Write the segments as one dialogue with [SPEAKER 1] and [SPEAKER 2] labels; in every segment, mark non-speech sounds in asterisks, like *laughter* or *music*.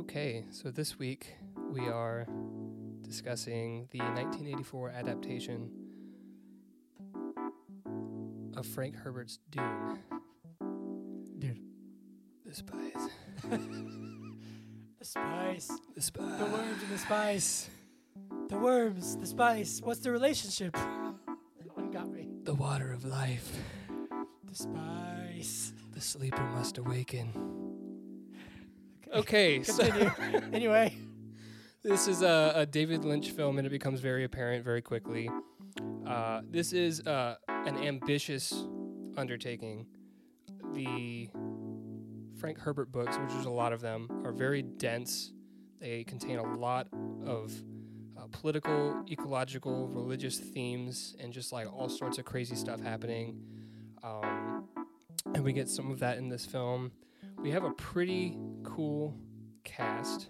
[SPEAKER 1] Okay, so this week we are discussing the 1984 adaptation of Frank Herbert's Dune.
[SPEAKER 2] Dude.
[SPEAKER 1] The spies.
[SPEAKER 2] The spice.
[SPEAKER 1] The
[SPEAKER 2] The
[SPEAKER 1] spies.
[SPEAKER 2] worms and the spice. The worms, the spice. What's the relationship? That one got me.
[SPEAKER 1] The water of life.
[SPEAKER 2] The spice.
[SPEAKER 1] The sleeper must awaken. *laughs* Okay, so
[SPEAKER 2] *laughs* Continue. anyway.
[SPEAKER 1] this is a, a David Lynch film, and it becomes very apparent very quickly. Uh, this is uh, an ambitious undertaking. The Frank Herbert books, which there's a lot of them, are very dense. They contain a lot of uh, political, ecological, religious themes, and just like all sorts of crazy stuff happening. Um, and we get some of that in this film. We have a pretty cool cast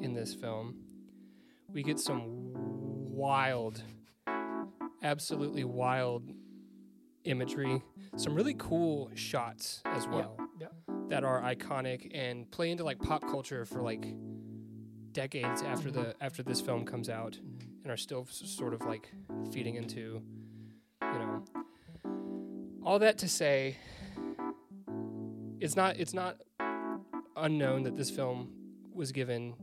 [SPEAKER 1] in this film. We get some wild, absolutely wild imagery, some really cool shots as well
[SPEAKER 2] yeah.
[SPEAKER 1] that are iconic and play into like pop culture for like decades after the
[SPEAKER 2] Mm-hmm.
[SPEAKER 1] after this film comes out and are still s- sort of like feeding into you know all that to say it's not it's not unknown that this film was given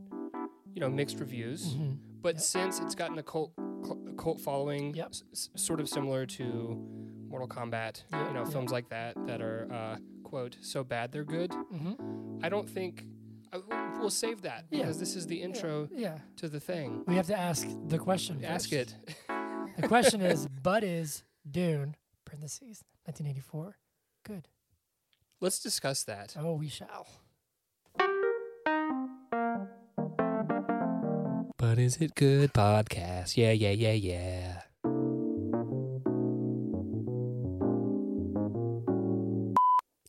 [SPEAKER 1] you know mixed reviews but
[SPEAKER 2] Mm-hmm. Yep.
[SPEAKER 1] since it's gotten a cult cl- a cult following,
[SPEAKER 2] Yep.
[SPEAKER 1] s- s- sort of similar to Mortal Kombat, you
[SPEAKER 2] Yep,
[SPEAKER 1] know,
[SPEAKER 2] yep.
[SPEAKER 1] films like that that are uh, quote so bad they're good.
[SPEAKER 2] Mm-hmm.
[SPEAKER 1] I don't think I, w- we'll save that
[SPEAKER 2] Yeah.
[SPEAKER 1] because this is the intro
[SPEAKER 2] Yeah.
[SPEAKER 1] to the thing.
[SPEAKER 2] We have to ask the question.
[SPEAKER 1] Ask
[SPEAKER 2] first.
[SPEAKER 1] it. *laughs*
[SPEAKER 2] The question *laughs* is, but is Dune, parentheses, 1984, good?
[SPEAKER 1] Let's discuss that.
[SPEAKER 2] Oh, we shall.
[SPEAKER 1] But is it good podcast? Yeah, yeah, yeah, yeah.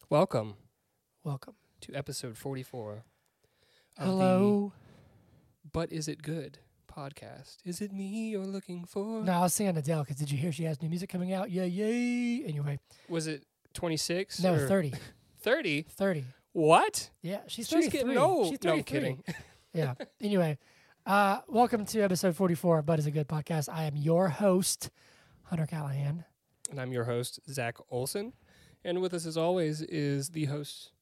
[SPEAKER 1] Welcome
[SPEAKER 2] Welcome.
[SPEAKER 1] to episode 44. of the
[SPEAKER 2] Hello.
[SPEAKER 1] But Is It Good podcast. Is it me you're looking for?
[SPEAKER 2] No, I was saying Adele because did you hear she has new music coming out? Yeah, yay. Anyway,
[SPEAKER 1] Was it 26?
[SPEAKER 2] no,
[SPEAKER 1] or
[SPEAKER 2] 30.
[SPEAKER 1] 30?
[SPEAKER 2] 30.
[SPEAKER 1] What?
[SPEAKER 2] Yeah, she's
[SPEAKER 1] She's
[SPEAKER 2] 33.
[SPEAKER 1] getting old.
[SPEAKER 2] She's
[SPEAKER 1] no, I'm
[SPEAKER 2] 33.
[SPEAKER 1] kidding. *laughs*
[SPEAKER 2] yeah. Anyway, uh, welcome to episode 44 of Bud is a Good Podcast. I am your host, Hunter Callahan.
[SPEAKER 1] And I'm your host, Zach Olson. And with us, as always, is the host,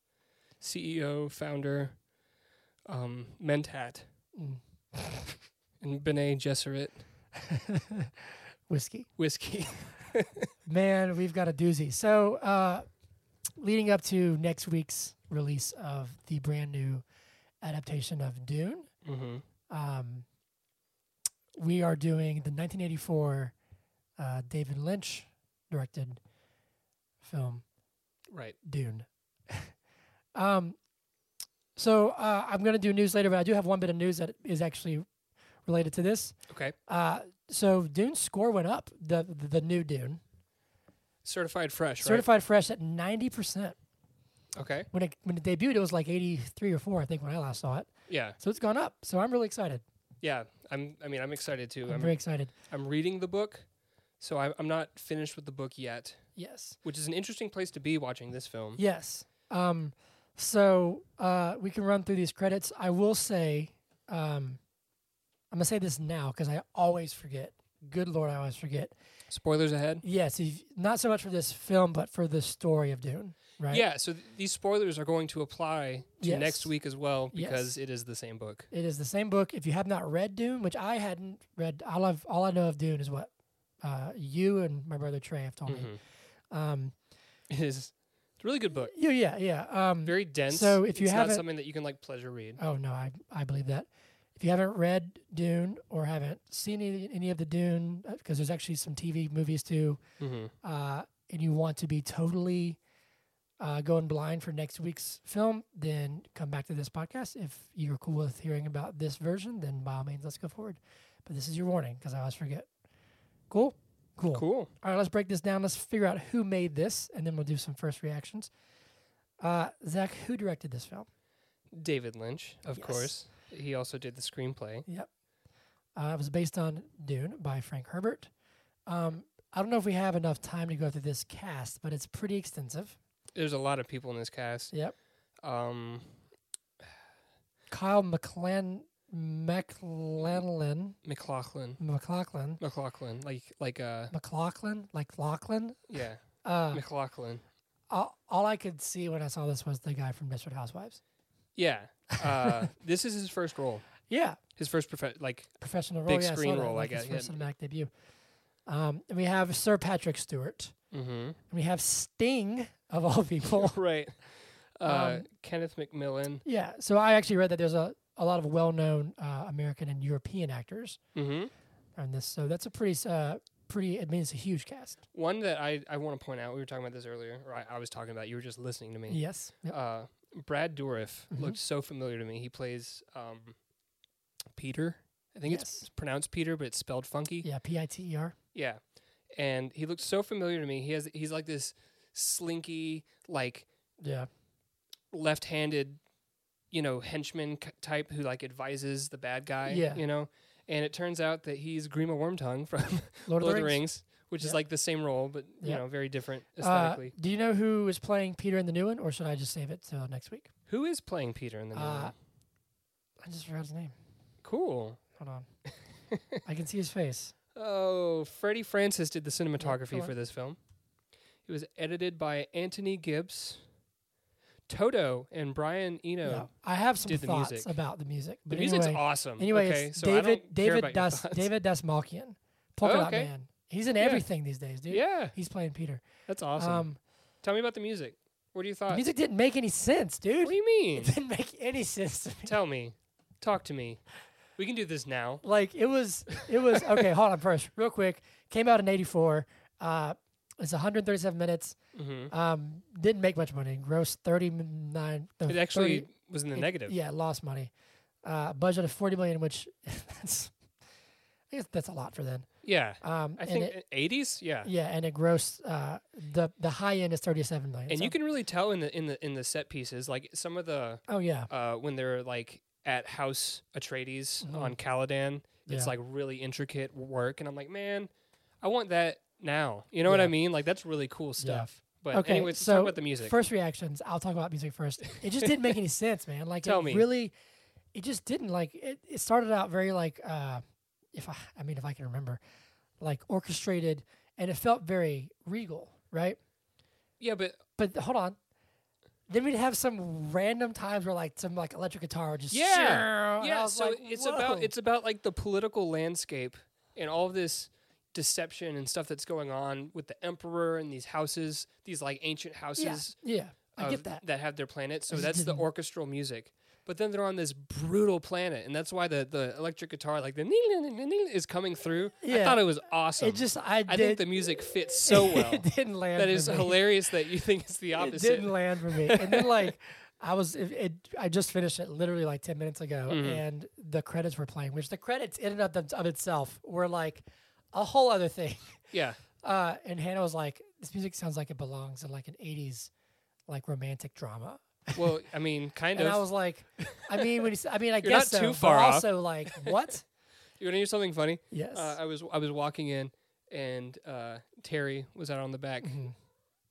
[SPEAKER 1] CEO, founder, um, Mentat,
[SPEAKER 2] Mm.
[SPEAKER 1] and B'nai Gesserit
[SPEAKER 2] Whiskey.
[SPEAKER 1] Whiskey.
[SPEAKER 2] Man, we've got a doozy. So, uh, leading up to next week's release of the brand new adaptation of Dune,
[SPEAKER 1] mm-hmm.
[SPEAKER 2] um, we are doing the 1984 uh, David Lynch directed film
[SPEAKER 1] Right.
[SPEAKER 2] Dune. um, so uh, I'm going to do news later, but I do have one bit of news that is actually related to this.
[SPEAKER 1] Okay.
[SPEAKER 2] Uh, so Dune's score went up, the the, the new Dune,
[SPEAKER 1] Certified fresh,
[SPEAKER 2] certified fresh at 90%.
[SPEAKER 1] right? Okay.
[SPEAKER 2] When it when it debuted, it was like 83 or 4, I think, when I last saw it.
[SPEAKER 1] Yeah.
[SPEAKER 2] So it's gone up. So I'm really excited.
[SPEAKER 1] Yeah. I'm, I mean, I'm excited too.
[SPEAKER 2] I'm,
[SPEAKER 1] I'm,
[SPEAKER 2] very excited.
[SPEAKER 1] I'm reading the book, so I, I'm not finished with the book yet.
[SPEAKER 2] Yes.
[SPEAKER 1] which is an interesting place to be watching this film.
[SPEAKER 2] Yes. Um, so uh, we can run through these credits. I will say, um, I'm gonna say this now because I always forget. Good lord, I always forget.
[SPEAKER 1] Spoilers ahead.
[SPEAKER 2] Yes, if, not so much for this film, but for the story of Dune, right?
[SPEAKER 1] Yeah, so th- these spoilers are going to apply to
[SPEAKER 2] Yes.
[SPEAKER 1] next week as well
[SPEAKER 2] Yes.
[SPEAKER 1] because it is the same book.
[SPEAKER 2] It is the same book. If you have not read Dune, which I hadn't read, all I've all I know of Dune is what uh, you and my brother Trey have told me.
[SPEAKER 1] Mhm.
[SPEAKER 2] Um,
[SPEAKER 1] *laughs* It is it's a really good book.
[SPEAKER 2] yeah, yeah, yeah. Um,
[SPEAKER 1] Very dense.
[SPEAKER 2] So if you
[SPEAKER 1] it's not
[SPEAKER 2] haven't-
[SPEAKER 1] something that you can like pleasure read.
[SPEAKER 2] Oh no, I I believe that. If you haven't read Dune or haven't seen any, any of the Dune, because there's actually some TV movies too,
[SPEAKER 1] hmm
[SPEAKER 2] uh, and you want to be totally uh, going blind for next week's film, then come back to this podcast. If you're cool with hearing about this version, then by all means, let's go forward. But this is your warning because I always forget. Cool? cool,
[SPEAKER 1] Cool.
[SPEAKER 2] All right, let's break this down. Let's figure out who made this, and then we'll do some first reactions. Uh, Zach, who directed this film?
[SPEAKER 1] David Lynch, of
[SPEAKER 2] Yes.
[SPEAKER 1] course. He also did the screenplay.
[SPEAKER 2] Yep. Uh, it was based on Dune by Frank Herbert. Um, I don't know if we have enough time to go through this cast, but it's pretty extensive.
[SPEAKER 1] Um, There's a lot of people in this cast.
[SPEAKER 2] Yep.
[SPEAKER 1] Um,
[SPEAKER 2] Kyle McLan McLenlin
[SPEAKER 1] McLaughlin.
[SPEAKER 2] McLaughlin
[SPEAKER 1] McLaughlin. Like like uh
[SPEAKER 2] McLaughlin like Lachlan.
[SPEAKER 1] yeah.
[SPEAKER 2] *laughs* Uh,
[SPEAKER 1] McLaughlin.
[SPEAKER 2] all, all I could see when I saw this was the guy from Desperate Housewives.
[SPEAKER 1] Yeah.
[SPEAKER 2] *laughs*
[SPEAKER 1] Uh, this is his first role.
[SPEAKER 2] Yeah,
[SPEAKER 1] His first prof- like
[SPEAKER 2] professional role.
[SPEAKER 1] Big
[SPEAKER 2] yeah, I saw
[SPEAKER 1] screen
[SPEAKER 2] that,
[SPEAKER 1] role, I
[SPEAKER 2] like his
[SPEAKER 1] guess,
[SPEAKER 2] First cinematic debut. Um, and we have Sir Patrick Stewart.
[SPEAKER 1] mhm.
[SPEAKER 2] And we have Sting of all people.
[SPEAKER 1] *laughs* right. Uh,
[SPEAKER 2] Um,
[SPEAKER 1] Kenneth McMillan.
[SPEAKER 2] *laughs* yeah. So I actually read that there's a, a lot of well-known uh, American and European actors
[SPEAKER 1] Mhm.
[SPEAKER 2] on this. So that's a pretty s- uh, pretty. I mean, it's a huge cast.
[SPEAKER 1] One that I I want to point out. We were talking about this earlier. Or I, I was talking about. You were just listening to me.
[SPEAKER 2] Yes. Yep.
[SPEAKER 1] Uh, Brad Dourif
[SPEAKER 2] Mhm.
[SPEAKER 1] looked so familiar to me. He plays um, Peter. I think
[SPEAKER 2] Yes.
[SPEAKER 1] it's pronounced Peter, but it's spelled funky.
[SPEAKER 2] Yeah. P I T E R.
[SPEAKER 1] Yeah. And he looked so familiar to me. He has he's like this slinky, like
[SPEAKER 2] Yeah.
[SPEAKER 1] left-handed, you know, henchman c- type who like advises the bad guy,
[SPEAKER 2] Yeah.
[SPEAKER 1] you know. And it turns out that he's Grima Wormtongue from *laughs*
[SPEAKER 2] Lord, of the Rings.
[SPEAKER 1] which is
[SPEAKER 2] Yeah.
[SPEAKER 1] like the same role but you
[SPEAKER 2] Yeah.
[SPEAKER 1] know, very different
[SPEAKER 2] Uh,
[SPEAKER 1] aesthetically.
[SPEAKER 2] do you know who is playing Peter in the new one, or should I just save it till next week?
[SPEAKER 1] who is playing Peter in the new
[SPEAKER 2] uh,
[SPEAKER 1] one?
[SPEAKER 2] I just forgot his name.
[SPEAKER 1] Cool.
[SPEAKER 2] Hold on.
[SPEAKER 1] *laughs*
[SPEAKER 2] I can see his face.
[SPEAKER 1] Oh, Freddie Francis did the cinematography
[SPEAKER 2] on.
[SPEAKER 1] for this film. It was edited by Anthony Gibbs, Toto, and Brian Eno.
[SPEAKER 2] No, I have some
[SPEAKER 1] did the
[SPEAKER 2] thoughts
[SPEAKER 1] music.
[SPEAKER 2] about the music.
[SPEAKER 1] The
[SPEAKER 2] But
[SPEAKER 1] music's
[SPEAKER 2] anyway,
[SPEAKER 1] awesome.
[SPEAKER 2] Anyway,
[SPEAKER 1] okay,
[SPEAKER 2] it's
[SPEAKER 1] so I
[SPEAKER 2] David
[SPEAKER 1] don't care
[SPEAKER 2] David
[SPEAKER 1] about your
[SPEAKER 2] Das
[SPEAKER 1] thoughts. *laughs*
[SPEAKER 2] David Dasmalkian, Polka
[SPEAKER 1] Oh,
[SPEAKER 2] Dot
[SPEAKER 1] okay.
[SPEAKER 2] Man. He's in
[SPEAKER 1] Yeah.
[SPEAKER 2] everything these days, dude.
[SPEAKER 1] Yeah,
[SPEAKER 2] He's playing Peter.
[SPEAKER 1] that's awesome.
[SPEAKER 2] Um,
[SPEAKER 1] Tell me about the music. What do you
[SPEAKER 2] the
[SPEAKER 1] thought?
[SPEAKER 2] music didn't make any sense, dude.
[SPEAKER 1] What do you mean?
[SPEAKER 2] *laughs* It didn't make any sense to me.
[SPEAKER 1] Tell me. Talk to me. We can do this now.
[SPEAKER 2] Like it was, it was okay. hold on, first, real quick. Came out in '84. Uh, it's 137 minutes.
[SPEAKER 1] hmm
[SPEAKER 2] Um, didn't make much money. Gross 39. no,
[SPEAKER 1] It
[SPEAKER 2] 30
[SPEAKER 1] actually was in the
[SPEAKER 2] It-
[SPEAKER 1] negative.
[SPEAKER 2] Yeah, it lost money. Uh, budget of forty million, which *laughs* that's I guess that's a lot for then.
[SPEAKER 1] Yeah.
[SPEAKER 2] Um,
[SPEAKER 1] I
[SPEAKER 2] and
[SPEAKER 1] think
[SPEAKER 2] it,
[SPEAKER 1] uh, 80s. Yeah.
[SPEAKER 2] yeah, and it grossed uh, the the high end is thirty seven million.
[SPEAKER 1] And
[SPEAKER 2] so-
[SPEAKER 1] you can really tell in the in the in the set pieces, like some of the
[SPEAKER 2] oh yeah,
[SPEAKER 1] uh, when they're like at House Atreides
[SPEAKER 2] Mhm.
[SPEAKER 1] on Caladan. It's
[SPEAKER 2] Yeah.
[SPEAKER 1] like really intricate work, and I'm like, man, I want that now. You know what I
[SPEAKER 2] Yeah.
[SPEAKER 1] mean? Like that's really cool stuff. But
[SPEAKER 2] okay.
[SPEAKER 1] anyways, let's
[SPEAKER 2] so
[SPEAKER 1] talk about the music.
[SPEAKER 2] First reactions. I'll talk about music first. It just didn't
[SPEAKER 1] *laughs*
[SPEAKER 2] make any sense, man. Like
[SPEAKER 1] Tell
[SPEAKER 2] it
[SPEAKER 1] me.
[SPEAKER 2] really, it just didn't like it. It started out very like uh, if I I mean if I can remember, like orchestrated, and it felt very regal, right?
[SPEAKER 1] yeah, but
[SPEAKER 2] But th- hold on. Then we'd have some random times where like some like electric guitar would just
[SPEAKER 1] Yeah.
[SPEAKER 2] and Oh, I
[SPEAKER 1] yeah
[SPEAKER 2] was
[SPEAKER 1] so
[SPEAKER 2] like,
[SPEAKER 1] it's
[SPEAKER 2] "Whoa."
[SPEAKER 1] about it's about like the political landscape and all this deception and stuff that's going on with the emperor and these houses these like ancient
[SPEAKER 2] yeah,
[SPEAKER 1] houses
[SPEAKER 2] yeah I
[SPEAKER 1] of-
[SPEAKER 2] get that
[SPEAKER 1] that have their planet so
[SPEAKER 2] just
[SPEAKER 1] that's the
[SPEAKER 2] didn't-
[SPEAKER 1] orchestral music but then they're on this brutal planet and that's why the the electric guitar like the is coming through i
[SPEAKER 2] Yeah.
[SPEAKER 1] thought it was awesome
[SPEAKER 2] it just I,
[SPEAKER 1] i
[SPEAKER 2] did,
[SPEAKER 1] think the music fits so well
[SPEAKER 2] *laughs* it didn't land
[SPEAKER 1] that
[SPEAKER 2] for
[SPEAKER 1] is
[SPEAKER 2] me.
[SPEAKER 1] hilarious that you think it's the
[SPEAKER 2] *laughs* it
[SPEAKER 1] opposite
[SPEAKER 2] didn't land for me and then like *laughs* I was it, it I just finished it literally like ten minutes ago
[SPEAKER 1] Mhm.
[SPEAKER 2] and the credits were playing which the credits in and of, them, of itself were like a whole other thing *laughs*
[SPEAKER 1] yeah
[SPEAKER 2] uh, and Hannah was like this music sounds like it belongs in like an eighties like romantic drama
[SPEAKER 1] well i mean kind
[SPEAKER 2] and
[SPEAKER 1] of
[SPEAKER 2] I was like, I mean, when he, s- I mean, I
[SPEAKER 1] *laughs* You're
[SPEAKER 2] guess
[SPEAKER 1] not
[SPEAKER 2] so,
[SPEAKER 1] too
[SPEAKER 2] but
[SPEAKER 1] far off. *laughs*
[SPEAKER 2] also like what?
[SPEAKER 1] you want to hear something funny
[SPEAKER 2] Yes.
[SPEAKER 1] Uh, I was I was walking in, and uh, Terry was out on the back
[SPEAKER 2] Mhm.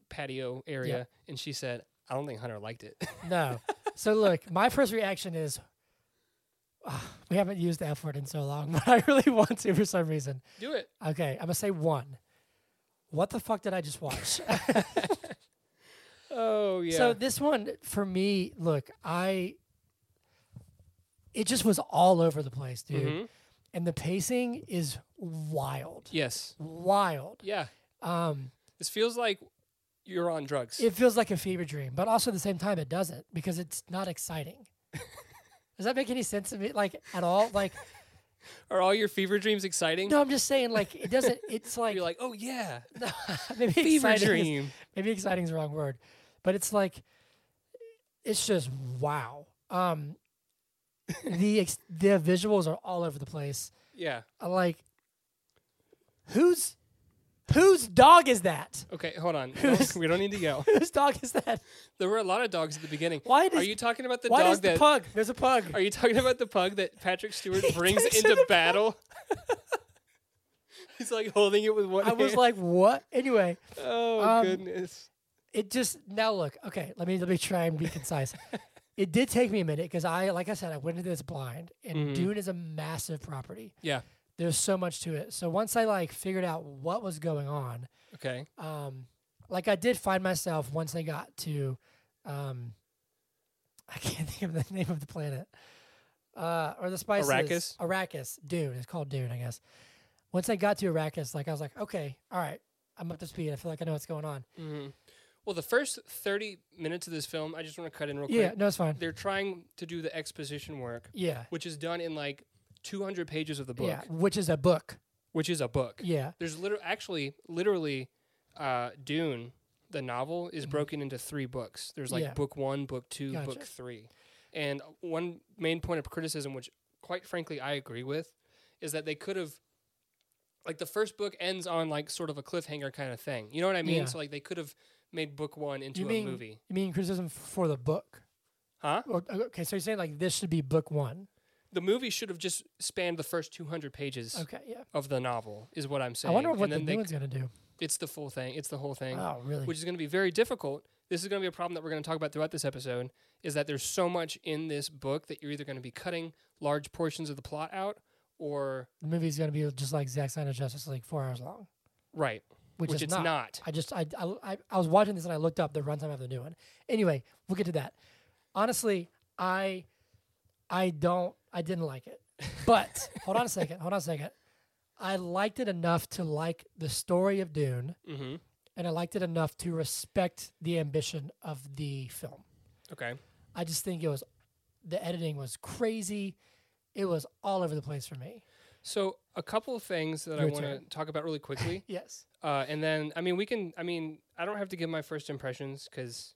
[SPEAKER 1] patio area, and she said, "I don't think Hunter liked
[SPEAKER 2] *laughs*
[SPEAKER 1] it."
[SPEAKER 2] no. So look, my first reaction is, ah, we haven't used the F word in so long, *laughs* but I really want to for some reason.
[SPEAKER 1] Do it.
[SPEAKER 2] Okay, I'm gonna say one. What the fuck did I just watch?
[SPEAKER 1] Oh *laughs* yeah.
[SPEAKER 2] So this one for me, look, I it just was all over the place, dude.
[SPEAKER 1] Mhm.
[SPEAKER 2] And the pacing is wild.
[SPEAKER 1] yes.
[SPEAKER 2] Wild.
[SPEAKER 1] Yeah.
[SPEAKER 2] Um
[SPEAKER 1] This feels like you're on drugs.
[SPEAKER 2] It feels like a fever dream, but also at the same time, it doesn't because it's not exciting.
[SPEAKER 1] *laughs*
[SPEAKER 2] Does that make any sense to me, like at all? Like,
[SPEAKER 1] Are all your fever dreams exciting?
[SPEAKER 2] no, I'm just saying, like, it doesn't. It's like,
[SPEAKER 1] You're like, oh yeah,
[SPEAKER 2] *laughs* maybe
[SPEAKER 1] fever
[SPEAKER 2] exciting is-
[SPEAKER 1] dream.
[SPEAKER 2] maybe exciting is the wrong word, but it's like, it's just wow.
[SPEAKER 1] *laughs*
[SPEAKER 2] Um, the ex- the visuals are all over the place.
[SPEAKER 1] Yeah.
[SPEAKER 2] I Like, whose whose dog is that? *laughs*
[SPEAKER 1] Okay, hold on. Don't- we don't need to yell.
[SPEAKER 2] Whose dog is that?
[SPEAKER 1] There were a lot of dogs at the beginning.
[SPEAKER 2] Why does
[SPEAKER 1] Are you talking about the
[SPEAKER 2] why
[SPEAKER 1] dog
[SPEAKER 2] does the
[SPEAKER 1] that?
[SPEAKER 2] pug? There's a pug.
[SPEAKER 1] are you talking about the pug that Patrick Stewart brings
[SPEAKER 2] takes
[SPEAKER 1] into
[SPEAKER 2] it apart.
[SPEAKER 1] battle? *laughs* He's like holding it with one
[SPEAKER 2] I
[SPEAKER 1] hand.
[SPEAKER 2] was like, what? Anyway,
[SPEAKER 1] Oh
[SPEAKER 2] Um,
[SPEAKER 1] goodness.
[SPEAKER 2] it just now look okay. Let me let me try and be concise. It did take me a minute because I, like I said, I went into this blind, and
[SPEAKER 1] Mhm.
[SPEAKER 2] Dune is a massive property.
[SPEAKER 1] Yeah.
[SPEAKER 2] There's so much to it. So once I like figured out what was going on,
[SPEAKER 1] Okay.
[SPEAKER 2] um, like I did find myself once I got to, um, *laughs* I can't think of the name of the planet, uh, or the spices.
[SPEAKER 1] Arrakis?
[SPEAKER 2] Arrakis. Dune. It's called Dune, I guess. Once I got to Arrakis, like I was like, okay, all right, I'm up to speed. I feel like I know what's going on.
[SPEAKER 1] hmm Well, the first 30 minutes of this film, I just want to cut in real
[SPEAKER 2] Yeah,
[SPEAKER 1] quick.
[SPEAKER 2] no, it's fine.
[SPEAKER 1] They're trying to do the exposition work,
[SPEAKER 2] Yeah,
[SPEAKER 1] which is done in like 200 pages of the book,
[SPEAKER 2] yeah, which is a book.
[SPEAKER 1] which is a book.
[SPEAKER 2] Yeah,
[SPEAKER 1] There's literally, actually, literally, uh, Dune, the novel, is broken into three books. There's like
[SPEAKER 2] Mm-hmm. Yeah.
[SPEAKER 1] book one, book two, book
[SPEAKER 2] Gotcha.
[SPEAKER 1] three. And one main point of criticism, which quite frankly I agree with, is that they could have, like, the first book ends on like sort of a cliffhanger kind of thing. You know what I mean?
[SPEAKER 2] Yeah.
[SPEAKER 1] So, like, they could have made book one into
[SPEAKER 2] You
[SPEAKER 1] a
[SPEAKER 2] mean-
[SPEAKER 1] movie.
[SPEAKER 2] you mean criticism for the book?
[SPEAKER 1] Huh?
[SPEAKER 2] Or- Okay, so you're saying like this should be book one?
[SPEAKER 1] The movie should have just spanned the first 200 pages
[SPEAKER 2] Okay, yeah.
[SPEAKER 1] of the novel, is what I'm saying.
[SPEAKER 2] I wonder
[SPEAKER 1] and
[SPEAKER 2] what the
[SPEAKER 1] then
[SPEAKER 2] new
[SPEAKER 1] they,
[SPEAKER 2] one's gonna do.
[SPEAKER 1] It's the full thing. It's the whole thing.
[SPEAKER 2] Oh, really?
[SPEAKER 1] which is going to be very difficult. This is going to be a problem that we're going to talk about throughout this episode is that there's so much in this book that you're either going to be cutting large portions of the plot out or
[SPEAKER 2] the movie's gonna be just like Zack Snyder's Justice League, four hours long.
[SPEAKER 1] right,
[SPEAKER 2] which, is
[SPEAKER 1] it's
[SPEAKER 2] not.
[SPEAKER 1] not.
[SPEAKER 2] I just I, I I- I was watching this and I looked up the runtime of the new one. Anyway, we'll get to that. Honestly, I I don't I didn't like it.
[SPEAKER 1] *laughs*
[SPEAKER 2] But hold on a second, hold on a second. I liked it enough to like the story of Dune,
[SPEAKER 1] Mm-hmm.
[SPEAKER 2] and I liked it enough to respect the ambition of the film.
[SPEAKER 1] Okay.
[SPEAKER 2] I just think it was the editing was crazy. It was all over the place for me.
[SPEAKER 1] So a couple of things that I
[SPEAKER 2] Your
[SPEAKER 1] want to
[SPEAKER 2] turn.
[SPEAKER 1] talk about really
[SPEAKER 2] *laughs*
[SPEAKER 1] quickly,
[SPEAKER 2] Yes.
[SPEAKER 1] uh, and then I mean we can. I mean I don't have to give my first impressions because,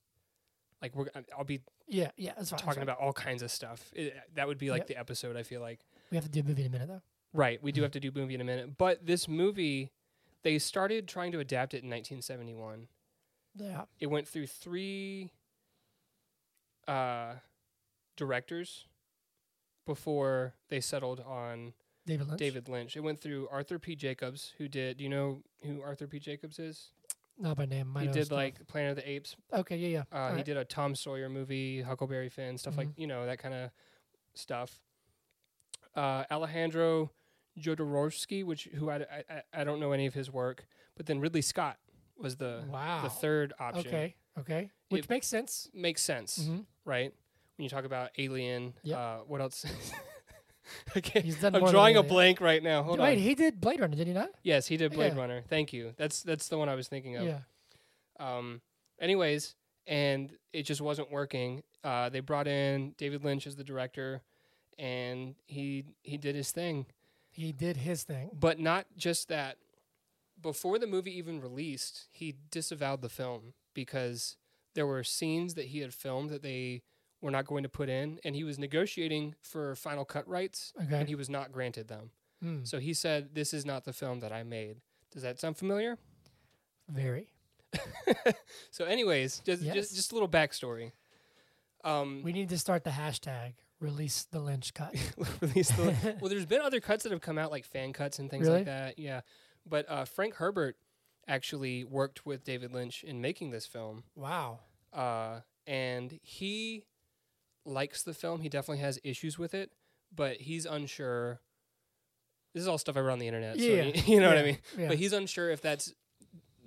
[SPEAKER 1] like we're I- I'll be
[SPEAKER 2] Yeah. Yeah. That's fine. that's
[SPEAKER 1] talking
[SPEAKER 2] fine.
[SPEAKER 1] about all kinds of stuff. It, that would be like
[SPEAKER 2] Yep.
[SPEAKER 1] the episode. I feel like.
[SPEAKER 2] We have to do a movie in a minute though.
[SPEAKER 1] Right.
[SPEAKER 2] Mm-hmm.
[SPEAKER 1] We do have to do movie in a minute. But this movie, they started trying to adapt it in 1971.
[SPEAKER 2] Yeah.
[SPEAKER 1] It went through three uh, directors before they settled on
[SPEAKER 2] David Lynch.
[SPEAKER 1] David Lynch. It went through Arthur P. Jacobs, who did. Do you know who Arthur P. Jacobs is?
[SPEAKER 2] Not by name. might
[SPEAKER 1] he
[SPEAKER 2] know
[SPEAKER 1] did
[SPEAKER 2] stuff.
[SPEAKER 1] like Planet of the Apes.
[SPEAKER 2] Okay, yeah, yeah.
[SPEAKER 1] Uh,
[SPEAKER 2] All
[SPEAKER 1] He
[SPEAKER 2] right.
[SPEAKER 1] did a Tom Sawyer movie, Huckleberry Finn, stuff like
[SPEAKER 2] Mm-hmm.
[SPEAKER 1] you know that kind of stuff. Uh, Alejandro Jodorowsky, which who I, I- I I don't know any of his work, but then Ridley Scott was the
[SPEAKER 2] wow.
[SPEAKER 1] the third option.
[SPEAKER 2] Okay, okay. Which
[SPEAKER 1] It- *laughs*
[SPEAKER 2] makes sense.
[SPEAKER 1] makes sense,
[SPEAKER 2] Mhm.
[SPEAKER 1] right? When you talk about Alien,
[SPEAKER 2] Yep.
[SPEAKER 1] uh, what
[SPEAKER 2] *laughs*
[SPEAKER 1] else? *laughs* okay,
[SPEAKER 2] He's done
[SPEAKER 1] I'm
[SPEAKER 2] more than
[SPEAKER 1] drawing a
[SPEAKER 2] Alien.
[SPEAKER 1] blank right now. Hold on.
[SPEAKER 2] Wait, he did Blade Runner, did he not?
[SPEAKER 1] Yes, he did Blade
[SPEAKER 2] Yeah.
[SPEAKER 1] Runner. Thank you. That's that's the one I was thinking of.
[SPEAKER 2] Yeah.
[SPEAKER 1] Um, anyways, and it just wasn't working. Uh, they brought in David Lynch as the director, and he he did his thing.
[SPEAKER 2] He did his thing.
[SPEAKER 1] But not just that. Before the movie even released, he disavowed the film because there were scenes that he had filmed that they were not going to put in, and he was negotiating for final cut rights,
[SPEAKER 2] Okay.
[SPEAKER 1] and he was not granted them.
[SPEAKER 2] Mm,
[SPEAKER 1] So he said, "This is not the film that I made." Does that sound familiar?
[SPEAKER 2] very.
[SPEAKER 1] So, anyways, just
[SPEAKER 2] Yes.
[SPEAKER 1] just, just a little backstory. Um, *laughs*
[SPEAKER 2] We need to start the hashtag release the Lynch cut.
[SPEAKER 1] release the- well, there's been other cuts that have come out, like fan cuts and things
[SPEAKER 2] Really?
[SPEAKER 1] like that. Yeah, but uh, Frank Herbert actually worked with David Lynch in making this film,
[SPEAKER 2] wow.
[SPEAKER 1] uh, and he likes the film. He definitely has issues with it, but he's unsure. This is all stuff I read on the internet,
[SPEAKER 2] Yeah,
[SPEAKER 1] so *laughs* you, you know what I
[SPEAKER 2] yeah,
[SPEAKER 1] mean.
[SPEAKER 2] Yeah.
[SPEAKER 1] But he's unsure if that's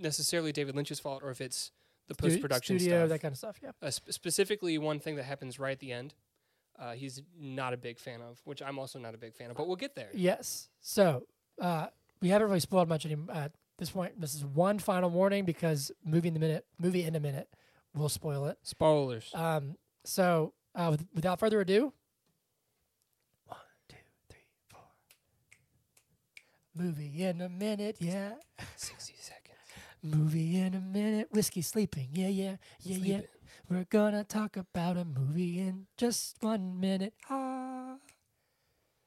[SPEAKER 1] necessarily David Lynch's fault or if it's the
[SPEAKER 2] Stu-
[SPEAKER 1] post production
[SPEAKER 2] studio,
[SPEAKER 1] stuff
[SPEAKER 2] that kind of stuff. Yeah.
[SPEAKER 1] uh, sp- specifically one thing that happens right at the end. Uh, he's not a big fan of, which I'm also not a big fan of, but we'll get there.
[SPEAKER 2] Yes. So uh, we haven't really spoiled much any, at this point. This is one final warning because movie in the minute, movie in a minute, will spoil it.
[SPEAKER 1] Spoilers.
[SPEAKER 2] Um, so uh, with, without further ado, one, two, three, four. Movie in a minute, yeah.
[SPEAKER 1] 60 Oh, seconds.
[SPEAKER 2] Movie in a minute. Whiskey sleeping, yeah, yeah, yeah, yeah.
[SPEAKER 1] Sleep it.
[SPEAKER 2] We're gonna talk about a movie in just one minute. Ah.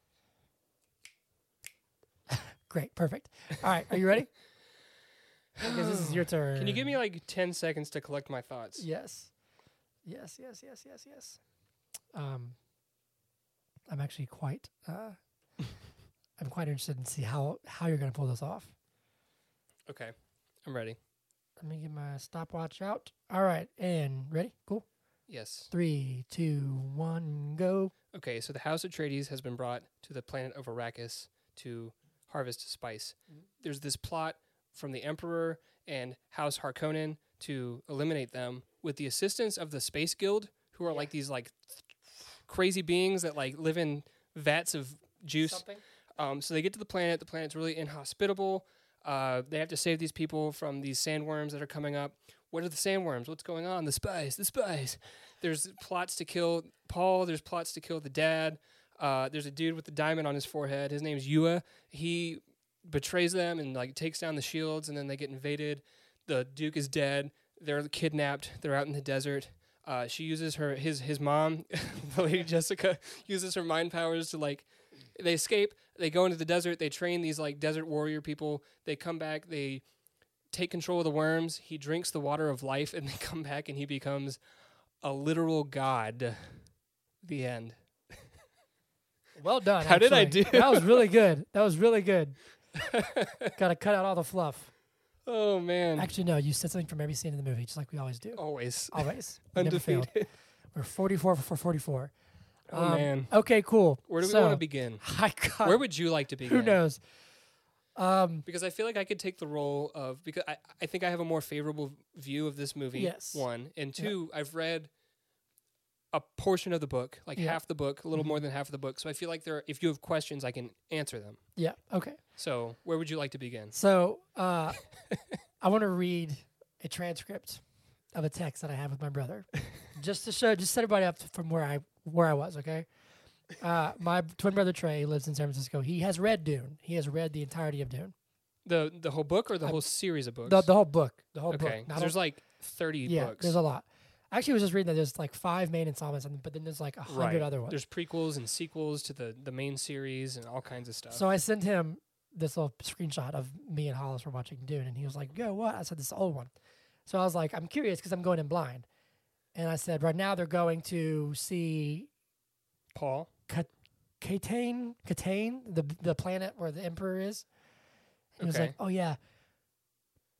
[SPEAKER 2] *laughs* Great, perfect. All right, are you *laughs* ready? Because this is your turn.
[SPEAKER 1] Can you give me like 10 seconds to collect my thoughts?
[SPEAKER 2] Yes. Yes, yes, yes, yes, yes. Um, I'm actually quite
[SPEAKER 1] *laughs*
[SPEAKER 2] uh, I'm quite interested in see how how you're going to pull this off.
[SPEAKER 1] Okay. I'm ready.
[SPEAKER 2] Let me get my stopwatch out. All right, and ready? Cool.
[SPEAKER 1] Yes.
[SPEAKER 2] Three, two, one, go.
[SPEAKER 1] Okay, so the House Atreides has been brought to the planet of Arrakis to harvest spice. There's this plot from the Emperor and House Harkonnen to eliminate them with the assistance of the Space Guild, who are like these like crazy beings that like live in vats of juice. Um, so they get to the planet. The planet's really inhospitable. Uh, they have to save these people from these sandworms that are coming up. What are the sandworms? What's going on? The spies. The spies. There's plots to kill Paul. There's plots to kill the dad. Uh, there's a dude with the diamond on his forehead. His name's Yua. He betrays them and like takes down the shields, and then they get invaded. The Duke is dead. They're kidnapped. They're out in the desert. Uh, she uses her his his mom, *laughs* the lady Jessica, *laughs* uses her mind powers to like they escape they go into the desert they train these like desert warrior people they come back they take control of the worms he drinks the water of life and *laughs* they come back and he becomes a literal god the end
[SPEAKER 2] Well done.
[SPEAKER 1] How did I
[SPEAKER 2] actually.
[SPEAKER 1] do?
[SPEAKER 2] That was really good. That was
[SPEAKER 1] *laughs*
[SPEAKER 2] really good. Got to cut out all the fluff.
[SPEAKER 1] oh man
[SPEAKER 2] Actually, no, you said something from every scene in the movie, just like we always do.
[SPEAKER 1] always
[SPEAKER 2] Always. We never fail.
[SPEAKER 1] undefeated *laughs*
[SPEAKER 2] We're 44 for 44.
[SPEAKER 1] oh man
[SPEAKER 2] Okay, cool.
[SPEAKER 1] where do we
[SPEAKER 2] Um, so,
[SPEAKER 1] want to begin
[SPEAKER 2] *laughs* I got,
[SPEAKER 1] where would you like to begin
[SPEAKER 2] who knows? Um,
[SPEAKER 1] because i feel like i could take the role of because i, I think i have a more favorable view of this movie
[SPEAKER 2] Yes.
[SPEAKER 1] one and
[SPEAKER 2] Yeah.
[SPEAKER 1] two i've read a portion of the book like
[SPEAKER 2] Yeah. Mm-hmm.
[SPEAKER 1] half the book a little more than half of the book so i feel like there if you have questions i can answer them
[SPEAKER 2] yeah, okay.
[SPEAKER 1] So, where would you like to begin?
[SPEAKER 2] So uh, *laughs* I want to read a transcript of a text that I have with my brother,
[SPEAKER 1] *laughs*
[SPEAKER 2] just to show, just set everybody up from where I where I was. Okay, uh, my twin brother Trey lives in San Francisco. He has read Dune. He has read the entirety of Dune,
[SPEAKER 1] The the whole book or the
[SPEAKER 2] I-
[SPEAKER 1] whole series of books?
[SPEAKER 2] the, the whole book, the whole
[SPEAKER 1] okay.
[SPEAKER 2] book.
[SPEAKER 1] 'cause
[SPEAKER 2] Not
[SPEAKER 1] there's
[SPEAKER 2] a,
[SPEAKER 1] like 30
[SPEAKER 2] yeah,
[SPEAKER 1] books.
[SPEAKER 2] there's a lot. Actually, I was just reading that there's like five main installments, and but then there's like a hundred
[SPEAKER 1] right.
[SPEAKER 2] other ones.
[SPEAKER 1] There's prequels and sequels to the the main series and all kinds of stuff.
[SPEAKER 2] So I sent him this little screenshot of me and Hollis were watching Dune, and he was like, "Yo, what?" I said, "This is the old one." So I was like, "I'm curious because I'm going in blind," and I said, "Right now they're going to see
[SPEAKER 1] Paul,
[SPEAKER 2] Catane, Catane, the the planet where the Emperor is." And he was
[SPEAKER 1] Okay.
[SPEAKER 2] like, "Oh yeah."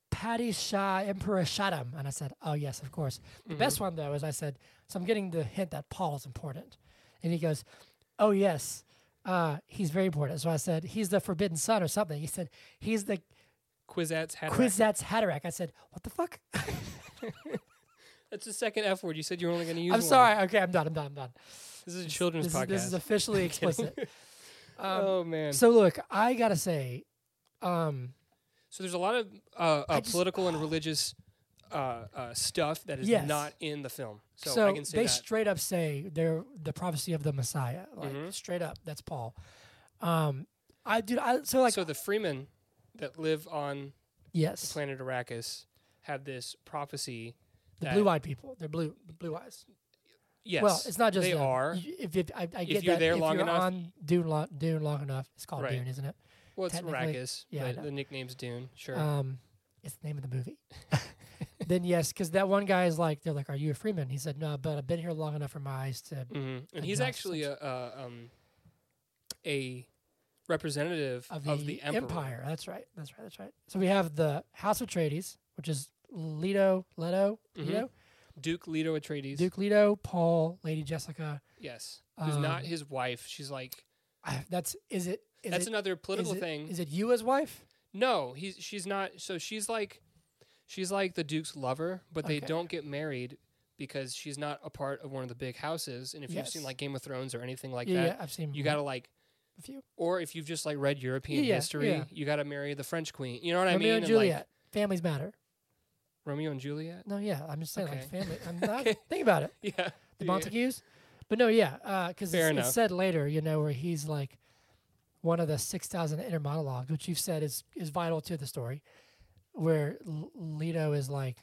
[SPEAKER 2] Paddy Shah, Emperor Shaddam. And I said, Oh, yes, of course. The
[SPEAKER 1] Mm-hmm.
[SPEAKER 2] best one, though, is I said, So I'm getting the hint that Paul's important. And he goes, Oh, yes, uh, he's very important. So I said, He's the forbidden son or something. He said, He's the
[SPEAKER 1] Quizette's Hatterack.
[SPEAKER 2] Kwisatz Haderach. I said, What the fuck? *laughs*
[SPEAKER 1] That's the second F word. You said you were only going to use
[SPEAKER 2] I'm
[SPEAKER 1] one.
[SPEAKER 2] sorry. Okay, I'm done. I'm done. I'm done.
[SPEAKER 1] This is a children's
[SPEAKER 2] This is,
[SPEAKER 1] podcast.
[SPEAKER 2] this
[SPEAKER 1] *laughs*
[SPEAKER 2] is officially explicit. um,
[SPEAKER 1] oh, man. So,
[SPEAKER 2] so, look, I got to say, um,
[SPEAKER 1] there's a lot of uh,
[SPEAKER 2] I
[SPEAKER 1] uh,
[SPEAKER 2] just-
[SPEAKER 1] political and religious uh, uh, stuff that is
[SPEAKER 2] Yes.
[SPEAKER 1] not in the film. So,
[SPEAKER 2] so,
[SPEAKER 1] I can say
[SPEAKER 2] they
[SPEAKER 1] that.
[SPEAKER 2] straight up say they're the prophecy of the Messiah. Like,
[SPEAKER 1] Mhm.
[SPEAKER 2] straight up, that's Paul. Um, I, dude, I, so like,
[SPEAKER 1] so the Freemen that live on
[SPEAKER 2] yes.
[SPEAKER 1] planet Arrakis have this prophecy
[SPEAKER 2] The
[SPEAKER 1] that-
[SPEAKER 2] blue eyed people. They're blue blue eyes.
[SPEAKER 1] Yes.
[SPEAKER 2] Well, it's not just
[SPEAKER 1] they
[SPEAKER 2] them.
[SPEAKER 1] are.
[SPEAKER 2] You- If, if I, I get
[SPEAKER 1] you're
[SPEAKER 2] that,
[SPEAKER 1] there
[SPEAKER 2] if
[SPEAKER 1] long
[SPEAKER 2] you're
[SPEAKER 1] enough-
[SPEAKER 2] on Dune, lo- Dune long enough, it's called
[SPEAKER 1] Right.
[SPEAKER 2] Dune, isn't it?
[SPEAKER 1] Well, it's
[SPEAKER 2] technically-
[SPEAKER 1] Arrakis,
[SPEAKER 2] yeah, I know.
[SPEAKER 1] but the nickname's Dune. Sure.
[SPEAKER 2] Um, it's the name of the
[SPEAKER 1] *laughs*
[SPEAKER 2] movie. then yes, because that one guy is like, they're like, "Are you a Freeman?" He said, "No, but I've been here long enough for my eyes to."
[SPEAKER 1] hmm And
[SPEAKER 2] I
[SPEAKER 1] he's
[SPEAKER 2] guess.
[SPEAKER 1] actually a, a, um, a representative
[SPEAKER 2] Of the,
[SPEAKER 1] Emperor.
[SPEAKER 2] empire. That's right. That's right. That's right. So we have the House of Atreides, which is Leto, Leto,
[SPEAKER 1] Mhm.
[SPEAKER 2] Leto,
[SPEAKER 1] Duke Leto Atreides.
[SPEAKER 2] Duke Leto, Paul, Lady Jessica.
[SPEAKER 1] Yes. Who's
[SPEAKER 2] Um,
[SPEAKER 1] not his wife. She's like,
[SPEAKER 2] I, that's is it? Is
[SPEAKER 1] that's
[SPEAKER 2] it,
[SPEAKER 1] another political
[SPEAKER 2] is it-
[SPEAKER 1] thing.
[SPEAKER 2] Is it you as wife?
[SPEAKER 1] no, he's, she's not. So she's like, she's like the Duke's lover, but they
[SPEAKER 2] Okay.
[SPEAKER 1] don't get married because she's not a part of one of the big houses. And if you've seen
[SPEAKER 2] Yes.
[SPEAKER 1] like Game of Thrones or anything like
[SPEAKER 2] yeah,
[SPEAKER 1] that,
[SPEAKER 2] yeah, I've seen
[SPEAKER 1] you
[SPEAKER 2] one-
[SPEAKER 1] got to like,
[SPEAKER 2] a few.
[SPEAKER 1] or if you've just like read European
[SPEAKER 2] Yeah,
[SPEAKER 1] history,
[SPEAKER 2] yeah.
[SPEAKER 1] you got to marry the French queen. You know what I
[SPEAKER 2] Romeo
[SPEAKER 1] mean?
[SPEAKER 2] and
[SPEAKER 1] like,
[SPEAKER 2] Juliet. Families matter.
[SPEAKER 1] Romeo and
[SPEAKER 2] *laughs*
[SPEAKER 1] Juliet.
[SPEAKER 2] No, yeah, I'm just saying, like
[SPEAKER 1] Okay.
[SPEAKER 2] family.
[SPEAKER 1] *laughs*
[SPEAKER 2] I'm not,
[SPEAKER 1] Okay.
[SPEAKER 2] Think about it,
[SPEAKER 1] *laughs* Yeah.
[SPEAKER 2] the
[SPEAKER 1] Yeah.
[SPEAKER 2] Montagues. But no, yeah, because
[SPEAKER 1] Fair
[SPEAKER 2] it's,
[SPEAKER 1] enough.
[SPEAKER 2] it's said later, you know, where he's like one of the six thousand inner monologues, which you've said is is vital to the story, where L- Leto is like,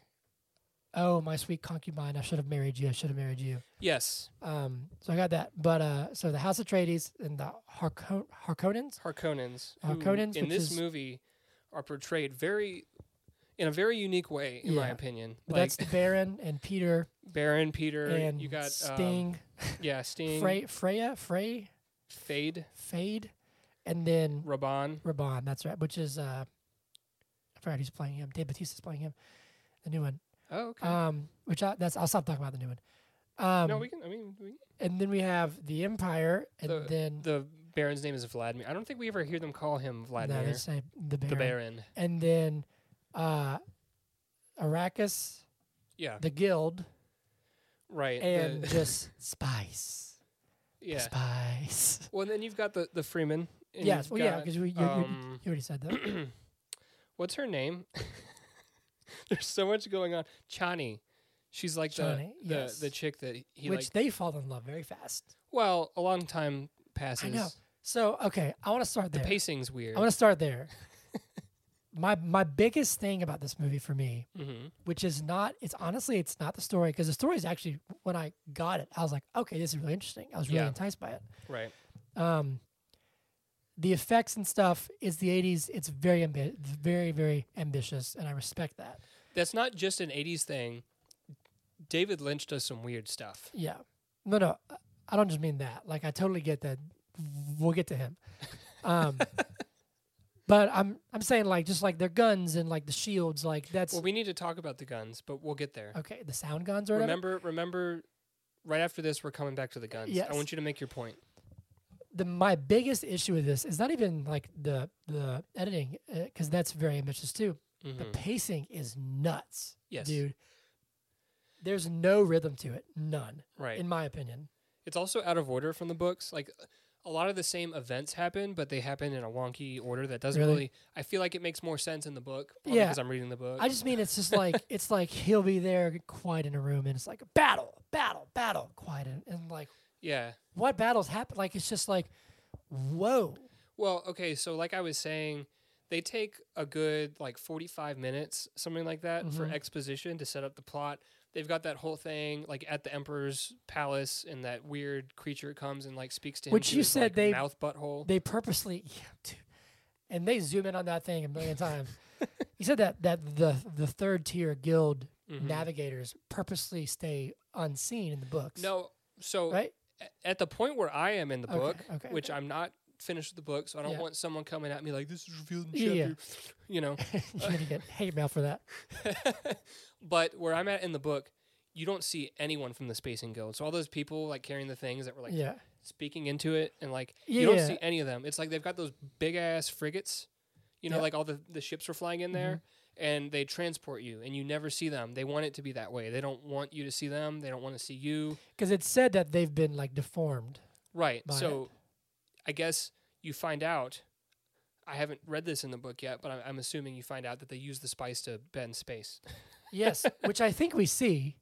[SPEAKER 2] "Oh, my sweet concubine, I should have married you. I should have married you."
[SPEAKER 1] Yes.
[SPEAKER 2] Um, so I got that. But uh, so the House of Atreides and the Harkon- Harkonnens.
[SPEAKER 1] Harkonnens. who
[SPEAKER 2] Harkonnens,
[SPEAKER 1] in
[SPEAKER 2] which
[SPEAKER 1] this
[SPEAKER 2] is-
[SPEAKER 1] movie are portrayed very in a very unique way, in my
[SPEAKER 2] Yeah.
[SPEAKER 1] opinion.
[SPEAKER 2] But
[SPEAKER 1] like
[SPEAKER 2] that's the Baron
[SPEAKER 1] *laughs*
[SPEAKER 2] and Peter
[SPEAKER 1] Baron Peter.
[SPEAKER 2] and
[SPEAKER 1] you got Um,
[SPEAKER 2] Sting,
[SPEAKER 1] yeah, Sting.
[SPEAKER 2] Frey, Freya, Frey,
[SPEAKER 1] Fade.
[SPEAKER 2] Fade, and then
[SPEAKER 1] Raban.
[SPEAKER 2] Raban. That's right. Which is uh, I forgot who's playing him. Dave Bautista's playing him, the new one.
[SPEAKER 1] Oh, okay.
[SPEAKER 2] Um, which I, that's I'll stop talking about the new one. Um,
[SPEAKER 1] no, we can. I mean, we,
[SPEAKER 2] and then we have the Empire, and
[SPEAKER 1] The-
[SPEAKER 2] then
[SPEAKER 1] the Baron's name is Vladimir. I don't think we ever hear them call him Vladimir.
[SPEAKER 2] no, they say the Baron,
[SPEAKER 1] the Baron.
[SPEAKER 2] and then uh, Arrakis,
[SPEAKER 1] Yeah,
[SPEAKER 2] the Guild,
[SPEAKER 1] right. the- *laughs*
[SPEAKER 2] and just spice,
[SPEAKER 1] yeah.
[SPEAKER 2] spice.
[SPEAKER 1] Well, and then you've got the the Freeman. and
[SPEAKER 2] yes,
[SPEAKER 1] you've
[SPEAKER 2] well, yeah,
[SPEAKER 1] got,
[SPEAKER 2] because you, you,
[SPEAKER 1] um,
[SPEAKER 2] you already said that.
[SPEAKER 1] what's her name? *laughs* There's so much going on. Chani. She's like
[SPEAKER 2] Chani,
[SPEAKER 1] the the,
[SPEAKER 2] yes.
[SPEAKER 1] the chick that he
[SPEAKER 2] which
[SPEAKER 1] like.
[SPEAKER 2] they fall in love very fast.
[SPEAKER 1] Well, a long time passes.
[SPEAKER 2] So okay, I want to start
[SPEAKER 1] The
[SPEAKER 2] there.
[SPEAKER 1] pacing's weird.
[SPEAKER 2] I want to start there. *laughs* my my biggest thing about this movie for me,
[SPEAKER 1] mm-hmm.
[SPEAKER 2] which is not, it's honestly, it's not the story because the story is actually when I got it, I was like, okay, this is really interesting. I was really
[SPEAKER 1] Yeah.
[SPEAKER 2] enticed by it.
[SPEAKER 1] Right.
[SPEAKER 2] Um, the effects and stuff is the '80s. It's very ambi- very very ambitious, and I respect that.
[SPEAKER 1] That's not just an '80s thing. David Lynch does some weird stuff.
[SPEAKER 2] Yeah. No, no. I- I don't just mean that. Like I totally get that. We'll get to him.
[SPEAKER 1] *laughs*
[SPEAKER 2] Um But I'm I'm saying like just like their guns and like the shields, like that's
[SPEAKER 1] Well, we need to talk about the guns, but we'll get there.
[SPEAKER 2] okay, the sound guns or whatever.
[SPEAKER 1] remember, remember. Right after this, we're coming back to the guns.
[SPEAKER 2] Yes.
[SPEAKER 1] I want you to make your point.
[SPEAKER 2] The my biggest issue with this is not even like the the editing because that's very ambitious too. The
[SPEAKER 1] Mhm.
[SPEAKER 2] pacing is nuts,
[SPEAKER 1] Yes.
[SPEAKER 2] dude. There's no rhythm to it, none,
[SPEAKER 1] Right.
[SPEAKER 2] in my opinion.
[SPEAKER 1] It's also out of order from the books. Like a lot of the same events happen, but they happen in a wonky order that doesn't
[SPEAKER 2] Really?
[SPEAKER 1] really. I feel like it makes more sense in the book
[SPEAKER 2] Yeah.
[SPEAKER 1] because I'm reading the book.
[SPEAKER 2] I just mean it's just like
[SPEAKER 1] *laughs*
[SPEAKER 2] it's like he'll be there quiet in a room and it's like battle, battle, battle, quiet in, and like
[SPEAKER 1] yeah.
[SPEAKER 2] what battles happen? Like it's just like whoa.
[SPEAKER 1] Well, okay. So like I was saying, they take a good like 45 minutes, something like that, for
[SPEAKER 2] Mhm.
[SPEAKER 1] exposition to set up the plot. They've got that whole thing like at the emperor's palace, and that weird creature comes and like speaks to him.
[SPEAKER 2] Which
[SPEAKER 1] through
[SPEAKER 2] you
[SPEAKER 1] his,
[SPEAKER 2] said
[SPEAKER 1] like,
[SPEAKER 2] they-
[SPEAKER 1] mouth butthole.
[SPEAKER 2] They purposely *laughs* yeah, dude. and they zoom in on that thing a million times. you said that that the the third tier guild
[SPEAKER 1] Mhm.
[SPEAKER 2] navigators purposely stay unseen in the books. *laughs*
[SPEAKER 1] No. So
[SPEAKER 2] Right?
[SPEAKER 1] a- at the point where I am in the
[SPEAKER 2] Okay,
[SPEAKER 1] book,
[SPEAKER 2] okay,
[SPEAKER 1] which
[SPEAKER 2] okay.
[SPEAKER 1] I'm not finished with the book, so I don't
[SPEAKER 2] Yeah.
[SPEAKER 1] want someone coming at me like this is revealed in
[SPEAKER 2] Yeah,
[SPEAKER 1] chapter,
[SPEAKER 2] yeah.
[SPEAKER 1] you know.
[SPEAKER 2] You're gonna
[SPEAKER 1] *laughs*
[SPEAKER 2] get hate mail for that.
[SPEAKER 1] but where I'm at in the book, you don't see anyone from the Spacing Guild. So all those people like carrying the things that were like
[SPEAKER 2] yeah.
[SPEAKER 1] speaking into it, and like you don't
[SPEAKER 2] Yeah.
[SPEAKER 1] see any of them. It's like they've got those big ass frigates, you know,
[SPEAKER 2] Yeah. Mm-hmm.
[SPEAKER 1] like all the the ships were flying in there. And they transport you, and you never see them. They want it to be that way. They don't want you to see them. They don't want to see you.
[SPEAKER 2] Because it's said that they've been like deformed.
[SPEAKER 1] Right.
[SPEAKER 2] by it.
[SPEAKER 1] So I guess you find out. I haven't read this in the book yet, but I'm, I'm assuming you find out that they use the spice to bend space. *laughs*
[SPEAKER 2] Yes, which I think we see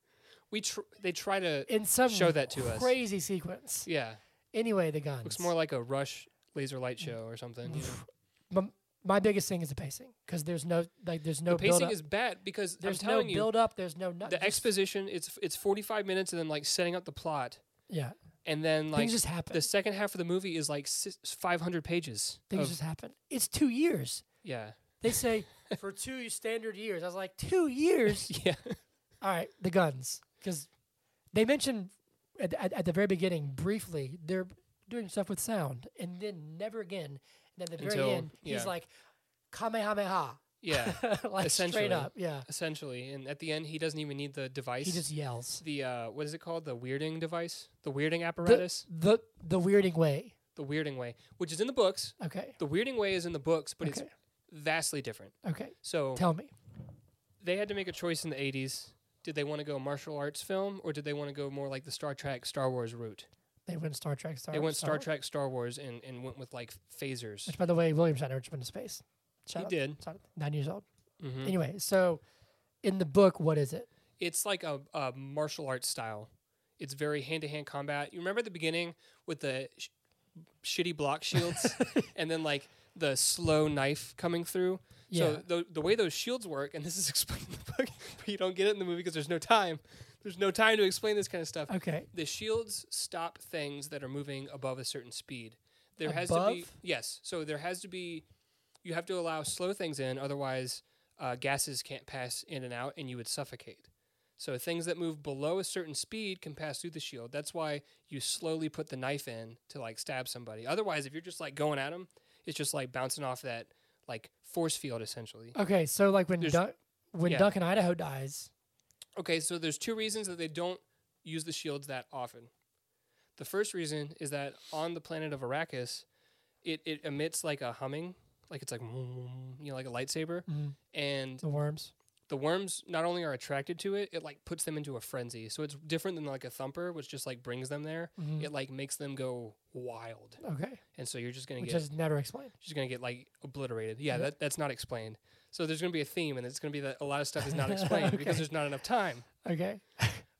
[SPEAKER 1] We tr- they try to
[SPEAKER 2] in some
[SPEAKER 1] show that to us.
[SPEAKER 2] crazy sequence.
[SPEAKER 1] Yeah,
[SPEAKER 2] Anyway, the guns.
[SPEAKER 1] looks more like a Rush laser light show or
[SPEAKER 2] *laughs*
[SPEAKER 1] something. you know.
[SPEAKER 2] my, my biggest thing is the pacing because there's no like there's no
[SPEAKER 1] the pacing
[SPEAKER 2] build up.
[SPEAKER 1] is bad because
[SPEAKER 2] there's
[SPEAKER 1] I'm
[SPEAKER 2] no
[SPEAKER 1] telling you,
[SPEAKER 2] build up. There's no no-
[SPEAKER 1] the
[SPEAKER 2] just-
[SPEAKER 1] exposition it's it's 45 minutes and then like setting up the plot,
[SPEAKER 2] Yeah,
[SPEAKER 1] and then like
[SPEAKER 2] things just happen.
[SPEAKER 1] the second half of the movie is like si 500 pages.
[SPEAKER 2] things
[SPEAKER 1] of-
[SPEAKER 2] just happen. It's two years.
[SPEAKER 1] yeah,
[SPEAKER 2] *laughs* They say for two standard years. I was like two years.
[SPEAKER 1] *laughs* yeah,
[SPEAKER 2] All right, the guns because they mentioned at, at, at the very beginning briefly they're doing stuff with sound and then never again. And at the very
[SPEAKER 1] Until-
[SPEAKER 2] end,
[SPEAKER 1] yeah.
[SPEAKER 2] he's like Kamehameha, *laughs*
[SPEAKER 1] yeah.
[SPEAKER 2] like
[SPEAKER 1] Essentially.
[SPEAKER 2] straight up. Yeah,
[SPEAKER 1] essentially, and at the end, he doesn't even need the device.
[SPEAKER 2] he just yells
[SPEAKER 1] the uh, what is it called? The weirding device, the weirding apparatus,
[SPEAKER 2] the the weirding way.
[SPEAKER 1] the, weirding way, which is in the books.
[SPEAKER 2] Okay,
[SPEAKER 1] The weirding way is in the books, but
[SPEAKER 2] okay,
[SPEAKER 1] it's vastly different.
[SPEAKER 2] okay.
[SPEAKER 1] So
[SPEAKER 2] Tell me.
[SPEAKER 1] they had to make a choice in the '80s. Did they want to go martial arts film, or did they want to go more like the Star Trek, Star Wars route?
[SPEAKER 2] They went Star Trek. Star
[SPEAKER 1] they went Star,
[SPEAKER 2] Star Wars,
[SPEAKER 1] Trek, Star Wars, and, and went with like phasers.
[SPEAKER 2] Which, by the way, William Shatner just went to space.
[SPEAKER 1] He
[SPEAKER 2] Shout out-
[SPEAKER 1] did.
[SPEAKER 2] shout out, Nine years old.
[SPEAKER 1] hmm
[SPEAKER 2] Anyway, so in the book, what is it?
[SPEAKER 1] It's like a, a martial arts style. It's very hand to hand combat. You remember at the beginning with the sh- shitty block
[SPEAKER 2] *laughs*
[SPEAKER 1] shields, and then like the slow knife coming through.
[SPEAKER 2] Yeah.
[SPEAKER 1] So the, the way those shields work, and this is *laughs* explained in the book, but you don't get it in the movie because there's no time. There's no time to explain this kind of stuff.
[SPEAKER 2] okay.
[SPEAKER 1] The shields stop things that are moving above a certain speed. There has to be
[SPEAKER 2] Above?
[SPEAKER 1] yes. So there has to be. You have to allow slow things in, otherwise uh, gases can't pass in and out, and you would suffocate. So things that move below a certain speed can pass through the shield. That's why you slowly put the knife in to like stab somebody. Otherwise, if you're just like going at them, it's just like bouncing off that like force field essentially.
[SPEAKER 2] Okay. So like when
[SPEAKER 1] There's-
[SPEAKER 2] Dun- when
[SPEAKER 1] yeah.
[SPEAKER 2] Duncan Idaho dies,
[SPEAKER 1] Okay, so there's two reasons that they don't use the shields that often. The first reason is that on the planet of Arrakis, it, it emits like a humming, like it's like you know like a lightsaber,
[SPEAKER 2] Mhm.
[SPEAKER 1] and
[SPEAKER 2] The worms.
[SPEAKER 1] the worms not only are attracted to it, it like puts them into a frenzy. So it's different than like a thumper, which just like brings them there.
[SPEAKER 2] Mhm.
[SPEAKER 1] It like makes them go wild,
[SPEAKER 2] Okay.
[SPEAKER 1] and so you're just gonna
[SPEAKER 2] Which
[SPEAKER 1] get
[SPEAKER 2] is Mm-hmm. never explained.
[SPEAKER 1] just gonna get like obliterated. Yeah,
[SPEAKER 2] Yeah.
[SPEAKER 1] that, that's not explained. So there's gonna be a theme, and it's gonna be that a lot of stuff is
[SPEAKER 2] *laughs*
[SPEAKER 1] not explained
[SPEAKER 2] Okay.
[SPEAKER 1] because there's not enough time.
[SPEAKER 2] Okay.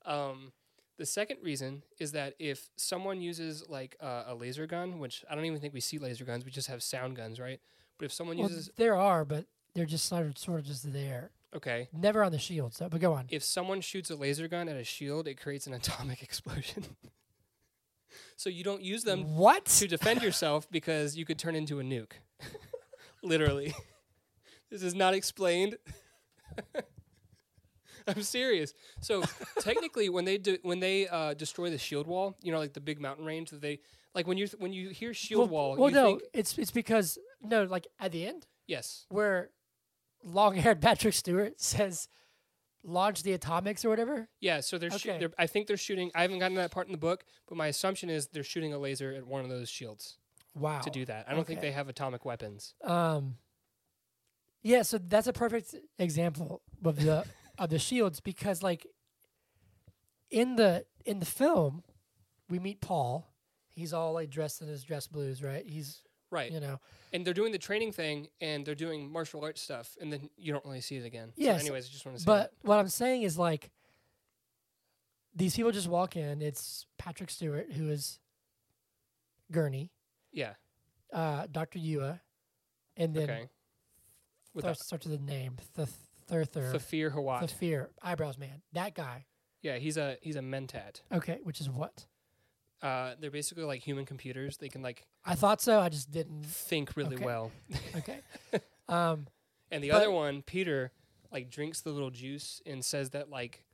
[SPEAKER 1] Um, the second reason is that if someone uses like uh, a laser gun, which I don't even think we see laser guns, we just have sound guns, right? But if someone
[SPEAKER 2] Well,
[SPEAKER 1] uses
[SPEAKER 2] there are, but they're just sort of, sort of just there.
[SPEAKER 1] okay,
[SPEAKER 2] Never on the shield. So, but go on.
[SPEAKER 1] if someone shoots a laser gun at a shield, it creates an *laughs* atomic explosion. so you don't use them
[SPEAKER 2] what?
[SPEAKER 1] to defend yourself because you could turn into a nuke. *laughs* Literally. *laughs* this is not explained. *laughs* I'm serious. So technically, when they do, when they uh, destroy the shield wall, you know, like the big mountain range that they like when you th- when you hear shield wall,
[SPEAKER 2] Well,
[SPEAKER 1] you
[SPEAKER 2] no,
[SPEAKER 1] think
[SPEAKER 2] it's it's because no, like at the end
[SPEAKER 1] yes,
[SPEAKER 2] where long-haired *laughs* Patrick Stewart says, "Launch the atomics" or whatever.
[SPEAKER 1] yeah. So they're, shoo-
[SPEAKER 2] Okay.
[SPEAKER 1] they're I think they're shooting. I haven't gotten to that part in the book, but my assumption is they're shooting a laser at one of those shields
[SPEAKER 2] Wow.
[SPEAKER 1] to do that. I don't think
[SPEAKER 2] Okay.
[SPEAKER 1] they have atomic weapons.
[SPEAKER 2] Um. Yeah, so that's a perfect example of the of the shields because like in the in the film we meet Paul. He's all like dressed in his dress blues, right? He's
[SPEAKER 1] Right.
[SPEAKER 2] you know
[SPEAKER 1] and they're doing the training thing and they're doing martial arts stuff and then you don't really see it again.
[SPEAKER 2] Yes,
[SPEAKER 1] So anyways, I just want to say
[SPEAKER 2] But what I'm saying is like these people just walk in. It's Patrick Stewart who is Gurney,
[SPEAKER 1] that. yeah.
[SPEAKER 2] uh, Doctor Yua, and then
[SPEAKER 1] Okay. With
[SPEAKER 2] thir- starts with the name the Thurther,
[SPEAKER 1] the Thafir Hawat.
[SPEAKER 2] the fear eyebrows man, that guy.
[SPEAKER 1] yeah, he's a he's a mentat.
[SPEAKER 2] Okay, which is what
[SPEAKER 1] Uh, they're basically like human computers. They can like
[SPEAKER 2] I thought so. I just didn't.
[SPEAKER 1] think really
[SPEAKER 2] Okay.
[SPEAKER 1] well.
[SPEAKER 2] Okay.
[SPEAKER 1] *laughs*
[SPEAKER 2] um,
[SPEAKER 1] And the
[SPEAKER 2] But-
[SPEAKER 1] other one, Peter, like drinks the little juice and says that like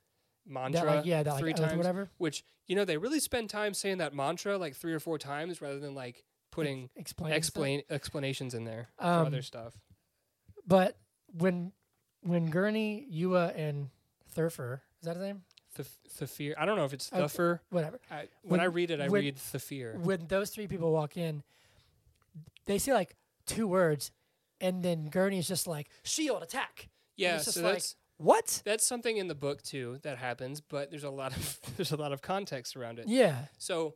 [SPEAKER 1] mantra
[SPEAKER 2] that like yeah, that
[SPEAKER 1] three
[SPEAKER 2] like oath,
[SPEAKER 1] times.
[SPEAKER 2] whatever.
[SPEAKER 1] Which you know they really spend time saying that mantra like three or four times rather than like putting
[SPEAKER 2] Explain.
[SPEAKER 1] explain explanations in there for
[SPEAKER 2] Um,
[SPEAKER 1] other stuff.
[SPEAKER 2] But when when Gurney, Yua, and Thurfer is that his name?
[SPEAKER 1] The Thafir. I don't know if it's
[SPEAKER 2] Okay.
[SPEAKER 1] Thuffer.
[SPEAKER 2] Whatever.
[SPEAKER 1] I, when I
[SPEAKER 2] When-
[SPEAKER 1] read it, I
[SPEAKER 2] when-
[SPEAKER 1] read the fear.
[SPEAKER 2] when those three people walk in, they say like two words, and then Gurney's just like shield attack.
[SPEAKER 1] Yeah,
[SPEAKER 2] it's just
[SPEAKER 1] so
[SPEAKER 2] like-
[SPEAKER 1] that's
[SPEAKER 2] What?
[SPEAKER 1] that's something in the book too that happens, but there's a lot of *laughs* there's a lot of context around it.
[SPEAKER 2] Yeah,
[SPEAKER 1] So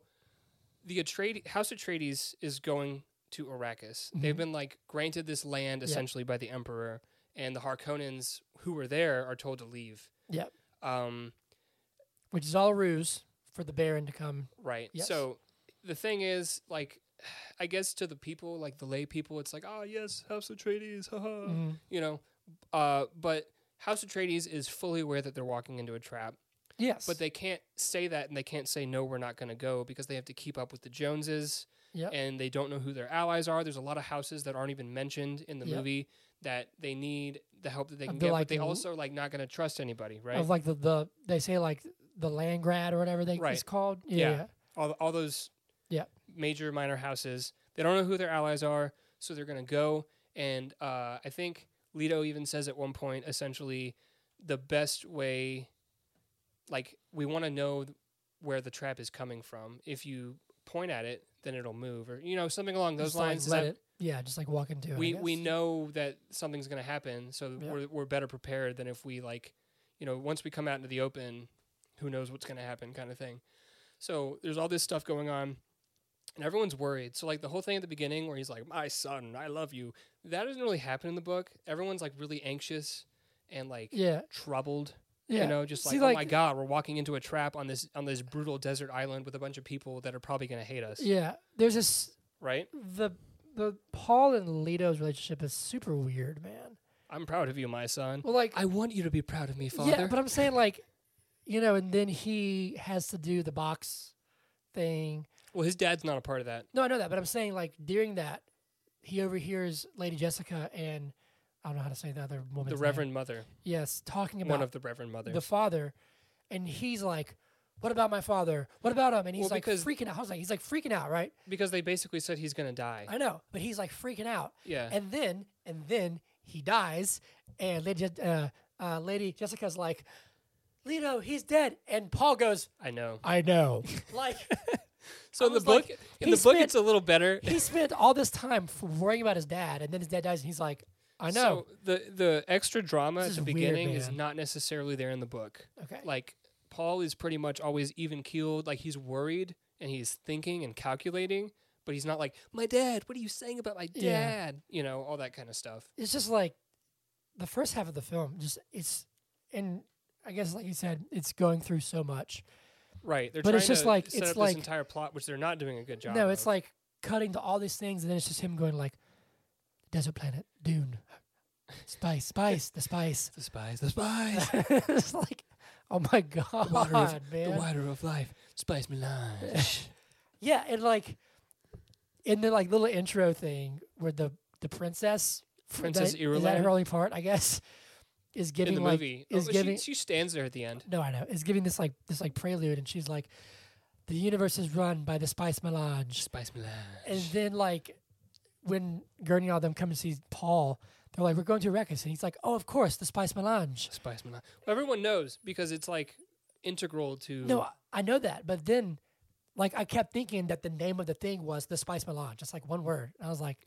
[SPEAKER 1] the Atrade- House Atreides is going to Arrakis. They've
[SPEAKER 2] Mhm.
[SPEAKER 1] been like granted this land
[SPEAKER 2] Yeah.
[SPEAKER 1] essentially by the Emperor, and the Harkonnens who were there are told to leave.
[SPEAKER 2] Yep.
[SPEAKER 1] Um,
[SPEAKER 2] which is all ruse for the Baron to come.
[SPEAKER 1] Right.
[SPEAKER 2] Yes.
[SPEAKER 1] So the thing is, like, *sighs* I guess to the people, like the lay people, it's like, oh, yes, House Atreides, haha,
[SPEAKER 2] Mhm.
[SPEAKER 1] you know. Uh, but House Atreides is fully aware that they're walking into a trap,
[SPEAKER 2] Yes,
[SPEAKER 1] but they can't say that and they can't say, no, we're not going to go because they have to keep up with the Joneses
[SPEAKER 2] Yep.
[SPEAKER 1] and they don't know who their allies are. There's a lot of houses that aren't even mentioned in the
[SPEAKER 2] Yep.
[SPEAKER 1] movie that they need the help that they
[SPEAKER 2] Of
[SPEAKER 1] can
[SPEAKER 2] the,
[SPEAKER 1] get,
[SPEAKER 2] like,
[SPEAKER 1] but they
[SPEAKER 2] l-
[SPEAKER 1] also like not going to trust anybody, right?
[SPEAKER 2] of like the, the they say like the land grad or whatever they it's
[SPEAKER 1] Right.
[SPEAKER 2] called.
[SPEAKER 1] Yeah.
[SPEAKER 2] Yeah,
[SPEAKER 1] all, all those
[SPEAKER 2] Yeah.
[SPEAKER 1] major minor houses. They don't know who their allies are, so they're going to go. And uh, I think Leto even says at one point, essentially, the best way, like we want to know th- where the trap is coming from. If you point at it, then it'll move, or you know something along those
[SPEAKER 2] Just, like,
[SPEAKER 1] lines. is
[SPEAKER 2] let
[SPEAKER 1] that
[SPEAKER 2] it. Yeah, just like walk into it. I
[SPEAKER 1] we we
[SPEAKER 2] guess.
[SPEAKER 1] know that something's going to happen, so
[SPEAKER 2] Yeah.
[SPEAKER 1] we're we're better prepared than if we like, you know, once we come out into the open, who knows what's going to happen, kind of thing. So there's all this stuff going on, and everyone's worried. So like the whole thing at the beginning where he's like, "My son, I love you," that doesn't really happen in the book. Everyone's like really anxious and like
[SPEAKER 2] Yeah,
[SPEAKER 1] troubled.
[SPEAKER 2] yeah.
[SPEAKER 1] You know, just like,
[SPEAKER 2] See,
[SPEAKER 1] oh
[SPEAKER 2] like-
[SPEAKER 1] my god, we're walking into a trap on this on this brutal desert island with a bunch of people that are probably going to hate us,
[SPEAKER 2] yeah. There's this
[SPEAKER 1] right?
[SPEAKER 2] the the Paul and Leto's relationship is super weird, man.
[SPEAKER 1] I'm proud of you, my son.
[SPEAKER 2] Well, like
[SPEAKER 1] I want you to be proud of me, father.
[SPEAKER 2] Yeah, but I'm saying like, you know, and then he has to do the box thing.
[SPEAKER 1] Well, his dad's not a part of that.
[SPEAKER 2] No, I know that, but I'm saying like during that, he overhears Lady Jessica and I don't know how to say the other woman.
[SPEAKER 1] the Reverend Mother,
[SPEAKER 2] Yes, talking
[SPEAKER 1] one
[SPEAKER 2] about
[SPEAKER 1] of the Reverend Mothers.
[SPEAKER 2] the father, and he's like, "What about my father? What about him?" And he's
[SPEAKER 1] Well,
[SPEAKER 2] like
[SPEAKER 1] because-
[SPEAKER 2] freaking out. I was like, he's like freaking out, right?
[SPEAKER 1] because they basically said he's going to die.
[SPEAKER 2] I know, but he's like freaking out.
[SPEAKER 1] yeah.
[SPEAKER 2] And then and then he dies, and Lady, Je- uh, uh, Lady Jessica's like, Leto, he's dead. And Paul goes,
[SPEAKER 1] I know.
[SPEAKER 2] I know.
[SPEAKER 1] *laughs*
[SPEAKER 2] like,
[SPEAKER 1] So
[SPEAKER 2] I
[SPEAKER 1] in the
[SPEAKER 2] was
[SPEAKER 1] book,
[SPEAKER 2] like,
[SPEAKER 1] in the
[SPEAKER 2] he
[SPEAKER 1] book,
[SPEAKER 2] spent-
[SPEAKER 1] it's a little better.
[SPEAKER 2] he spent all this time f- worrying about his dad, and then his dad dies, and he's like, I know.
[SPEAKER 1] So the the extra drama
[SPEAKER 2] This
[SPEAKER 1] at
[SPEAKER 2] is
[SPEAKER 1] the
[SPEAKER 2] weird,
[SPEAKER 1] beginning is
[SPEAKER 2] man.
[SPEAKER 1] not necessarily there in the book.
[SPEAKER 2] okay.
[SPEAKER 1] Like Paul is pretty much always even keeled. Like he's worried and he's thinking and calculating, but he's not like my dad. What are you saying about my
[SPEAKER 2] Yeah.
[SPEAKER 1] dad? You know all that kind of stuff.
[SPEAKER 2] it's just like the first half of the film, just it's, and I guess, like you said, it's going through so much.
[SPEAKER 1] Right. They're
[SPEAKER 2] But
[SPEAKER 1] trying
[SPEAKER 2] it's just
[SPEAKER 1] to
[SPEAKER 2] like-
[SPEAKER 1] set
[SPEAKER 2] it's
[SPEAKER 1] up
[SPEAKER 2] like-
[SPEAKER 1] this entire plot, which they're not doing a good job.
[SPEAKER 2] No, it's
[SPEAKER 1] of.
[SPEAKER 2] like cutting to all these things, and then it's just him going like, desert planet, dune, spice, spice, the spice. *laughs*
[SPEAKER 1] the spies, the spies,
[SPEAKER 2] it's like, oh my god,
[SPEAKER 1] water of- the
[SPEAKER 2] man.
[SPEAKER 1] water of life, spice
[SPEAKER 2] *laughs*
[SPEAKER 1] melange.
[SPEAKER 2] Yeah, and like, in the like little intro thing where the the princess, f-
[SPEAKER 1] Princess
[SPEAKER 2] that, is that
[SPEAKER 1] Irulan?
[SPEAKER 2] her only part, I guess, is
[SPEAKER 1] in
[SPEAKER 2] giving
[SPEAKER 1] the
[SPEAKER 2] like
[SPEAKER 1] movie,
[SPEAKER 2] is
[SPEAKER 1] oh,
[SPEAKER 2] giving
[SPEAKER 1] she, she stands there at the end.
[SPEAKER 2] no, I know, is giving this like this like prelude, and she's like, the universe is run by the spice melange.
[SPEAKER 1] Spice
[SPEAKER 2] And
[SPEAKER 1] melange.
[SPEAKER 2] then like when Gurney and all them come and see Paul, they're like, "We're going to Recus," and he's like, "Oh, of course, the Spice Melange."
[SPEAKER 1] Spice melange. Well, everyone knows because it's like integral to
[SPEAKER 2] No, I- I know that, but then like I kept thinking that the name of the thing was the Spice Melange, just like one word. And I
[SPEAKER 1] *laughs*
[SPEAKER 2] was like,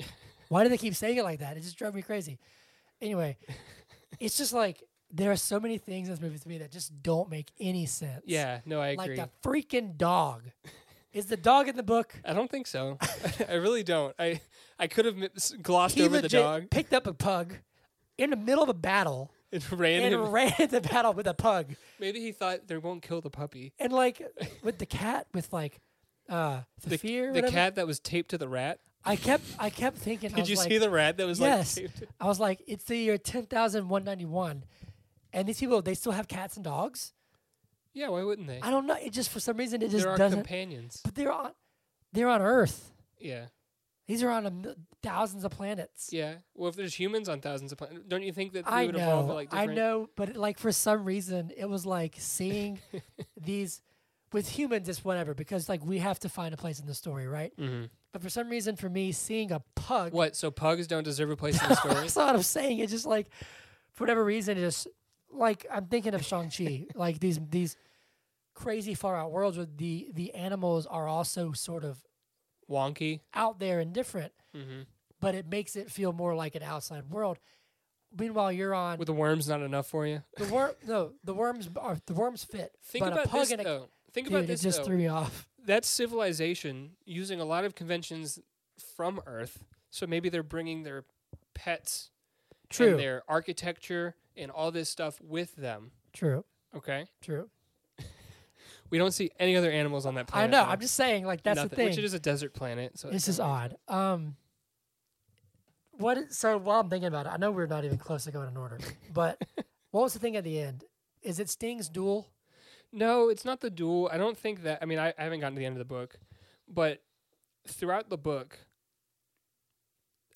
[SPEAKER 2] "Why do they keep saying it like that?" It just drove me crazy.
[SPEAKER 1] *laughs*
[SPEAKER 2] Anyway, it's just like there are so many things in this movie to me that just don't make any sense.
[SPEAKER 1] Yeah, no, I
[SPEAKER 2] like
[SPEAKER 1] agree.
[SPEAKER 2] the freaking
[SPEAKER 1] *laughs*
[SPEAKER 2] dog. Is the dog in the book?
[SPEAKER 1] I don't think so. *laughs* I really don't. I I could have mi- s- glossed over the
[SPEAKER 2] legit
[SPEAKER 1] dog
[SPEAKER 2] picked up a pug in the middle of a battle.
[SPEAKER 1] and *laughs* ran
[SPEAKER 2] and
[SPEAKER 1] him.
[SPEAKER 2] ran into battle with a pug.
[SPEAKER 1] Maybe he thought they won't kill the puppy.
[SPEAKER 2] And like with the cat, with like uh the,
[SPEAKER 1] The,
[SPEAKER 2] fear,
[SPEAKER 1] the
[SPEAKER 2] whatever,
[SPEAKER 1] cat that was taped to the rat.
[SPEAKER 2] I kept I kept thinking. I
[SPEAKER 1] Did
[SPEAKER 2] was
[SPEAKER 1] you
[SPEAKER 2] like,
[SPEAKER 1] see the rat that was
[SPEAKER 2] Yes,
[SPEAKER 1] *laughs* like taped?
[SPEAKER 2] I was like, it's the year ten thousand one ninety one, and these people they still have cats and dogs.
[SPEAKER 1] Yeah, why wouldn't they?
[SPEAKER 2] I don't know. It just for some reason it just
[SPEAKER 1] They're our
[SPEAKER 2] doesn't.
[SPEAKER 1] companions.
[SPEAKER 2] but they're on they're on Earth.
[SPEAKER 1] Yeah.
[SPEAKER 2] These are on a, mil- thousands of planets.
[SPEAKER 1] Yeah. Well, if there's humans on thousands of planets, don't you think that
[SPEAKER 2] I
[SPEAKER 1] we would evolve
[SPEAKER 2] know,
[SPEAKER 1] to, like
[SPEAKER 2] I
[SPEAKER 1] different?
[SPEAKER 2] know, but like for some reason, it was like
[SPEAKER 1] *laughs*
[SPEAKER 2] seeing these with humans. It's whatever because like we have to find a place in the story, right?
[SPEAKER 1] Mm-hmm.
[SPEAKER 2] But for some reason, for me, seeing a pug.
[SPEAKER 1] What? So pugs don't deserve a place in the story?
[SPEAKER 2] *laughs* That's not what I'm saying. It's just like, for whatever reason, it just like I'm thinking of Shang Chi,
[SPEAKER 1] *laughs*
[SPEAKER 2] like these these crazy far out worlds where the the animals are also sort of
[SPEAKER 1] Wonky.
[SPEAKER 2] out there and different,
[SPEAKER 1] Mm-hmm.
[SPEAKER 2] but it makes it feel more like an outside world. Meanwhile, you're on
[SPEAKER 1] With the worms, not enough for you.
[SPEAKER 2] the worm. No, the worms are the worms fit,
[SPEAKER 1] Think
[SPEAKER 2] but a
[SPEAKER 1] about
[SPEAKER 2] pug
[SPEAKER 1] this
[SPEAKER 2] and a
[SPEAKER 1] though. Think
[SPEAKER 2] dude,
[SPEAKER 1] about
[SPEAKER 2] it
[SPEAKER 1] this
[SPEAKER 2] just
[SPEAKER 1] though.
[SPEAKER 2] threw me off.
[SPEAKER 1] that's civilization using a lot of conventions from Earth. So maybe they're bringing their pets
[SPEAKER 2] True,
[SPEAKER 1] and their architecture and all this stuff with them.
[SPEAKER 2] true,
[SPEAKER 1] Okay,
[SPEAKER 2] true.
[SPEAKER 1] we don't see any other animals on that
[SPEAKER 2] I
[SPEAKER 1] planet.
[SPEAKER 2] know.
[SPEAKER 1] though.
[SPEAKER 2] I'm just saying, like that's
[SPEAKER 1] Nothing,
[SPEAKER 2] the thing.
[SPEAKER 1] Which it is a desert planet. So
[SPEAKER 2] This is odd. Um, what? Is, so while I'm thinking about it, I know we're not even close to going in order,
[SPEAKER 1] *laughs*
[SPEAKER 2] but what was the thing at the end? Is it Sting's duel?
[SPEAKER 1] No, it's not the duel. I don't think that. I mean, I, I haven't gotten to the end of the book, but throughout the book,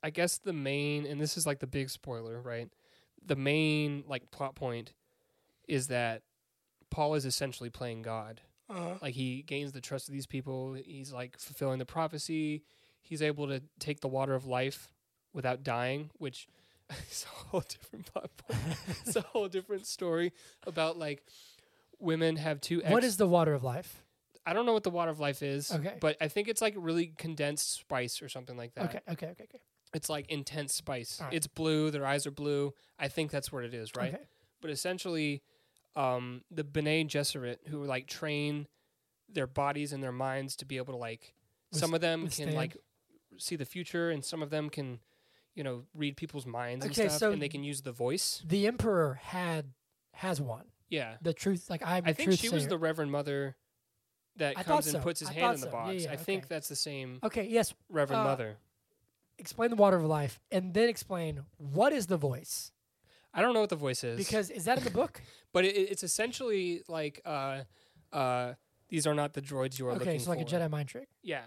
[SPEAKER 1] I guess the main, and this is like the big spoiler, right? The main like plot point is that Paul is essentially playing God. Like he gains the trust of these people. He's like fulfilling the prophecy. He's able to take the water of life without dying, which *laughs* is a whole different plot
[SPEAKER 2] *laughs*
[SPEAKER 1] point. it's a whole different story about like women have two.
[SPEAKER 2] what
[SPEAKER 1] ex-
[SPEAKER 2] is the water of life?
[SPEAKER 1] I don't know what the water of life is.
[SPEAKER 2] Okay.
[SPEAKER 1] But I think it's like really condensed spice or something like that.
[SPEAKER 2] Okay, okay, okay, okay.
[SPEAKER 1] It's like intense spice.
[SPEAKER 2] All right.
[SPEAKER 1] It's blue. Their eyes are blue. I think that's what it is, right?
[SPEAKER 2] Okay.
[SPEAKER 1] but essentially um, the Bene Gesserit who like train their bodies and their minds to be able to like
[SPEAKER 2] Withst-
[SPEAKER 1] some of them
[SPEAKER 2] withstand.
[SPEAKER 1] can like see the future and some of them can you know read people's minds
[SPEAKER 2] Okay,
[SPEAKER 1] and stuff
[SPEAKER 2] so-
[SPEAKER 1] and they can use the voice
[SPEAKER 2] The emperor had has one.
[SPEAKER 1] yeah
[SPEAKER 2] The truth, like I'm.
[SPEAKER 1] i
[SPEAKER 2] the
[SPEAKER 1] think
[SPEAKER 2] truth
[SPEAKER 1] she was
[SPEAKER 2] sayer.
[SPEAKER 1] the reverend mother that
[SPEAKER 2] I
[SPEAKER 1] comes
[SPEAKER 2] thought
[SPEAKER 1] and
[SPEAKER 2] so.
[SPEAKER 1] puts his
[SPEAKER 2] I
[SPEAKER 1] hand
[SPEAKER 2] thought
[SPEAKER 1] in the
[SPEAKER 2] so. Yeah,
[SPEAKER 1] box
[SPEAKER 2] yeah,
[SPEAKER 1] i think
[SPEAKER 2] okay.
[SPEAKER 1] that's the same
[SPEAKER 2] Okay, yes.
[SPEAKER 1] reverend
[SPEAKER 2] uh,
[SPEAKER 1] mother
[SPEAKER 2] Explain the water of life, and then explain what is the voice?
[SPEAKER 1] i don't know what the voice is
[SPEAKER 2] Because is that in the
[SPEAKER 1] *laughs*
[SPEAKER 2] book?
[SPEAKER 1] but it, it's essentially like uh uh these are not the droids you are
[SPEAKER 2] okay,
[SPEAKER 1] looking
[SPEAKER 2] so like a
[SPEAKER 1] for.
[SPEAKER 2] Jedi mind trick.
[SPEAKER 1] yeah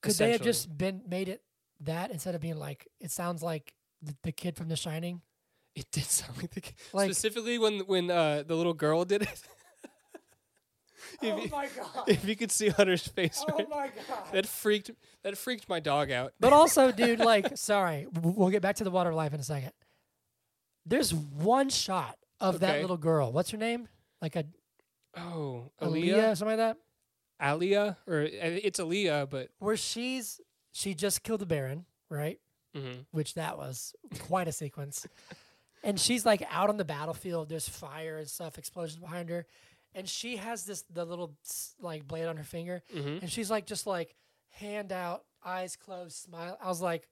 [SPEAKER 2] Could they have
[SPEAKER 1] Essentially.
[SPEAKER 2] just been made it that instead of being like it sounds like the, the kid from The Shining?
[SPEAKER 1] It did sound like the kid.
[SPEAKER 2] Like-
[SPEAKER 1] specifically when when uh, the little girl did it. *laughs* if, you,
[SPEAKER 2] Oh my god!
[SPEAKER 1] if you could see Hunter's face, right? *laughs*
[SPEAKER 2] my god!
[SPEAKER 1] that freaked that freaked my dog out.
[SPEAKER 2] But also, dude, like, sorry, w- we'll get back to the water of life in a second. There's one shot of that
[SPEAKER 1] Okay.
[SPEAKER 2] little girl. What's her name? like a
[SPEAKER 1] Oh,
[SPEAKER 2] Aaliyah,
[SPEAKER 1] Aaliyah,
[SPEAKER 2] something like that,
[SPEAKER 1] Aaliyah, or uh, it's Aaliyah, but
[SPEAKER 2] where she's she just killed the Baron, right?
[SPEAKER 1] mhm.
[SPEAKER 2] Which that was quite a sequence. And she's like out on the battlefield. There's fire and stuff, explosions behind her, and she has this the little s- like blade on her finger,
[SPEAKER 1] Mhm.
[SPEAKER 2] and she's like just like hand out, eyes closed, smile. I was like,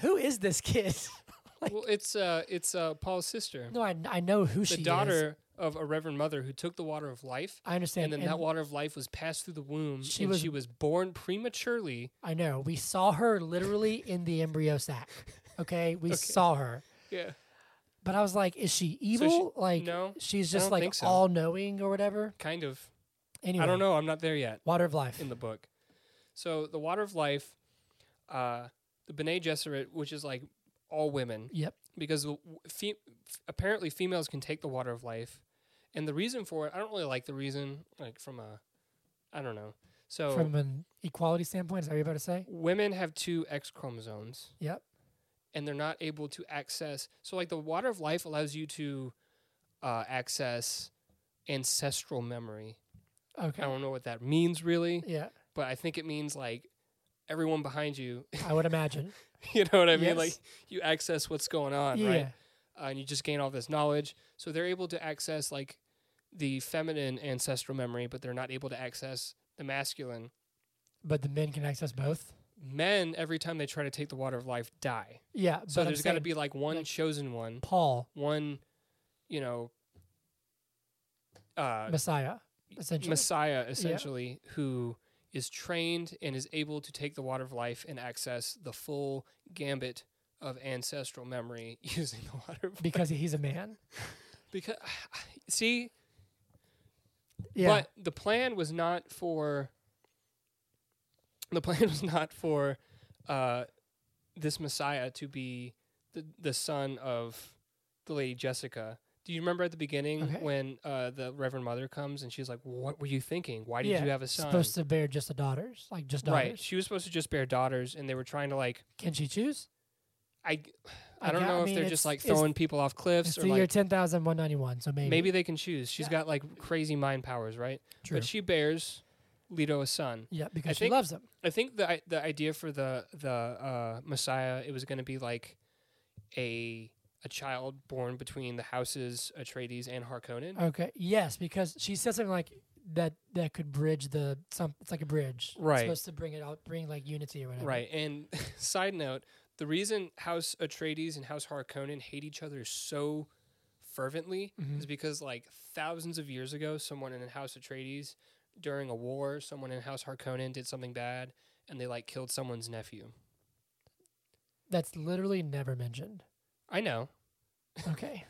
[SPEAKER 2] who is this kid? *laughs* like,
[SPEAKER 1] well, it's uh, it's uh, Paul's sister,
[SPEAKER 2] no, I, I know who
[SPEAKER 1] the
[SPEAKER 2] she is.
[SPEAKER 1] daughter of a reverend mother who took the water of life,
[SPEAKER 2] I understand.
[SPEAKER 1] and then that water of life was passed through the womb,
[SPEAKER 2] She
[SPEAKER 1] and
[SPEAKER 2] was-
[SPEAKER 1] she was born prematurely.
[SPEAKER 2] I know. We saw her literally in the embryo sac. Okay,
[SPEAKER 1] *laughs*
[SPEAKER 2] we
[SPEAKER 1] Okay.
[SPEAKER 2] saw her.
[SPEAKER 1] Yeah,
[SPEAKER 2] But I was like, is she evil? like,
[SPEAKER 1] no,
[SPEAKER 2] she's
[SPEAKER 1] I
[SPEAKER 2] just
[SPEAKER 1] don't
[SPEAKER 2] like
[SPEAKER 1] think so.
[SPEAKER 2] all knowing or whatever.
[SPEAKER 1] kind of.
[SPEAKER 2] Anyway,
[SPEAKER 1] I don't know. I'm not there yet.
[SPEAKER 2] Water of life.
[SPEAKER 1] in the book. So the water of life, uh, the Bene Gesserit, which is like all women,
[SPEAKER 2] yep.
[SPEAKER 1] because the w- fe- f- apparently females can take the water of life, and the reason for it, I don't really like the reason, like from a, I don't know. So
[SPEAKER 2] From an equality standpoint, is that what you're about to say?
[SPEAKER 1] women have two X chromosomes,
[SPEAKER 2] Yep.
[SPEAKER 1] and they're not able to access. So like the water of life allows you to uh, access ancestral memory. I
[SPEAKER 2] Okay.
[SPEAKER 1] don't know what that means really,
[SPEAKER 2] Yeah,
[SPEAKER 1] but I think it means like everyone behind you
[SPEAKER 2] I
[SPEAKER 1] *laughs*
[SPEAKER 2] would imagine.
[SPEAKER 1] You know what I mean?
[SPEAKER 2] Yes.
[SPEAKER 1] Like you access what's going on,
[SPEAKER 2] yeah.
[SPEAKER 1] right? Uh, and you just gain all this knowledge. So they're able to access like the feminine ancestral memory, but they're not able to access the masculine.
[SPEAKER 2] But the men can access both.
[SPEAKER 1] Men, every time they try to take the water of life, die.
[SPEAKER 2] Yeah.
[SPEAKER 1] So
[SPEAKER 2] but
[SPEAKER 1] there's
[SPEAKER 2] got
[SPEAKER 1] got to be like one
[SPEAKER 2] like-
[SPEAKER 1] chosen one,
[SPEAKER 2] Paul,
[SPEAKER 1] one, you know, uh,
[SPEAKER 2] Messiah, essentially.
[SPEAKER 1] Messiah, essentially, who is trained and is able to take the water of life and access the full gambit of ancestral memory *laughs* using the water of
[SPEAKER 2] because he's a man.
[SPEAKER 1] Because *sighs* see,
[SPEAKER 2] Yeah.
[SPEAKER 1] but the plan was not for the *laughs* plan was not for uh, this Messiah to be the the son of the lady Jessica. Do you remember at the beginning
[SPEAKER 2] Okay.
[SPEAKER 1] when uh, the Reverend Mother comes and she's like, "What were you thinking? Why did
[SPEAKER 2] Yeah,
[SPEAKER 1] you have a son?"
[SPEAKER 2] supposed to bear just the daughters, like just daughters.
[SPEAKER 1] Right. She was supposed to just bear daughters, and they were trying to like
[SPEAKER 2] Can she choose?
[SPEAKER 1] I *sighs* I,
[SPEAKER 2] I
[SPEAKER 1] don't
[SPEAKER 2] got- I
[SPEAKER 1] know
[SPEAKER 2] mean,
[SPEAKER 1] if they're
[SPEAKER 2] it's-
[SPEAKER 1] just like
[SPEAKER 2] it's-
[SPEAKER 1] throwing people off
[SPEAKER 2] It's
[SPEAKER 1] cliffs or
[SPEAKER 2] the year
[SPEAKER 1] like
[SPEAKER 2] ten thousand one ninety one. So maybe.
[SPEAKER 1] maybe they can choose. She's
[SPEAKER 2] Yeah.
[SPEAKER 1] got like crazy mind powers, right?
[SPEAKER 2] True.
[SPEAKER 1] But she bears Leto a son.
[SPEAKER 2] yeah, because she
[SPEAKER 1] think-
[SPEAKER 2] loves them.
[SPEAKER 1] I think the i- the idea for the the uh, Messiah it was going to be like a a child born between the houses Atreides and Harkonnen.
[SPEAKER 2] Okay. Yes, because she said something like that that could bridge the some it's like a bridge.
[SPEAKER 1] Right.
[SPEAKER 2] It's supposed to bring it out bring like unity or whatever.
[SPEAKER 1] right. And *laughs* side note, the reason House Atreides and House Harkonnen hate each other so fervently
[SPEAKER 2] Mhm.
[SPEAKER 1] is because like thousands of years ago, someone in House Atreides during a war, someone in House Harkonnen did something bad, and they like killed someone's nephew.
[SPEAKER 2] That's literally
[SPEAKER 1] *laughs*
[SPEAKER 2] never mentioned.
[SPEAKER 1] I know,
[SPEAKER 2] Okay.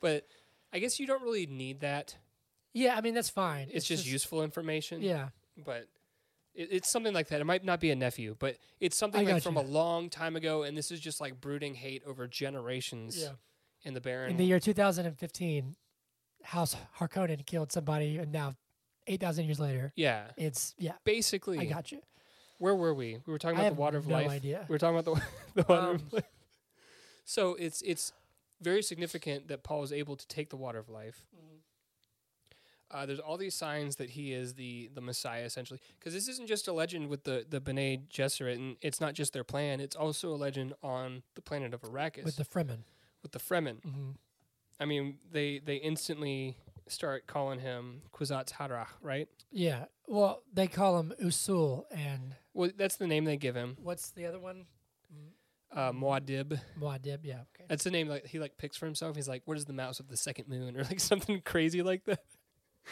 [SPEAKER 1] but I guess you don't really need that.
[SPEAKER 2] yeah, I mean that's fine.
[SPEAKER 1] It's, just, useful information.
[SPEAKER 2] Yeah.
[SPEAKER 1] but it, it's something like that. It might not be a nephew, but it's
[SPEAKER 2] I
[SPEAKER 1] something like
[SPEAKER 2] gotcha.
[SPEAKER 1] from a long time ago, and this is just like brooding hate over generations.
[SPEAKER 2] Yeah.
[SPEAKER 1] In the Baron,
[SPEAKER 2] In the year two thousand and fifteen, House Harkonnen killed somebody and now eight thousand years later,
[SPEAKER 1] yeah,
[SPEAKER 2] it's yeah,
[SPEAKER 1] basically,
[SPEAKER 2] I got you.
[SPEAKER 1] where were we? We were Oh, talking
[SPEAKER 2] I
[SPEAKER 1] about
[SPEAKER 2] have
[SPEAKER 1] the water of
[SPEAKER 2] no
[SPEAKER 1] life.
[SPEAKER 2] idea.
[SPEAKER 1] We were talking about the, the *laughs* water
[SPEAKER 2] Um,
[SPEAKER 1] of life. So it's it's very significant that Paul is able to take the water of life.
[SPEAKER 2] Mm-hmm.
[SPEAKER 1] Uh, there's all these signs that he is the the Messiah essentially, because this isn't just a legend with the the Bene Gesserit, and it's not just their plan. It's also a legend on the planet of Arrakis
[SPEAKER 2] With the Fremen.
[SPEAKER 1] with the Fremen.
[SPEAKER 2] hmm
[SPEAKER 1] I mean, they they instantly start calling him Kwisatz Haderach, right?
[SPEAKER 2] Yeah. Well, they call him Usul and
[SPEAKER 1] Well, that's the name they give him,
[SPEAKER 2] what's the other one?
[SPEAKER 1] uh,
[SPEAKER 2] Mm-hmm.
[SPEAKER 1] Muad'Dib.
[SPEAKER 2] Muad'Dib, yeah. Uh, Okay.
[SPEAKER 1] That's the name like he like picks for himself. He's like, "Where's the mouse of the second moon?" *laughs* or like something crazy like that. *laughs*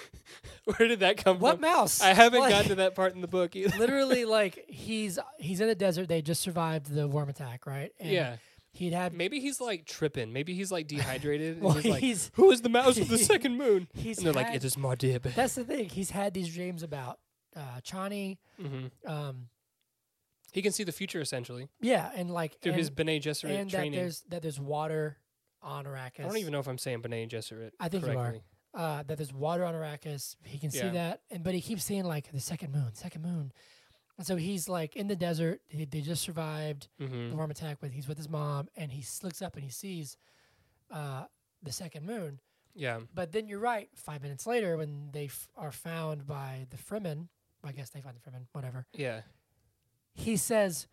[SPEAKER 1] Where did that come
[SPEAKER 2] What
[SPEAKER 1] from?
[SPEAKER 2] mouse?
[SPEAKER 1] I haven't
[SPEAKER 2] Like-
[SPEAKER 1] gotten to that part in the book either.
[SPEAKER 2] *laughs* literally like he's he's in the desert. They just survived the worm attack, right? And
[SPEAKER 1] *laughs* yeah,
[SPEAKER 2] He'd had
[SPEAKER 1] maybe he's like tripping. Maybe he's like dehydrated.
[SPEAKER 2] *laughs* well,
[SPEAKER 1] and he's like,
[SPEAKER 2] he's
[SPEAKER 1] "Who is the mouse
[SPEAKER 2] *laughs*
[SPEAKER 1] of the second moon?"
[SPEAKER 2] he's
[SPEAKER 1] and they're like,
[SPEAKER 2] had-
[SPEAKER 1] "It is Muad'Dib."
[SPEAKER 2] that's the thing. He's had these dreams about uh Chani.
[SPEAKER 1] hmm
[SPEAKER 2] Um
[SPEAKER 1] He can see the future essentially
[SPEAKER 2] yeah, and like
[SPEAKER 1] through
[SPEAKER 2] and,
[SPEAKER 1] his Bene Gesserit
[SPEAKER 2] and that
[SPEAKER 1] training.
[SPEAKER 2] there's that there's water on Arrakis.
[SPEAKER 1] I don't even know if I'm saying Bene Gesserit.
[SPEAKER 2] I think you are.
[SPEAKER 1] correctly.
[SPEAKER 2] uh, that there's water on Arrakis. He can see
[SPEAKER 1] Yeah.
[SPEAKER 2] that, and but he keeps saying like the second moon, second moon, and so he's like in the desert. He, they just survived the
[SPEAKER 1] Mm-hmm.
[SPEAKER 2] worm attack with he's with his mom, and he s- looks up and he sees uh, the second moon,
[SPEAKER 1] Yeah.
[SPEAKER 2] But then you're right. Five minutes later, when they f- are found by the Fremen, I guess they find the Fremen, whatever.
[SPEAKER 1] Yeah.
[SPEAKER 2] He says,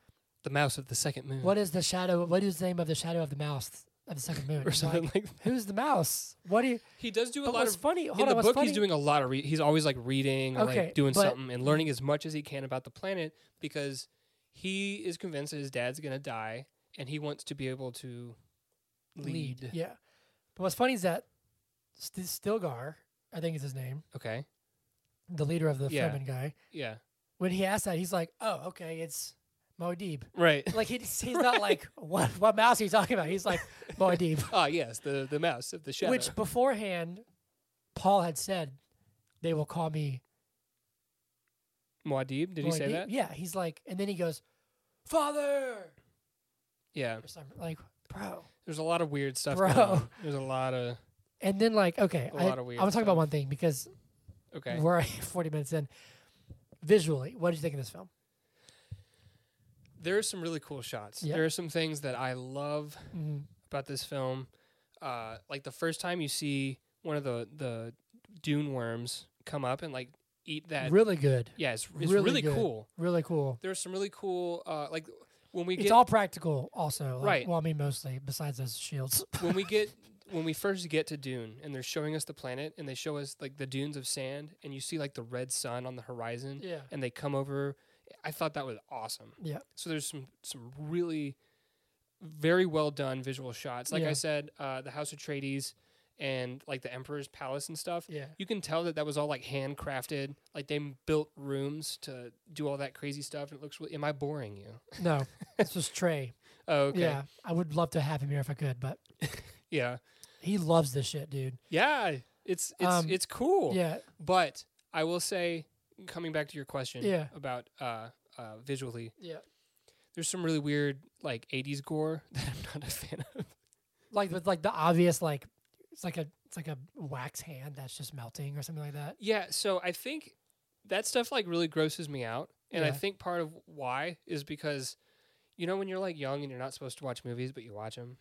[SPEAKER 1] The mouse of the second moon.
[SPEAKER 2] "What is the shadow? What is the name of the shadow of the mouse of the second moon?"
[SPEAKER 1] *laughs* or
[SPEAKER 2] I'm
[SPEAKER 1] something
[SPEAKER 2] like,
[SPEAKER 1] like that.
[SPEAKER 2] Who's the mouse? What do you?
[SPEAKER 1] He does do a
[SPEAKER 2] But
[SPEAKER 1] lot
[SPEAKER 2] what's
[SPEAKER 1] of
[SPEAKER 2] funny? Hold
[SPEAKER 1] in
[SPEAKER 2] on,
[SPEAKER 1] the
[SPEAKER 2] what's
[SPEAKER 1] book, he's
[SPEAKER 2] funny-
[SPEAKER 1] doing a lot of. Re- he's always like reading, or
[SPEAKER 2] Okay,
[SPEAKER 1] like doing
[SPEAKER 2] but-
[SPEAKER 1] something, and learning as much as he can about the planet because he is convinced that his dad's gonna die, and he wants to be able to lead.
[SPEAKER 2] Yeah. But what's funny is that St- Stilgar, I think is his name,
[SPEAKER 1] Okay.
[SPEAKER 2] the leader of the
[SPEAKER 1] Yeah.
[SPEAKER 2] Fremen guy.
[SPEAKER 1] Yeah.
[SPEAKER 2] When he asked that, he's like, "Oh, okay, it's Moadib."
[SPEAKER 1] *laughs* Right.
[SPEAKER 2] Like he, he's not like what what mouse are you talking about? He's like Moadib,
[SPEAKER 1] ah, yes. The the mouse of the shadow.
[SPEAKER 2] which beforehand Paul had said they will call me.
[SPEAKER 1] Muad'Dib? Did he say
[SPEAKER 2] Muad'Dib."
[SPEAKER 1] that?
[SPEAKER 2] Yeah, he's like, and then he goes, "Father,"
[SPEAKER 1] Yeah.
[SPEAKER 2] or something like, "Bro."
[SPEAKER 1] There's a lot of weird stuff.
[SPEAKER 2] Bro.
[SPEAKER 1] going on. There's a lot of
[SPEAKER 2] And then like, okay,
[SPEAKER 1] A
[SPEAKER 2] I,
[SPEAKER 1] lot of
[SPEAKER 2] I'm
[SPEAKER 1] weird
[SPEAKER 2] gonna talk about
[SPEAKER 1] stuff.
[SPEAKER 2] one thing because
[SPEAKER 1] okay.
[SPEAKER 2] we're *laughs* 40 minutes in. Visually, what did you think of this film?
[SPEAKER 1] There are some really cool shots.
[SPEAKER 2] Yeah.
[SPEAKER 1] There are some things that I love
[SPEAKER 2] Mm-hmm.
[SPEAKER 1] about this film. Uh, like the first time you see one of the the dune worms come up and like eat that.
[SPEAKER 2] really good.
[SPEAKER 1] yeah, it's, it's
[SPEAKER 2] really
[SPEAKER 1] really,
[SPEAKER 2] good.
[SPEAKER 1] cool.
[SPEAKER 2] Really cool.
[SPEAKER 1] There's some really cool. Uh, like when we
[SPEAKER 2] It's
[SPEAKER 1] get
[SPEAKER 2] all practical, also. like-
[SPEAKER 1] Right.
[SPEAKER 2] Well, I mean, mostly, besides those shields.
[SPEAKER 1] *laughs* when we get when we first get to Dune and they're showing us the planet and they show us like the dunes of sand and you see like the red sun on the horizon
[SPEAKER 2] *laughs* yeah.
[SPEAKER 1] and they come over. I thought that was awesome.
[SPEAKER 2] Yeah.
[SPEAKER 1] So there's some some really very well done visual shots. Like
[SPEAKER 2] Yeah.
[SPEAKER 1] I said, uh, the House of Trades and like the Emperor's Palace and stuff.
[SPEAKER 2] Yeah.
[SPEAKER 1] You can tell that that was all like handcrafted. Like they m- built rooms to do all that crazy stuff. And it looks. Really, am I boring you? *laughs*
[SPEAKER 2] No, this was Trey.
[SPEAKER 1] Oh, okay. Yeah.
[SPEAKER 2] Yeah. I would love to have him here if I could, but
[SPEAKER 1] Yeah.
[SPEAKER 2] he loves this shit, dude.
[SPEAKER 1] It's it's
[SPEAKER 2] Um,
[SPEAKER 1] it's cool.
[SPEAKER 2] Yeah.
[SPEAKER 1] But I will say, coming back to your question.
[SPEAKER 2] Yeah.
[SPEAKER 1] About uh, uh, visually,
[SPEAKER 2] Yeah.
[SPEAKER 1] there's some really weird like 80s gore *laughs* that I'm not a fan of.
[SPEAKER 2] Like, with like the obvious, like, it's like a, it's like a wax hand that's just melting or something like that.
[SPEAKER 1] Yeah, so I think that stuff like really grosses me out, and I
[SPEAKER 2] Yeah.
[SPEAKER 1] think part of why is because you know when you're like young and you're not supposed to watch movies, but you watch them.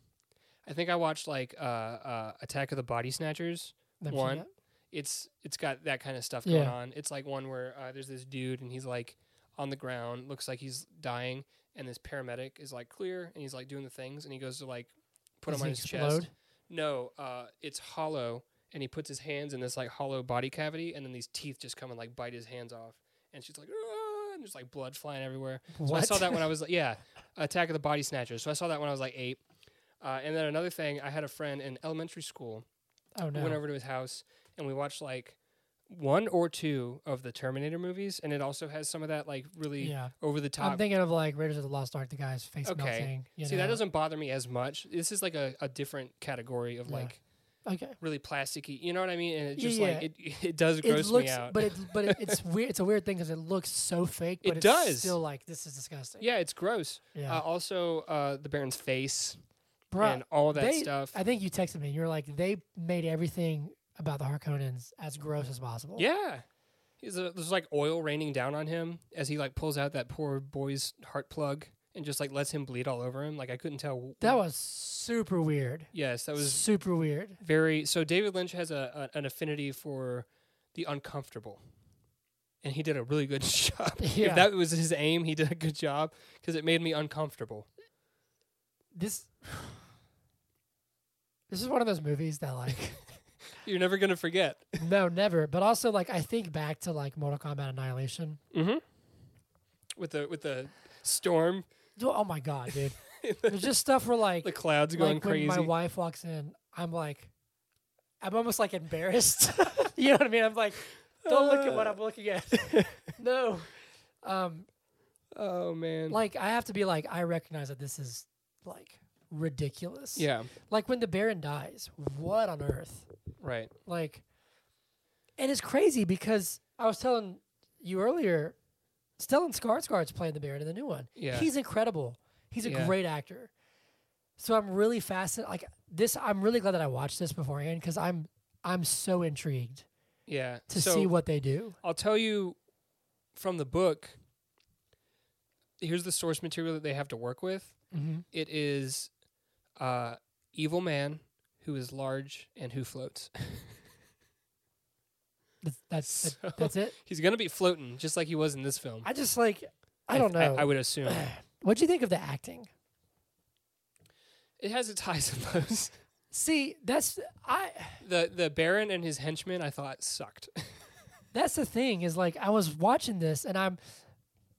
[SPEAKER 1] I think I watched like uh, uh, Attack of the Body Snatchers.
[SPEAKER 2] Never seen
[SPEAKER 1] One.
[SPEAKER 2] that.
[SPEAKER 1] It's it's got that kind of stuff
[SPEAKER 2] Yeah.
[SPEAKER 1] going on. It's like one where uh, there's this dude and he's like on the ground, looks like he's dying, and this paramedic is like clear and he's like doing the things, and he goes to like put
[SPEAKER 2] Does
[SPEAKER 1] him on
[SPEAKER 2] he
[SPEAKER 1] his
[SPEAKER 2] explode?
[SPEAKER 1] chest. No, uh, it's hollow, and he puts his hands in this like hollow body cavity, and then these teeth just come and like bite his hands off. And she's like, "Ah," and there's like blood flying everywhere. So I
[SPEAKER 2] What?
[SPEAKER 1] saw that when I was like, yeah, Attack of the Body Snatchers. So I saw that when I was like eight. Uh, and then another thing, I had a friend in elementary school.
[SPEAKER 2] *laughs* Oh,
[SPEAKER 1] who
[SPEAKER 2] no.
[SPEAKER 1] went over to his house, and we watched like one or two of the Terminator movies, and it also has some of that like really
[SPEAKER 2] yeah.
[SPEAKER 1] over the
[SPEAKER 2] I'm
[SPEAKER 1] top.
[SPEAKER 2] thinking of like Raiders of the Lost Ark, the guy's face
[SPEAKER 1] Okay.
[SPEAKER 2] melting. You
[SPEAKER 1] See, that
[SPEAKER 2] know?
[SPEAKER 1] doesn't bother me as much. This is like a, a different category of
[SPEAKER 2] Yeah.
[SPEAKER 1] like
[SPEAKER 2] Okay.
[SPEAKER 1] really plasticky. You know what I mean? And it just
[SPEAKER 2] Yeah.
[SPEAKER 1] like it, *laughs* it does gross
[SPEAKER 2] it looks,
[SPEAKER 1] me out.
[SPEAKER 2] but it, but it,
[SPEAKER 1] *laughs*
[SPEAKER 2] it's weird. It's a weird thing because it looks so fake. But
[SPEAKER 1] It
[SPEAKER 2] it's
[SPEAKER 1] does.
[SPEAKER 2] Still, like this is disgusting.
[SPEAKER 1] yeah, it's gross.
[SPEAKER 2] yeah,
[SPEAKER 1] Uh, also, uh, the Baron's face
[SPEAKER 2] bro.
[SPEAKER 1] and all that
[SPEAKER 2] they-
[SPEAKER 1] stuff.
[SPEAKER 2] I think you texted me. and You're like, they made everything about the Harkonnens as gross as possible.
[SPEAKER 1] yeah. He's a, there's like oil raining down on him as he like pulls out that poor boy's heart plug and just like lets him bleed all over him. Like I couldn't tell.
[SPEAKER 2] that was super weird.
[SPEAKER 1] yes, that was
[SPEAKER 2] super weird.
[SPEAKER 1] very. So David Lynch has a, a an affinity for the uncomfortable, and he did a really good *laughs* job.
[SPEAKER 2] Yeah.
[SPEAKER 1] If that was his aim, he did a good job because it made me uncomfortable.
[SPEAKER 2] This, this is one of those movies that like,
[SPEAKER 1] *laughs* You're never gonna forget.
[SPEAKER 2] no, never. But also like, I think back to like Mortal Kombat Annihilation.
[SPEAKER 1] Mm-hmm. With the with the storm, *laughs*
[SPEAKER 2] Oh my god, dude! There's just stuff where like
[SPEAKER 1] the clouds going
[SPEAKER 2] like
[SPEAKER 1] crazy.
[SPEAKER 2] When my wife walks in, I'm like, I'm almost like embarrassed. *laughs* you know what I mean? I'm like, don't look at what I'm
[SPEAKER 1] *laughs*
[SPEAKER 2] looking at. no. Um,
[SPEAKER 1] oh man.
[SPEAKER 2] like I have to be like, I recognize that this is like ridiculous.
[SPEAKER 1] yeah.
[SPEAKER 2] Like when the Baron dies, what on earth?
[SPEAKER 1] Right.
[SPEAKER 2] Like, and it's crazy because I was telling you earlier, Stellan Skarsgård's playing the Baron in the new one.
[SPEAKER 1] Yeah.
[SPEAKER 2] he's incredible. He's a
[SPEAKER 1] Yeah.
[SPEAKER 2] great actor. So I'm really fascinated. Like this, I'm really glad that I watched this beforehand because I'm I'm so intrigued
[SPEAKER 1] Yeah.
[SPEAKER 2] to
[SPEAKER 1] so
[SPEAKER 2] see what they do.
[SPEAKER 1] I'll tell you from the book. Here's the source material that they have to work with.
[SPEAKER 2] Mm-hmm.
[SPEAKER 1] It is uh, evil man who is large and who floats. *laughs*
[SPEAKER 2] That's that's, that-
[SPEAKER 1] So- *laughs*
[SPEAKER 2] that's it.
[SPEAKER 1] He's gonna be floating just like he was in this film.
[SPEAKER 2] I just like I don't
[SPEAKER 1] th-
[SPEAKER 2] know.
[SPEAKER 1] I, would assume
[SPEAKER 2] What'd you think of the acting?
[SPEAKER 1] it has its highs and lows. *laughs*
[SPEAKER 2] See, that's I.
[SPEAKER 1] The the Baron and his henchmen I thought sucked. *laughs*
[SPEAKER 2] That's the thing is like I was watching this and I'm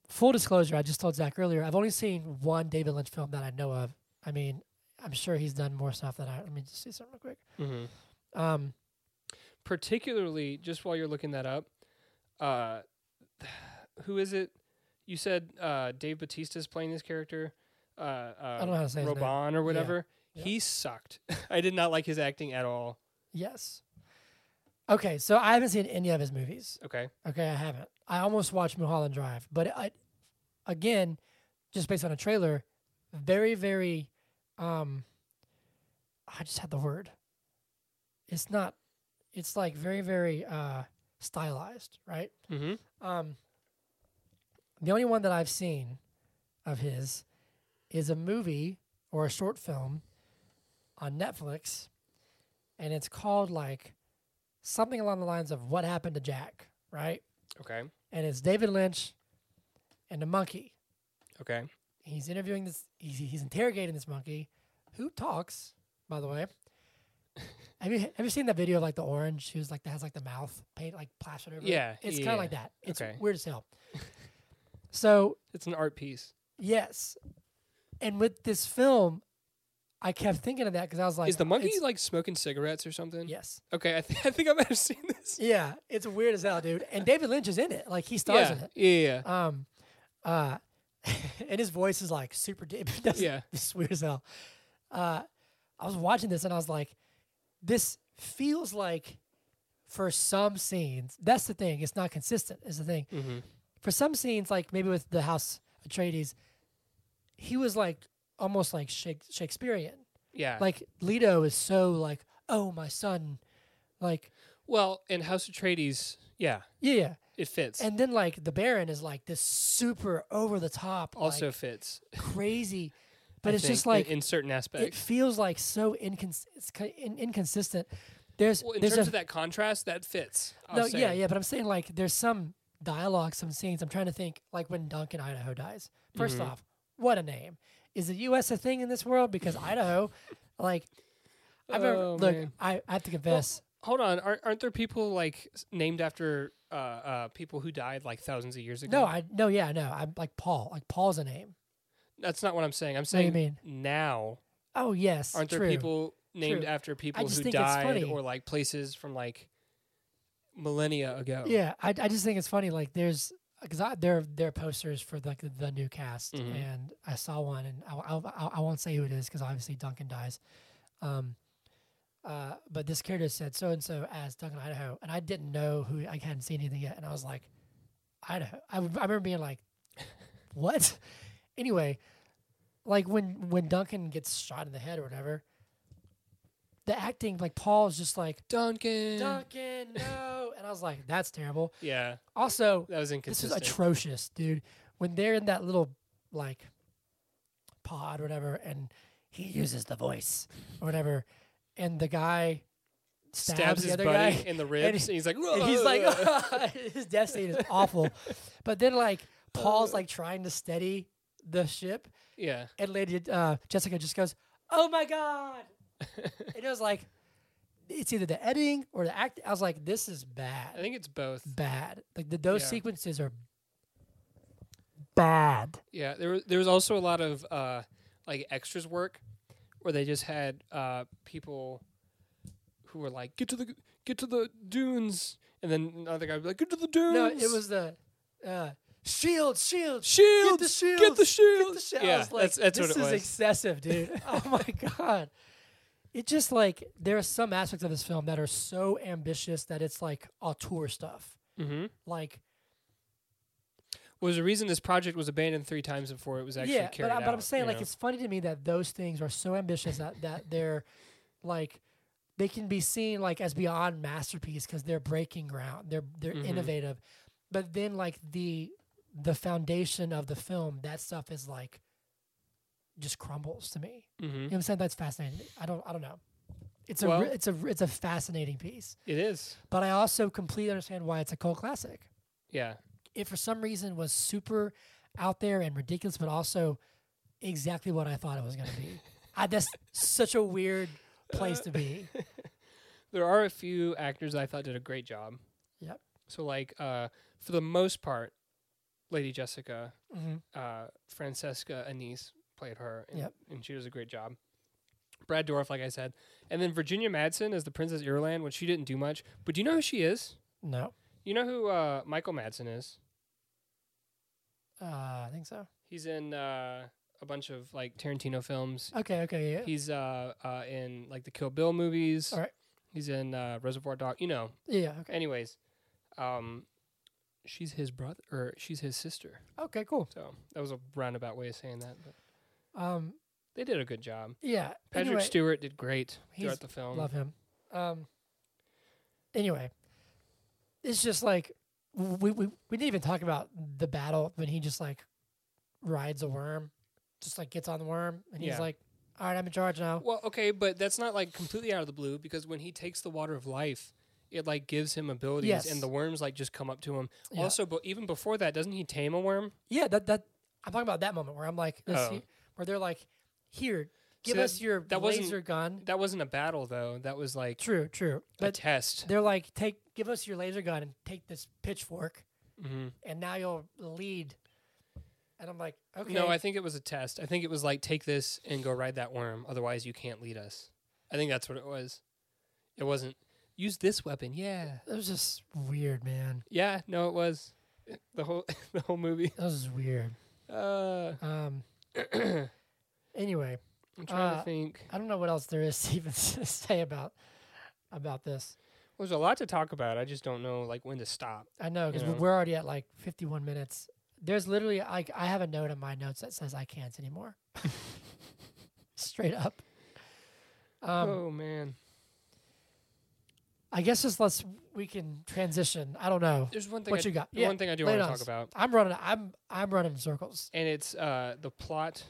[SPEAKER 2] full disclosure. I just told Zach earlier I've only seen one David Lynch film that I know of. I mean, I'm sure he's done more stuff that I. Let me just see something real quick.
[SPEAKER 1] mm-hmm.
[SPEAKER 2] Um,
[SPEAKER 1] Particularly, just while you're looking that up, uh, *sighs* who is it? You said uh, Dave Batista's playing this character. Uh, uh,
[SPEAKER 2] I don't know how to say his name.
[SPEAKER 1] Roban or whatever.
[SPEAKER 2] Yeah.
[SPEAKER 1] He sucked. *laughs* I did not like his acting at all.
[SPEAKER 2] Yes. Okay, so I haven't seen any of his movies.
[SPEAKER 1] Okay.
[SPEAKER 2] Okay, I haven't. I almost watched Mulholland Drive, but I, again, just based on a trailer, very, very, um, I just had the word. It's not, it's like very, very uh, stylized, right?
[SPEAKER 1] Mm-hmm.
[SPEAKER 2] Um, the only one that I've seen of his is a movie or a short film on Netflix, and it's called like something along the lines of "What Happened to Jack," right?
[SPEAKER 1] Okay.
[SPEAKER 2] And it's David Lynch and a monkey.
[SPEAKER 1] Okay.
[SPEAKER 2] He's interviewing this. He's, he's interrogating this monkey, who talks, by
[SPEAKER 1] *laughs*
[SPEAKER 2] the way. have you have you seen that video of like the orange who's like that has like the mouth paint like plastered over? it?
[SPEAKER 1] Yeah,
[SPEAKER 2] it's kind
[SPEAKER 1] yeah.
[SPEAKER 2] of like that. It's
[SPEAKER 1] Okay.
[SPEAKER 2] weird
[SPEAKER 1] *laughs*
[SPEAKER 2] as hell. so
[SPEAKER 1] It's an art piece.
[SPEAKER 2] Yes. And with this film, I kept thinking of that because I was like,
[SPEAKER 1] is the monkey
[SPEAKER 2] it's-
[SPEAKER 1] like smoking cigarettes or something?
[SPEAKER 2] yes.
[SPEAKER 1] Okay. I, th- *laughs* I think I might have seen this.
[SPEAKER 2] Yeah. It's weird as hell, dude. And David Lynch is in it. Like, he *laughs* stars
[SPEAKER 1] yeah.
[SPEAKER 2] in it.
[SPEAKER 1] Yeah. Yeah.
[SPEAKER 2] Um, uh, *laughs* and his voice is like super deep. *laughs* That's-
[SPEAKER 1] Yeah.
[SPEAKER 2] It's weird as hell. Uh, I was watching this and I was like, this feels like for some scenes, that's the thing. It's not consistent, is the thing.
[SPEAKER 1] Mm-hmm.
[SPEAKER 2] for some scenes, like maybe with the House Atreides, he was like almost like Shake- Shakespearean.
[SPEAKER 1] Yeah.
[SPEAKER 2] Like Leto is so like, oh my son, like
[SPEAKER 1] well, in House Atreides, yeah,
[SPEAKER 2] yeah, yeah.
[SPEAKER 1] it fits.
[SPEAKER 2] And then like the Baron is like this super over the top,
[SPEAKER 1] also
[SPEAKER 2] like,
[SPEAKER 1] fits.
[SPEAKER 2] crazy, but
[SPEAKER 1] I
[SPEAKER 2] it's just
[SPEAKER 1] think, in-
[SPEAKER 2] like
[SPEAKER 1] in, certain
[SPEAKER 2] it
[SPEAKER 1] aspects.
[SPEAKER 2] feels like so incons- it's ki- in- inconsistent. There's
[SPEAKER 1] well, in
[SPEAKER 2] there's
[SPEAKER 1] terms
[SPEAKER 2] a
[SPEAKER 1] of eh? that contrast, that fits. I'll
[SPEAKER 2] No,
[SPEAKER 1] say.
[SPEAKER 2] yeah, yeah, but I'm saying like there's some dialogue, some scenes. I'm trying to think like when Duncan Idaho dies. 1st
[SPEAKER 1] Mhm.
[SPEAKER 2] off, what a name! Is the U.S. a thing in this world? Because Idaho, like, I remember.
[SPEAKER 1] Oh,
[SPEAKER 2] look,
[SPEAKER 1] man.
[SPEAKER 2] I, I have to confess.
[SPEAKER 1] Hold on, aren't, aren't there people like s- named after uh, uh, people who died like thousands of years ago?
[SPEAKER 2] no, I no, yeah, no. I'm like Paul. Like Paul's a name.
[SPEAKER 1] that's not what I'm saying. I'm
[SPEAKER 2] do you
[SPEAKER 1] saying
[SPEAKER 2] mean?
[SPEAKER 1] now
[SPEAKER 2] Oh yes,
[SPEAKER 1] aren't there
[SPEAKER 2] true.
[SPEAKER 1] people named
[SPEAKER 2] True.
[SPEAKER 1] after people
[SPEAKER 2] just
[SPEAKER 1] who
[SPEAKER 2] think it's
[SPEAKER 1] died
[SPEAKER 2] funny.
[SPEAKER 1] or like places from like millennia ago?
[SPEAKER 2] Yeah, I, I just think it's funny. Like there's because there there are posters for like the, new cast,
[SPEAKER 1] Mhm.
[SPEAKER 2] and I saw one, and I I, I, I won't say who it is because obviously Duncan dies. Um, uh, but this character said so and so as Duncan Idaho, and I didn't know who I hadn't seen anything yet, and I was like, Idaho. I, w- I remember being like, *laughs* what? anyway, like when when Duncan gets shot in the head or whatever. The acting, like Paul's just like
[SPEAKER 1] Duncan.
[SPEAKER 2] Duncan, no, and I was like, "That's terrible."
[SPEAKER 1] yeah,
[SPEAKER 2] Also,
[SPEAKER 1] that was
[SPEAKER 2] this is
[SPEAKER 1] inconsistent.
[SPEAKER 2] atrocious, dude. When they're in that little like pod or whatever, and he uses the voice or whatever, and the guy stabs,
[SPEAKER 1] Stabs
[SPEAKER 2] the
[SPEAKER 1] his
[SPEAKER 2] other
[SPEAKER 1] buddy
[SPEAKER 2] guy,
[SPEAKER 1] in the ribs,
[SPEAKER 2] he-
[SPEAKER 1] and, he's like,
[SPEAKER 2] *laughs* and he's like, *laughs*
[SPEAKER 1] "Whoa." *laughs*
[SPEAKER 2] his death scene is awful. but then like Paul's like trying to steady the ship,
[SPEAKER 1] yeah,
[SPEAKER 2] and Lady uh, Jessica just goes, "Oh
[SPEAKER 1] *laughs*
[SPEAKER 2] my god!" and it was like, it's either the editing or the act. I was like, this is bad
[SPEAKER 1] I think it's both.
[SPEAKER 2] bad. Like the, those
[SPEAKER 1] Yeah.
[SPEAKER 2] sequences are bad.
[SPEAKER 1] Yeah, there was there was also a lot of uh, like extras work where they just had uh, people who were like, "Get to the get to the dunes," and then another guy would be like, "Get to the dunes."
[SPEAKER 2] No, it was the uh, shield, shield,
[SPEAKER 1] shields.
[SPEAKER 2] Get the shields.
[SPEAKER 1] Get the shields.
[SPEAKER 2] Get the shield. I
[SPEAKER 1] Yeah,
[SPEAKER 2] was like,
[SPEAKER 1] that's that's
[SPEAKER 2] this
[SPEAKER 1] what it
[SPEAKER 2] is
[SPEAKER 1] was.
[SPEAKER 2] excessive, *laughs* dude. oh my god. It just like there are some aspects of this film that are so ambitious that it's like auteur stuff.
[SPEAKER 1] mm-hmm.
[SPEAKER 2] Like
[SPEAKER 1] Was the reason this project was abandoned three times before it was actually
[SPEAKER 2] yeah,
[SPEAKER 1] carried
[SPEAKER 2] but, I-
[SPEAKER 1] out?
[SPEAKER 2] but I'm saying
[SPEAKER 1] you
[SPEAKER 2] like
[SPEAKER 1] know?
[SPEAKER 2] it's funny to me that those things are so ambitious that that they're like they can be seen like as beyond masterpiece because they're breaking ground, they're they're
[SPEAKER 1] Mhm.
[SPEAKER 2] innovative, but then like the the foundation of the film, that stuff is like just crumbles to me.
[SPEAKER 1] Mhm. Mm-hmm.
[SPEAKER 2] You know what I'm saying? That's fascinating. to me. I don't I don't know. It's a
[SPEAKER 1] Well-
[SPEAKER 2] re- it's a it's a fascinating piece.
[SPEAKER 1] It is.
[SPEAKER 2] But I also completely understand why it's a cult classic.
[SPEAKER 1] Yeah.
[SPEAKER 2] It for some reason was super out there and ridiculous, but also exactly what I thought it was going to
[SPEAKER 1] *laughs*
[SPEAKER 2] be. I, that's such a weird place
[SPEAKER 1] *laughs*
[SPEAKER 2] to be.
[SPEAKER 1] There are a few actors I thought did a great job.
[SPEAKER 2] Yep.
[SPEAKER 1] So like uh for the most part, Lady Jessica,
[SPEAKER 2] hmm
[SPEAKER 1] uh Francesca Anise played her and,
[SPEAKER 2] Yep.
[SPEAKER 1] and she does a great job. Brad Dorff, like I said. And then Virginia Madsen as the Princess Irulan, which she didn't do much. But do you know who she is?
[SPEAKER 2] No,
[SPEAKER 1] You know who uh Michael Madsen is?
[SPEAKER 2] uh, I think so.
[SPEAKER 1] He's in uh a bunch of like Tarantino films.
[SPEAKER 2] Okay, okay, Oh, yeah,
[SPEAKER 1] He's uh, uh in like the Kill Bill movies.
[SPEAKER 2] All right.
[SPEAKER 1] He's in uh, Reservoir Dog. You know,
[SPEAKER 2] yeah, okay,
[SPEAKER 1] Anyways, um, she's his brother or she's his sister.
[SPEAKER 2] okay, cool.
[SPEAKER 1] So that was a roundabout way of saying that. But
[SPEAKER 2] Um,
[SPEAKER 1] they did a good job.
[SPEAKER 2] yeah,
[SPEAKER 1] Patrick
[SPEAKER 2] anyway,
[SPEAKER 1] Stewart did great
[SPEAKER 2] He's-
[SPEAKER 1] throughout the film.
[SPEAKER 2] love him. Um, anyway, it's just like we, we we didn't even talk about the battle when he just like rides a worm, just like gets on the worm, and
[SPEAKER 1] Yeah.
[SPEAKER 2] he's like, "All right, I'm in charge now."
[SPEAKER 1] Well, okay, but that's not like completely out of the blue because when he takes the water of life, it like gives him abilities,
[SPEAKER 2] Yes.
[SPEAKER 1] and the worms like just come up to him.
[SPEAKER 2] Yeah.
[SPEAKER 1] Also, but even before that, doesn't he tame a worm?
[SPEAKER 2] Yeah, that that I'm talking about that moment where I'm like, this
[SPEAKER 1] Oh.
[SPEAKER 2] he- where they're like, "Here,
[SPEAKER 1] See,
[SPEAKER 2] give
[SPEAKER 1] that-
[SPEAKER 2] us your
[SPEAKER 1] that wasn't-
[SPEAKER 2] laser gun."
[SPEAKER 1] That wasn't a battle though. That was like
[SPEAKER 2] True, true,
[SPEAKER 1] a
[SPEAKER 2] but
[SPEAKER 1] test.
[SPEAKER 2] they're like, "Take, give us your laser gun and take this pitchfork,
[SPEAKER 1] hmm
[SPEAKER 2] and now you'll lead." And I'm like, "Okay."
[SPEAKER 1] No, I think it was a test. I think it was like take this and go ride that worm, otherwise you can't lead us. I think that's what it was. It wasn't use this weapon. Yeah.
[SPEAKER 2] It was just weird, man.
[SPEAKER 1] Yeah, no it was. The whole *laughs* the whole movie.
[SPEAKER 2] That was weird.
[SPEAKER 1] Uh *clears throat*
[SPEAKER 2] Um. anyway,
[SPEAKER 1] I'm trying
[SPEAKER 2] Uh,
[SPEAKER 1] to think.
[SPEAKER 2] I don't know what else there is *laughs* to even say about about this.
[SPEAKER 1] There's a lot to talk about. I just don't know like when to stop.
[SPEAKER 2] I know because
[SPEAKER 1] You know.
[SPEAKER 2] we're already at like 51 minutes. There's literally like I have a note in my notes that says I can't anymore. *laughs* Straight up. Um,
[SPEAKER 1] oh man.
[SPEAKER 2] I guess just let's we can transition. I don't know
[SPEAKER 1] There's one thing
[SPEAKER 2] what
[SPEAKER 1] I,
[SPEAKER 2] you got.
[SPEAKER 1] one thing I do
[SPEAKER 2] lay it
[SPEAKER 1] want to
[SPEAKER 2] on
[SPEAKER 1] talk
[SPEAKER 2] us.
[SPEAKER 1] about.
[SPEAKER 2] I'm running. I'm I'm running in circles.
[SPEAKER 1] And it's uh the plot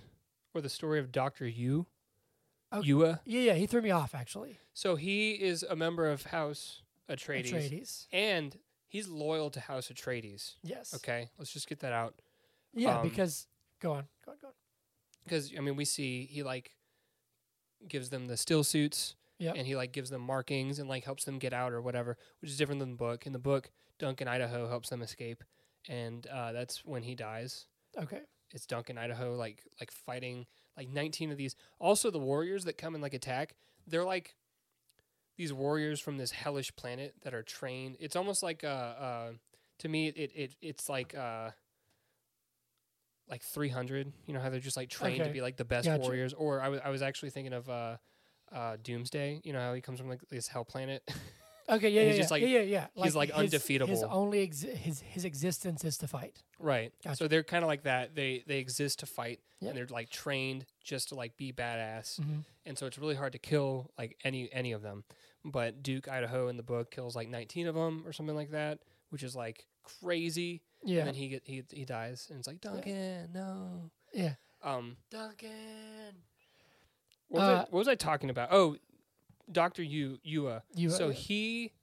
[SPEAKER 1] or the story of Doctor Yu.
[SPEAKER 2] Okay.
[SPEAKER 1] Yua.
[SPEAKER 2] Yeah, yeah. He threw me off actually.
[SPEAKER 1] So he is a member of House Atreides.
[SPEAKER 2] Atreides.
[SPEAKER 1] And he's loyal to House Atreides.
[SPEAKER 2] Yes.
[SPEAKER 1] Okay, let's just get that out
[SPEAKER 2] Yeah,
[SPEAKER 1] Um,
[SPEAKER 2] because go on, go on, go on.
[SPEAKER 1] because I mean we see he like gives them the still suits,
[SPEAKER 2] Yep.
[SPEAKER 1] and he like gives them markings and like helps them get out or whatever, which is different than the book. In the book, Duncan Idaho helps them escape, and uh, that's when he dies.
[SPEAKER 2] Okay.
[SPEAKER 1] It's Duncan Idaho like like fighting like 19 of these. Also, the warriors that come and like attack, they're like these warriors from this hellish planet that are trained. It's almost like uh, uh to me it it it's like uh like 300. You know how they're just like trained
[SPEAKER 2] Okay.
[SPEAKER 1] to be like the best
[SPEAKER 2] Gotcha.
[SPEAKER 1] warriors. Or I was I was actually thinking of uh uh Doomsday. You know how he comes from like this hell planet. *laughs*
[SPEAKER 2] Okay. Yeah.
[SPEAKER 1] And
[SPEAKER 2] Yeah,
[SPEAKER 1] he's
[SPEAKER 2] yeah,
[SPEAKER 1] just like-
[SPEAKER 2] yeah. Yeah. Yeah.
[SPEAKER 1] he's like
[SPEAKER 2] his- His
[SPEAKER 1] undefeatable.
[SPEAKER 2] only exi- his his existence is to fight.
[SPEAKER 1] Right. So
[SPEAKER 2] Gotcha.
[SPEAKER 1] they're kind of like that. They they exist to fight,
[SPEAKER 2] Yeah.
[SPEAKER 1] and they're like trained just to like be badass.
[SPEAKER 2] Mhm.
[SPEAKER 1] And so it's really hard to kill like any any of them. But Duke Idaho in the book kills like 19 of them or something like that, which is like crazy.
[SPEAKER 2] Yeah.
[SPEAKER 1] And then he get he he dies, and it's like Duncan, no.
[SPEAKER 2] Yeah.
[SPEAKER 1] Um.
[SPEAKER 2] Duncan.
[SPEAKER 1] What was, I,
[SPEAKER 2] Uh,
[SPEAKER 1] what was I talking about? Oh, Doctor Yu Yua.
[SPEAKER 2] You uh,
[SPEAKER 1] so he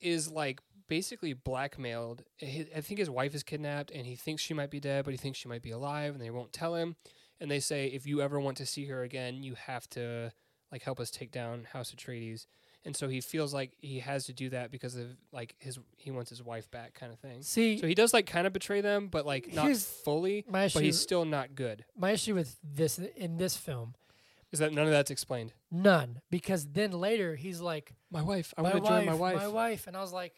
[SPEAKER 1] is like basically blackmailed. Hi- I think his wife is kidnapped, and he thinks she might be dead, but he thinks she might be alive, and they won't tell him. And they say, if you ever want to see her again, you have to like help us take down House Atreides. And so he feels like he has to do that because of like his he wants his wife back, kind of thing.
[SPEAKER 2] see
[SPEAKER 1] So he does like kind of betray them, but like not
[SPEAKER 2] Here's
[SPEAKER 1] fully.
[SPEAKER 2] my issue.
[SPEAKER 1] But he's still not good.
[SPEAKER 2] my issue with this in this film
[SPEAKER 1] Is that none of that's explained?
[SPEAKER 2] none because then later he's like
[SPEAKER 1] My wife. I
[SPEAKER 2] my
[SPEAKER 1] want to
[SPEAKER 2] wife,
[SPEAKER 1] join my wife.
[SPEAKER 2] my wife, and I was like,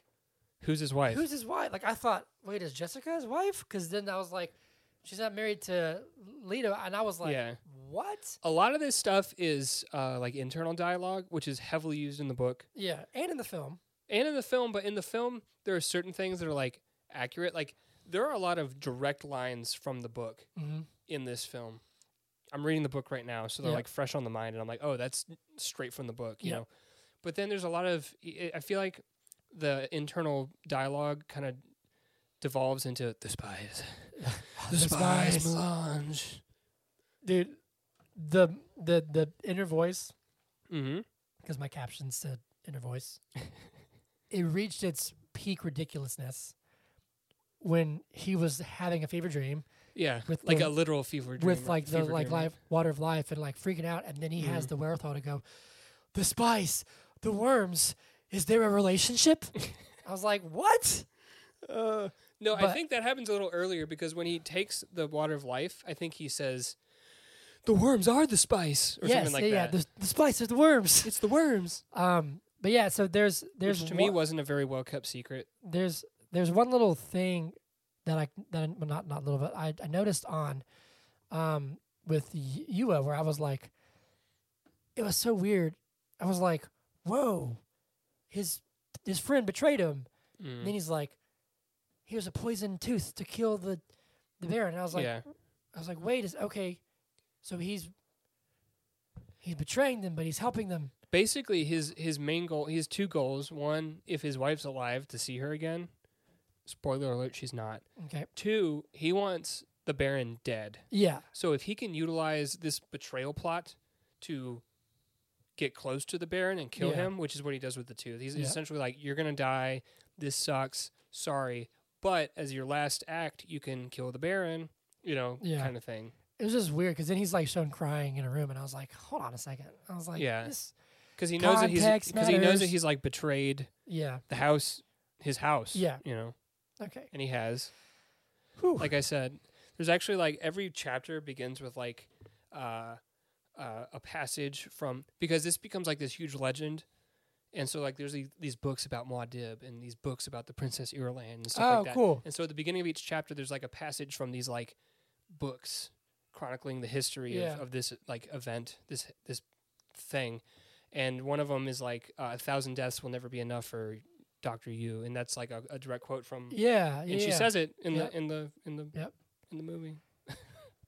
[SPEAKER 1] Who's his wife?
[SPEAKER 2] who's his wife? Like I thought, wait, is Jessica his wife? Because then I was like, she's not married to Leto, and I was like,
[SPEAKER 1] Yeah.
[SPEAKER 2] what?
[SPEAKER 1] a lot of this stuff is uh, like internal dialogue, which is heavily used in the book
[SPEAKER 2] Yeah, and in the film,
[SPEAKER 1] and in the film. But in the film, there are certain things that are like accurate. Like there are a lot of direct lines from the book
[SPEAKER 2] mm-hmm.
[SPEAKER 1] in this film. I'm reading the book right now, so they're
[SPEAKER 2] Yeah.
[SPEAKER 1] like fresh on the mind, and I'm like, oh, that's straight from the book, you
[SPEAKER 2] Yeah.
[SPEAKER 1] know. But then there's a lot of I- I feel like the internal dialogue kind of devolves into the
[SPEAKER 2] *laughs*
[SPEAKER 1] spies, the, spies, melange.
[SPEAKER 2] dude, the the the inner voice
[SPEAKER 1] Mm-hmm.
[SPEAKER 2] because my caption said in her *laughs* voice. it reached its peak ridiculousness when he was having a fever dream
[SPEAKER 1] Yeah,
[SPEAKER 2] With
[SPEAKER 1] like a
[SPEAKER 2] the-
[SPEAKER 1] literal fever dream.
[SPEAKER 2] with
[SPEAKER 1] or
[SPEAKER 2] like the
[SPEAKER 1] fever Mm-hmm.
[SPEAKER 2] like
[SPEAKER 1] dream.
[SPEAKER 2] life water of life and like freaking out, and then he has the wherewithal to go, the spice, the worms. Is there
[SPEAKER 1] *laughs*
[SPEAKER 2] a relationship? I was like, what?
[SPEAKER 1] Uh, no, I
[SPEAKER 2] But-
[SPEAKER 1] think that happens a little earlier because when he takes the water of life, I think he says, "The worms are the spice," or
[SPEAKER 2] yes,
[SPEAKER 1] something like
[SPEAKER 2] yeah,
[SPEAKER 1] that.
[SPEAKER 2] yeah. The, the spice is the worms.
[SPEAKER 1] it's the worms,
[SPEAKER 2] Um, but yeah, so there's there's
[SPEAKER 1] which to me
[SPEAKER 2] one-
[SPEAKER 1] wasn't a very well kept secret.
[SPEAKER 2] there's there's one little thing that I that I, well, not not little but I, I noticed on um with Y- Yua where I was like it was so weird. I was like, "Whoa. His his friend betrayed him."
[SPEAKER 1] Mm,
[SPEAKER 2] And then he's like, "Here's a poisoned tooth to kill the the bear." And I was like,
[SPEAKER 1] yeah,
[SPEAKER 2] I was like, "Wait, is okay. So he's he's betraying them, but he's helping them."
[SPEAKER 1] basically his his main goal, he has two goals. One, if his wife's alive, to see her again. Spoiler alert: she's not.
[SPEAKER 2] Okay.
[SPEAKER 1] Two, he wants the Baron dead.
[SPEAKER 2] Yeah.
[SPEAKER 1] So if he can utilize this betrayal plot to get close to the Baron and kill
[SPEAKER 2] Yeah.
[SPEAKER 1] him, which is what he does with the tooth, he's
[SPEAKER 2] Yeah.
[SPEAKER 1] essentially like, "You're gonna die. This sucks. Sorry, but as your last act, you can kill the Baron." You know,
[SPEAKER 2] Yeah.
[SPEAKER 1] kind of thing.
[SPEAKER 2] it was just weird because then he's like shown crying in a room, and I was like, hold on a second. I was like,
[SPEAKER 1] Yeah.
[SPEAKER 2] this,
[SPEAKER 1] Because he knows that he's
[SPEAKER 2] Context
[SPEAKER 1] because he knows that
[SPEAKER 2] matters.
[SPEAKER 1] he's like betrayed
[SPEAKER 2] yeah,
[SPEAKER 1] the house, his house.
[SPEAKER 2] Yeah.
[SPEAKER 1] you know,
[SPEAKER 2] okay,
[SPEAKER 1] and he has.
[SPEAKER 2] Whew.
[SPEAKER 1] Like I said, there's actually like every chapter begins with like uh, uh, a passage from because this becomes like this huge legend, and so like there's these, these books about Muad'Dib and these books about the Princess Irulan and stuff
[SPEAKER 2] oh,
[SPEAKER 1] like that.
[SPEAKER 2] cool,
[SPEAKER 1] And so at the beginning of each chapter, there's like a passage from these like books chronicling the history
[SPEAKER 2] Yeah.
[SPEAKER 1] of, of this like event, this this thing. And one of them is like uh, a thousand deaths will never be enough for Doctor Yu, and that's like a, a direct quote from.
[SPEAKER 2] yeah, yeah.
[SPEAKER 1] And she
[SPEAKER 2] yeah.
[SPEAKER 1] says it in
[SPEAKER 2] Yep.
[SPEAKER 1] the in the in the
[SPEAKER 2] Yep.
[SPEAKER 1] in the movie.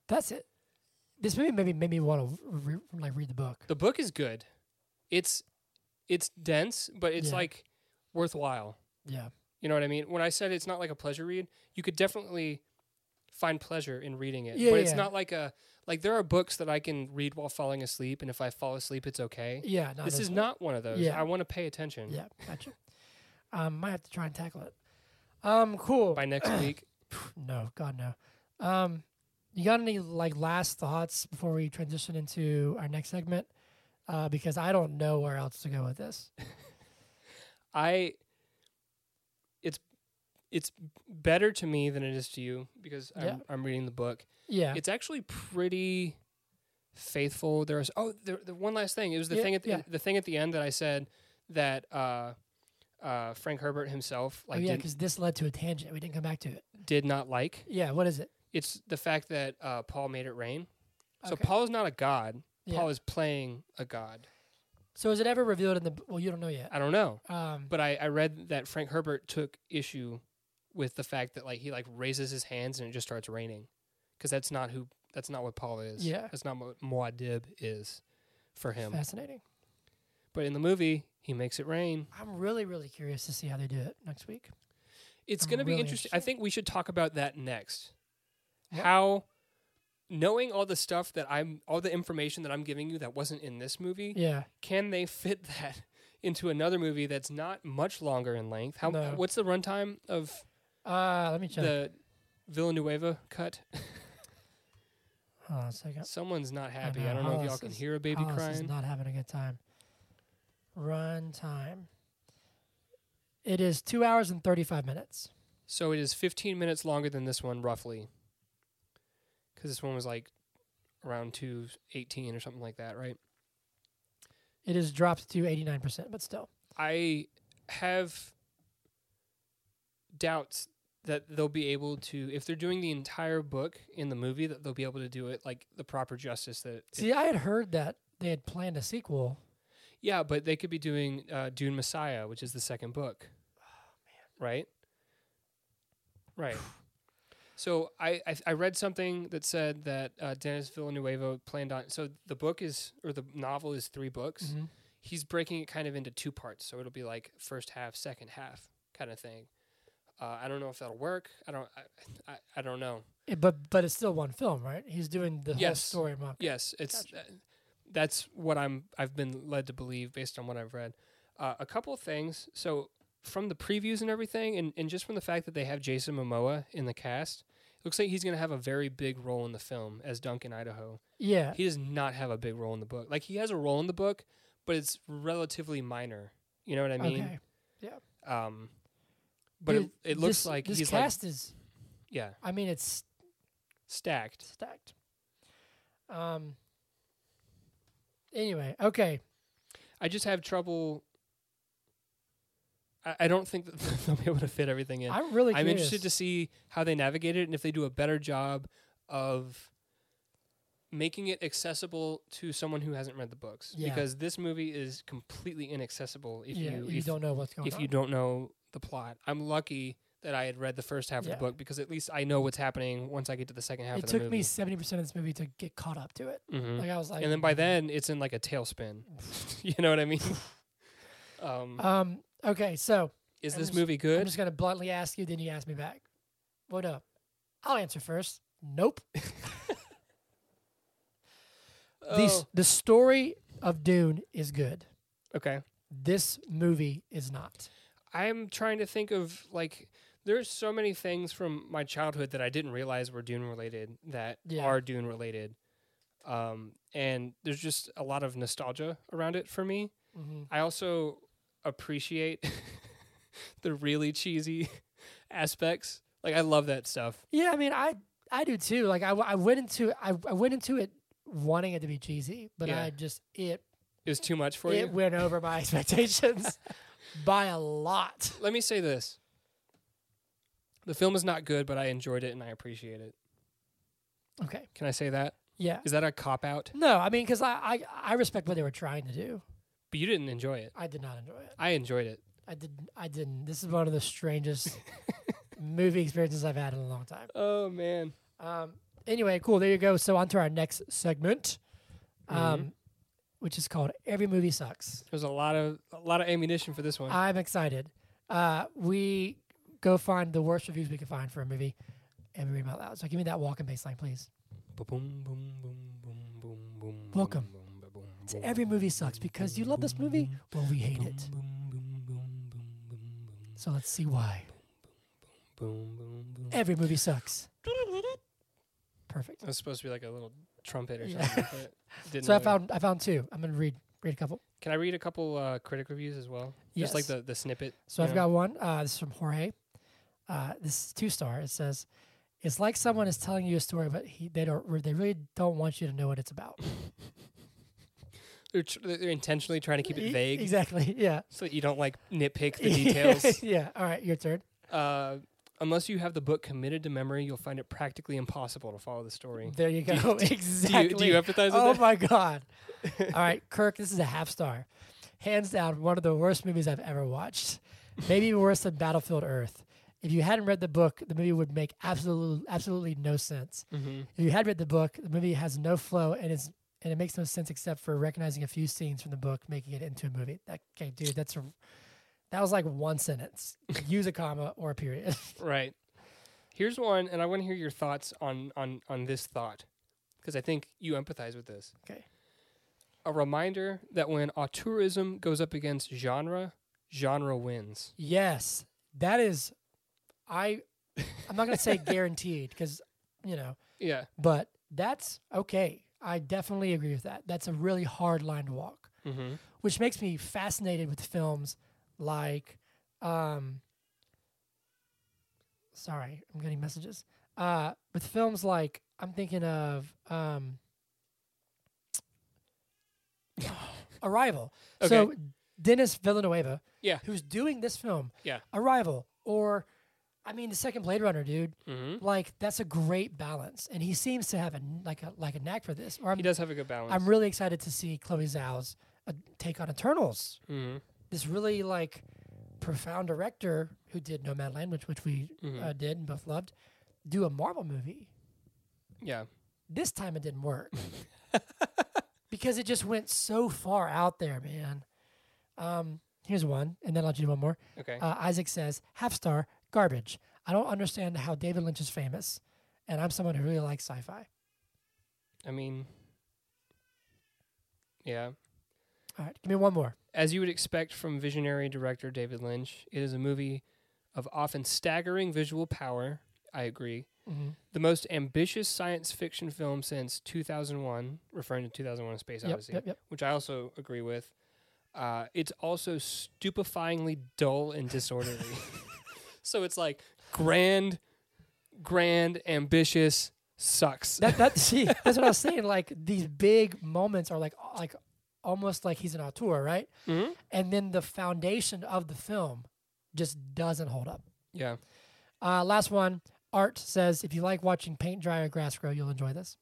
[SPEAKER 2] that's it. This movie maybe made me want to re- like read the book.
[SPEAKER 1] The book is good. It's it's dense, but it's
[SPEAKER 2] Yeah.
[SPEAKER 1] like worthwhile.
[SPEAKER 2] Yeah,
[SPEAKER 1] You know what I mean? When I said it's not like a pleasure read, you could definitely find pleasure in reading it.
[SPEAKER 2] Yeah,
[SPEAKER 1] but it's
[SPEAKER 2] yeah.
[SPEAKER 1] not like a like there are books that I can read while falling asleep and if I fall asleep it's okay.
[SPEAKER 2] yeah. No,
[SPEAKER 1] this
[SPEAKER 2] that's-
[SPEAKER 1] is not one of those.
[SPEAKER 2] Yeah.
[SPEAKER 1] I want to pay attention.
[SPEAKER 2] Yeah, gotcha. um, might have to try and tackle it. Um, cool.
[SPEAKER 1] By
[SPEAKER 2] *clears throat*
[SPEAKER 1] next week.
[SPEAKER 2] No, God no. Um, you got any like last thoughts before we transition into our next segment? Uh, because I don't know where else to go with this.
[SPEAKER 1] I it's it's better to me than it is to you because I'm,
[SPEAKER 2] Yeah.
[SPEAKER 1] I'm reading the book.
[SPEAKER 2] Yeah,
[SPEAKER 1] It's actually pretty faithful. There was oh, the, the one last thing. It was the
[SPEAKER 2] Yeah,
[SPEAKER 1] thing at the,
[SPEAKER 2] yeah.
[SPEAKER 1] the thing at the end that I said that uh, uh, Frank Herbert himself
[SPEAKER 2] Oh
[SPEAKER 1] like
[SPEAKER 2] yeah,
[SPEAKER 1] didn't,
[SPEAKER 2] because this led to a tangent. We didn't come back to it.
[SPEAKER 1] did not like.
[SPEAKER 2] Yeah, what is it?
[SPEAKER 1] It's the fact that uh, Paul made it rain. So
[SPEAKER 2] Okay.
[SPEAKER 1] Paul is not a god.
[SPEAKER 2] Yeah.
[SPEAKER 1] Paul is playing a god.
[SPEAKER 2] So is it ever revealed in the? b- Well, you don't know yet.
[SPEAKER 1] I don't know,
[SPEAKER 2] Um,
[SPEAKER 1] but I, I read that Frank Herbert took issue with the fact that like he like raises his hands and it just starts raining, because that's not who that's not what Paul is.
[SPEAKER 2] Yeah.
[SPEAKER 1] that's not what Muad'Dib is for him.
[SPEAKER 2] fascinating.
[SPEAKER 1] But in the movie, he makes it rain.
[SPEAKER 2] I'm really, really curious to see how they do it next week.
[SPEAKER 1] It's
[SPEAKER 2] I'm
[SPEAKER 1] going to be
[SPEAKER 2] really
[SPEAKER 1] interesting. I
[SPEAKER 2] interested.
[SPEAKER 1] think we should talk about that next.
[SPEAKER 2] Yeah.
[SPEAKER 1] How knowing all the stuff that I'm all the information that I'm giving you that wasn't in this movie,
[SPEAKER 2] Yeah,
[SPEAKER 1] can they fit *laughs* that into another movie that's not much longer in length? How
[SPEAKER 2] No.
[SPEAKER 1] what's the runtime of
[SPEAKER 2] uh, let me check.
[SPEAKER 1] the Villanueva cut?
[SPEAKER 2] Hold on a second.
[SPEAKER 1] Someone's not happy.
[SPEAKER 2] know.
[SPEAKER 1] I, don't know if
[SPEAKER 2] Hollis
[SPEAKER 1] y'all can
[SPEAKER 2] is-
[SPEAKER 1] hear a baby
[SPEAKER 2] Hollis is
[SPEAKER 1] crying.
[SPEAKER 2] not having a good time. Run time. It is two hours and thirty-five minutes.
[SPEAKER 1] So it is 15 minutes longer than this one roughly. Cuz this one was like around 218 or something like that, right?
[SPEAKER 2] It is dropped to eighty-nine percent, but still.
[SPEAKER 1] I have doubts that they'll be able to if they're doing the entire book in the movie that they'll be able to do it like the proper justice that it-
[SPEAKER 2] See, I had heard that they had planned a sequel.
[SPEAKER 1] yeah but they could be doing uh, dune messiah which is the second book right right so I, I i read something that said that uh, dennis villanueva planned on so the book is or the novel is three books he's breaking it kind of into two parts. So it'll be like first half, second half kind of thing. Uh, I don't know if that'll work. I don't. I, I, I don't know.
[SPEAKER 2] eh, It- but but it's still one film, right? He's doing the
[SPEAKER 1] Yes.
[SPEAKER 2] whole story. Mark.
[SPEAKER 1] Yes, it's. uh, that's what I'm I've been led to believe based on what I've read. Uh, a couple of things. So from the previews and everything, and, and just from the fact that they have Jason Momoa in the cast, it looks like he's going to have a very big role in the film as Duncan Idaho.
[SPEAKER 2] Yeah.
[SPEAKER 1] He does not have a big role in the book. Like he has a role in the book, but it's relatively minor. You know what I mean?
[SPEAKER 2] okay.
[SPEAKER 1] Um, but it,
[SPEAKER 2] Th-
[SPEAKER 1] it looks
[SPEAKER 2] this-
[SPEAKER 1] like
[SPEAKER 2] this
[SPEAKER 1] he's like
[SPEAKER 2] cast is.
[SPEAKER 1] yeah
[SPEAKER 2] I mean, it's
[SPEAKER 1] stacked.
[SPEAKER 2] stacked. Um. Anyway, okay.
[SPEAKER 1] I just have trouble. I, I don't think that *laughs* they'll be able to fit everything in.
[SPEAKER 2] I'm really.
[SPEAKER 1] I'm
[SPEAKER 2] Curious.
[SPEAKER 1] interested to see how they navigate it and if they do a better job of making it accessible to someone who hasn't read the books.
[SPEAKER 2] Yeah.
[SPEAKER 1] Because this movie is completely inaccessible if
[SPEAKER 2] yeah,
[SPEAKER 1] you, if,
[SPEAKER 2] don't know what's going
[SPEAKER 1] if
[SPEAKER 2] on.
[SPEAKER 1] you don't know the plot. I'm lucky that I had read the first half
[SPEAKER 2] Yeah.
[SPEAKER 1] of the book because at least I know what's happening once I get to the second half
[SPEAKER 2] it
[SPEAKER 1] of the
[SPEAKER 2] took me
[SPEAKER 1] movie.
[SPEAKER 2] seventy percent of this movie to get caught up to it.
[SPEAKER 1] Mhm.
[SPEAKER 2] Like I was like,
[SPEAKER 1] and then by then it's in like a tailspin. *laughs* you know what I mean? um,
[SPEAKER 2] *laughs* Um. Okay. So
[SPEAKER 1] is
[SPEAKER 2] I'm
[SPEAKER 1] this
[SPEAKER 2] just-
[SPEAKER 1] movie
[SPEAKER 2] I'm
[SPEAKER 1] good?
[SPEAKER 2] just gonna bluntly ask you, then you ask me back. What up? I'll answer first.
[SPEAKER 1] *laughs*
[SPEAKER 2] Nope. The s-
[SPEAKER 1] Oh,
[SPEAKER 2] the story of Dune is good.
[SPEAKER 1] okay.
[SPEAKER 2] This movie is not.
[SPEAKER 1] I'm trying to think of like there's so many things from my childhood that I didn't realize were Dune related that
[SPEAKER 2] Yeah.
[SPEAKER 1] are Dune related. Um, and there's just a lot of nostalgia around it for me.
[SPEAKER 2] Mm-hmm.
[SPEAKER 1] I also appreciate *laughs* the really cheesy *laughs* aspects. Like I love that stuff.
[SPEAKER 2] Yeah, I mean, I I do too. Like I, w- I went into I, I went into it wanting it to be cheesy, but
[SPEAKER 1] Yeah.
[SPEAKER 2] I just it
[SPEAKER 1] It was too much for
[SPEAKER 2] it
[SPEAKER 1] you.
[SPEAKER 2] went over
[SPEAKER 1] *laughs*
[SPEAKER 2] my expectations by a lot.
[SPEAKER 1] Let me say this. The film is not good, but I enjoyed it and I appreciate it.
[SPEAKER 2] Okay,
[SPEAKER 1] Can I say that?
[SPEAKER 2] yeah.
[SPEAKER 1] Is that a cop out?
[SPEAKER 2] No, I mean, because I, I I respect what they were trying to do.
[SPEAKER 1] But you didn't enjoy it.
[SPEAKER 2] I did not enjoy it.
[SPEAKER 1] I enjoyed it.
[SPEAKER 2] I didn't. I didn't. This is one of the strangest
[SPEAKER 1] *laughs*
[SPEAKER 2] movie experiences I've had in a long time.
[SPEAKER 1] Oh man.
[SPEAKER 2] Um. Anyway, cool. There you go. So on to our next segment, um,
[SPEAKER 1] Mm-hmm.
[SPEAKER 2] which is called "Every Movie Sucks."
[SPEAKER 1] There's a lot of a lot of ammunition for this one.
[SPEAKER 2] I'm excited. Uh, we go find the worst reviews we can find for a movie and we read them out loud. So give me that walk and bass line, please.
[SPEAKER 1] Ba-boom, boom, boom, boom, boom, boom,
[SPEAKER 2] Welcome
[SPEAKER 1] boom, ba-boom,
[SPEAKER 2] So
[SPEAKER 1] boom,
[SPEAKER 2] every
[SPEAKER 1] boom,
[SPEAKER 2] movie sucks
[SPEAKER 1] boom,
[SPEAKER 2] because you
[SPEAKER 1] boom,
[SPEAKER 2] love this
[SPEAKER 1] boom,
[SPEAKER 2] movie.
[SPEAKER 1] boom,
[SPEAKER 2] Well, we hate
[SPEAKER 1] boom,
[SPEAKER 2] it.
[SPEAKER 1] boom, boom, boom, boom, boom, boom,
[SPEAKER 2] So let's see why.
[SPEAKER 1] boom, boom, boom.
[SPEAKER 2] Every movie sucks. Perfect.
[SPEAKER 1] It was supposed to be like a little trumpet or
[SPEAKER 2] Yeah.
[SPEAKER 1] something. but it
[SPEAKER 2] *laughs*
[SPEAKER 1] didn't
[SPEAKER 2] So I
[SPEAKER 1] really-
[SPEAKER 2] found I found two. I'm gonna read read a couple.
[SPEAKER 1] Can I read a couple uh, critic reviews as well? Just like
[SPEAKER 2] Yes.
[SPEAKER 1] the the snippet.
[SPEAKER 2] So I've
[SPEAKER 1] Yeah.
[SPEAKER 2] got one. Uh, this is from Jorge. Uh, this is two star. It says, "It's like someone is telling you a story, but he, they don't re- they really don't want you to know what it's about."
[SPEAKER 1] They're, tr- they're intentionally trying to keep
[SPEAKER 2] E-
[SPEAKER 1] it vague
[SPEAKER 2] Exactly. *laughs* Yeah.
[SPEAKER 1] so that you don't like nitpick
[SPEAKER 2] *laughs*
[SPEAKER 1] the details.
[SPEAKER 2] yeah. All right. Your turn.
[SPEAKER 1] uh, unless you have the book committed to memory, you'll find it practically impossible to follow the story.
[SPEAKER 2] There
[SPEAKER 1] *laughs*
[SPEAKER 2] you
[SPEAKER 1] Do you-
[SPEAKER 2] go.
[SPEAKER 1] do
[SPEAKER 2] *laughs* exactly.
[SPEAKER 1] Do you do you empathize with
[SPEAKER 2] oh
[SPEAKER 1] that? *laughs*
[SPEAKER 2] my god. All right, Kirk, this is a half star. Hands down, one of the worst movies I've ever watched. Maybe even worse than Battlefield Earth. If you hadn't read the book, the movie would make absolutely absolutely no sense.
[SPEAKER 1] Mm-hmm.
[SPEAKER 2] If you had read the book, the movie has no flow and it's and it makes no sense except for recognizing a few scenes from the book, making it into a movie. That, okay, dude, that's a, that was like one sentence. Use a comma or a period.
[SPEAKER 1] Right. Here's one, and I want to hear your thoughts on on on this thought, because I think you empathize with this.
[SPEAKER 2] Okay.
[SPEAKER 1] A reminder that when auteurism goes up against genre, genre wins.
[SPEAKER 2] Yes, that is. I I'm not gonna say *laughs* guaranteed because you know,
[SPEAKER 1] Yeah.
[SPEAKER 2] but that's okay. I definitely agree with that. That's a really hard line to walk,
[SPEAKER 1] Mm-hmm.
[SPEAKER 2] which makes me fascinated with films like, um, sorry, I'm getting messages. Uh, with films like I'm thinking of um, *sighs* Arrival. So Dennis Villanueva,
[SPEAKER 1] Yeah.
[SPEAKER 2] who's doing this film,
[SPEAKER 1] Yeah.
[SPEAKER 2] Arrival, or I mean the second Blade Runner, dude.
[SPEAKER 1] Mm-hmm.
[SPEAKER 2] Like that's a great balance, and he seems to have a kn- like a like a knack for this. Or I'm,
[SPEAKER 1] He does have a good balance.
[SPEAKER 2] I'm really excited to see Chloe Zhao's uh, take on Eternals.
[SPEAKER 1] mm-hmm.
[SPEAKER 2] This really like profound director who did Nomadland, which which we
[SPEAKER 1] Mhm.
[SPEAKER 2] uh, did and both loved, do a Marvel movie.
[SPEAKER 1] Yeah.
[SPEAKER 2] This time it didn't work because it just went so far out there, man. Um, here's one, and then I'll do one more.
[SPEAKER 1] Okay.
[SPEAKER 2] Uh, Isaac says, half star, garbage. I don't understand how David Lynch is famous, and I'm someone who really likes sci fi.
[SPEAKER 1] I mean, Yeah.
[SPEAKER 2] All right, give me one more.
[SPEAKER 1] As you would expect from visionary director David Lynch, it is a movie of often staggering visual power. I agree.
[SPEAKER 2] Mm-hmm.
[SPEAKER 1] The most ambitious science fiction film since 2001, referring to 2001 A Space
[SPEAKER 2] Yep,
[SPEAKER 1] Odyssey,
[SPEAKER 2] yep, yep.
[SPEAKER 1] which I also agree with. Uh, it's also stupefyingly dull and
[SPEAKER 2] *laughs*
[SPEAKER 1] disorderly. so it's like grand, grand, ambitious, sucks.
[SPEAKER 2] That
[SPEAKER 1] *laughs*
[SPEAKER 2] that see, that's what I was saying. Like these big moments are like like almost like he's an auteur, right?
[SPEAKER 1] Mhm.
[SPEAKER 2] And then the foundation of the film just doesn't hold up.
[SPEAKER 1] Yeah.
[SPEAKER 2] Uh, last one. Art says if you like watching paint dry or grass grow, you'll enjoy this.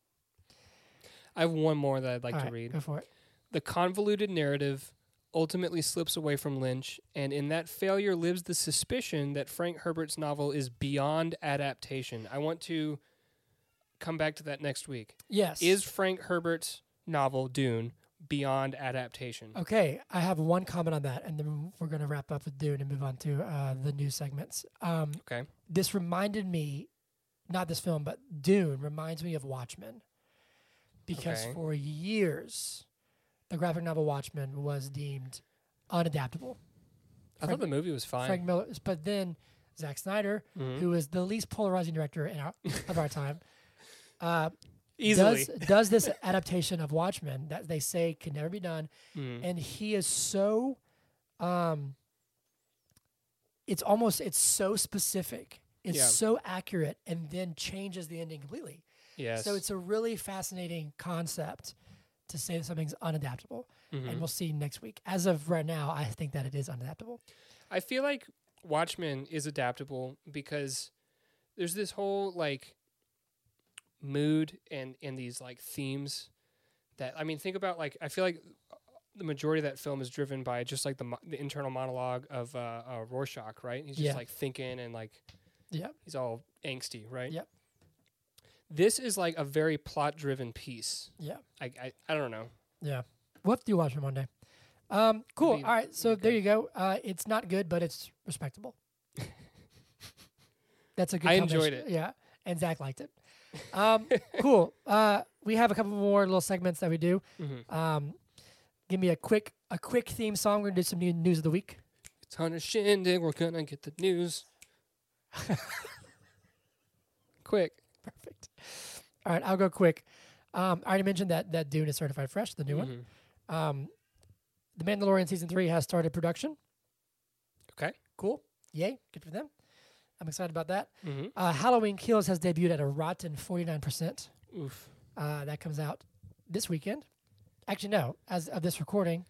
[SPEAKER 1] I have one more that I'd like
[SPEAKER 2] All
[SPEAKER 1] to
[SPEAKER 2] right,
[SPEAKER 1] read.
[SPEAKER 2] Go for it.
[SPEAKER 1] The convoluted narrative ultimately slips away from Lynch, and in that failure lives the suspicion that Frank Herbert's novel is beyond adaptation. I want to come back to that next week.
[SPEAKER 2] Yes.
[SPEAKER 1] Is Frank Herbert's novel Dune beyond adaptation?
[SPEAKER 2] Okay, I have one comment on that, and then we're going to wrap up with Dune and move on to uh, the new segments. Um,
[SPEAKER 1] Okay.
[SPEAKER 2] This reminded me, not this film, but Dune reminds me of Watchmen. Because
[SPEAKER 1] Okay.
[SPEAKER 2] for years, the graphic novel Watchmen was deemed unadaptable.
[SPEAKER 1] I thought
[SPEAKER 2] Frank-
[SPEAKER 1] the movie was fine.
[SPEAKER 2] Frank Miller, but then Zack Snyder,
[SPEAKER 1] Mhm.
[SPEAKER 2] who is the least polarizing director in our, of our
[SPEAKER 1] *laughs*
[SPEAKER 2] time, uh,
[SPEAKER 1] Easily.
[SPEAKER 2] does does this adaptation of Watchmen that they say can never be done,
[SPEAKER 1] Mm.
[SPEAKER 2] and he is so, um, it's almost it's so specific, it's
[SPEAKER 1] Yeah.
[SPEAKER 2] so accurate, and then changes the ending completely.
[SPEAKER 1] Yes.
[SPEAKER 2] So it's a really fascinating concept to say that something's unadaptable, and
[SPEAKER 1] Mhm.
[SPEAKER 2] we'll see next week. As of right now, I think that it is unadaptable.
[SPEAKER 1] I feel like Watchmen is adaptable because there's this whole like mood and and these like themes that I mean think about like I feel like the majority of that film is driven by just like the mo- the internal monologue of uh, uh Rorschach, right? He's just
[SPEAKER 2] Yeah.
[SPEAKER 1] like thinking and like
[SPEAKER 2] Yeah.
[SPEAKER 1] he's all angsty, right?
[SPEAKER 2] Yep.
[SPEAKER 1] This is like a very plot driven piece.
[SPEAKER 2] Yeah.
[SPEAKER 1] I, I I don't know.
[SPEAKER 2] Yeah. We'll have to do Watchmen one day. Um, cool.
[SPEAKER 1] be-
[SPEAKER 2] All right. So
[SPEAKER 1] be
[SPEAKER 2] there you go. Uh, it's not good, but it's
[SPEAKER 1] *laughs*
[SPEAKER 2] respectable. That's a good
[SPEAKER 1] I enjoyed
[SPEAKER 2] combination. Yeah. And Zach liked it. Um,
[SPEAKER 1] *laughs*
[SPEAKER 2] cool. Uh, we have a couple more little segments that we do.
[SPEAKER 1] Mhm.
[SPEAKER 2] Um, give me a quick a quick theme song. We're gonna do some new news of the week. *laughs*
[SPEAKER 1] It's Hunter Shindig. We're gonna get the news. Quick.
[SPEAKER 2] Perfect. All right, I'll go quick. Um, I already mentioned that that Dune is certified fresh, the new one.
[SPEAKER 1] Mhm.
[SPEAKER 2] Um, the Mandalorian season three has started production.
[SPEAKER 1] Okay.
[SPEAKER 2] Cool. Yay. Good for them. I'm excited about that.
[SPEAKER 1] Mm-hmm.
[SPEAKER 2] Uh, Halloween Kills has debuted at a rotten 49%.
[SPEAKER 1] Oof.
[SPEAKER 2] Uh, that comes out this weekend. Actually, no, as of this recording,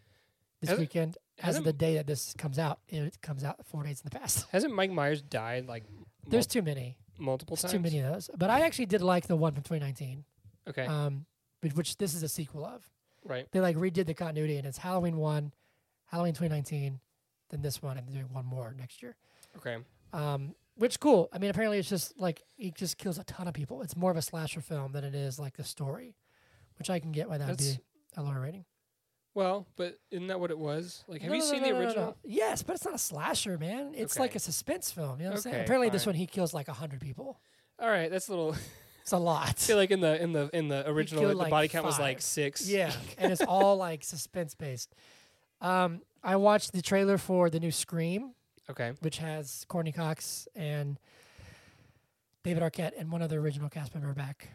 [SPEAKER 2] this
[SPEAKER 1] Hasn't-
[SPEAKER 2] weekend, as of
[SPEAKER 1] hasn't-
[SPEAKER 2] the day that this comes out, it comes out four days in the past. *laughs*
[SPEAKER 1] Hasn't Mike Myers died like
[SPEAKER 2] There's too many.
[SPEAKER 1] mul- multiple
[SPEAKER 2] There's
[SPEAKER 1] times?
[SPEAKER 2] too many of those. But I actually did like the one from 2019,
[SPEAKER 1] Okay,
[SPEAKER 2] um, but- which this is a sequel of.
[SPEAKER 1] right.
[SPEAKER 2] They like redid the continuity, and it's Halloween 1, Halloween 2019, then this one, and they're doing one more next year.
[SPEAKER 1] Okay,
[SPEAKER 2] um, which cool. I mean, apparently it's just like it just kills a ton of people. It's more of a slasher film than it is like the story, which I can get why that would be
[SPEAKER 1] That's-
[SPEAKER 2] a lower rating.
[SPEAKER 1] well, but isn't that what it was? Like, have
[SPEAKER 2] No,
[SPEAKER 1] you
[SPEAKER 2] no, no,
[SPEAKER 1] seen
[SPEAKER 2] no,
[SPEAKER 1] the
[SPEAKER 2] no, no, no.
[SPEAKER 1] original?
[SPEAKER 2] Yes, but it's not a slasher, man. It's like
[SPEAKER 1] Okay.
[SPEAKER 2] a suspense film. You know what I'm saying?
[SPEAKER 1] Okay,
[SPEAKER 2] Apparently, this
[SPEAKER 1] fine.
[SPEAKER 2] one he kills like hundred people.
[SPEAKER 1] All right, that's a little. *laughs* I
[SPEAKER 2] It's a
[SPEAKER 1] *laughs*
[SPEAKER 2] lot.
[SPEAKER 1] feel like in the in the in the original,
[SPEAKER 2] killed,
[SPEAKER 1] the
[SPEAKER 2] like,
[SPEAKER 1] body count was
[SPEAKER 2] five.
[SPEAKER 1] like six.
[SPEAKER 2] yeah, and it's all like suspense based. Um, I watched the trailer for the new Scream,
[SPEAKER 1] Okay.
[SPEAKER 2] which has Courtney Cox and David Arquette and one other original cast member back.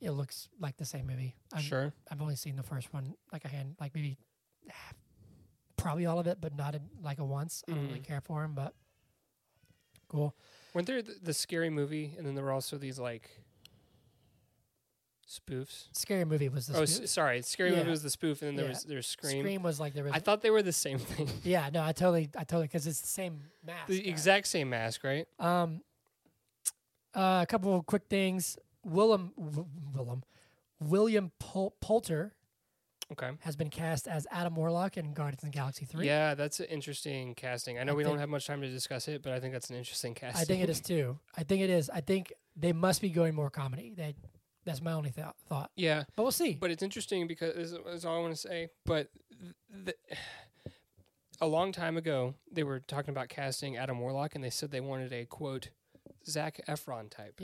[SPEAKER 2] It looks like the same movie. I'm,
[SPEAKER 1] sure.
[SPEAKER 2] I've only seen the first one like a hand, like maybe half- probably all of it, but not in, like a once. I don't really
[SPEAKER 1] Mhm.
[SPEAKER 2] care for him, but cool.
[SPEAKER 1] Weren't there the, the scary movie, and then there were also these like spoofs?
[SPEAKER 2] Scary movie was the
[SPEAKER 1] oh,
[SPEAKER 2] spoo-
[SPEAKER 1] s- sorry, scary
[SPEAKER 2] Yeah.
[SPEAKER 1] movie was the spoof, and then there
[SPEAKER 2] Yeah.
[SPEAKER 1] was there's
[SPEAKER 2] scream.
[SPEAKER 1] scream.
[SPEAKER 2] was like the
[SPEAKER 1] I
[SPEAKER 2] original.
[SPEAKER 1] thought they were the same thing,
[SPEAKER 2] yeah, no, I totally, I totally, because it's the same mask.
[SPEAKER 1] the
[SPEAKER 2] right?
[SPEAKER 1] exact same mask, right?
[SPEAKER 2] Um, uh, a couple of quick things. Willem, Wi- Willem, William Pol- Poulter
[SPEAKER 1] Okay.
[SPEAKER 2] has been cast as Adam Warlock in Guardians of the Galaxy Three.
[SPEAKER 1] Yeah, that's an interesting casting. I know
[SPEAKER 2] I
[SPEAKER 1] we don't
[SPEAKER 2] think-
[SPEAKER 1] have much time to discuss it, but I think that's an interesting casting.
[SPEAKER 2] I think it is too. I think it is. I think they must be going more comedy. They, that's my only thou- thought.
[SPEAKER 1] *laughs* yeah,
[SPEAKER 2] But we'll see.
[SPEAKER 1] but it's interesting because this is all I want to say. But th- th- *sighs* a long time ago, they were talking about casting Adam Warlock, and they said they wanted a quote Zach Efron type.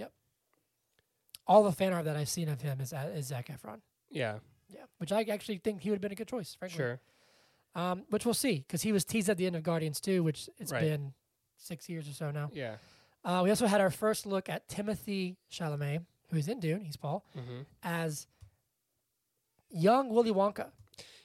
[SPEAKER 2] All the fan art that I've seen of him uh, is is Zac Efron.
[SPEAKER 1] Yeah,
[SPEAKER 2] Yeah, which I actually think he would have been a good choice, frankly.
[SPEAKER 1] Sure.
[SPEAKER 2] Um, which we'll see because he was teased at the end of Guardians 2, which it's
[SPEAKER 1] Right.
[SPEAKER 2] been six years or so now.
[SPEAKER 1] Yeah.
[SPEAKER 2] Uh, we also had our first look at Timothy Chalamet, who's in Dune, he's Paul,
[SPEAKER 1] Mm-hmm.
[SPEAKER 2] as young Willy Wonka.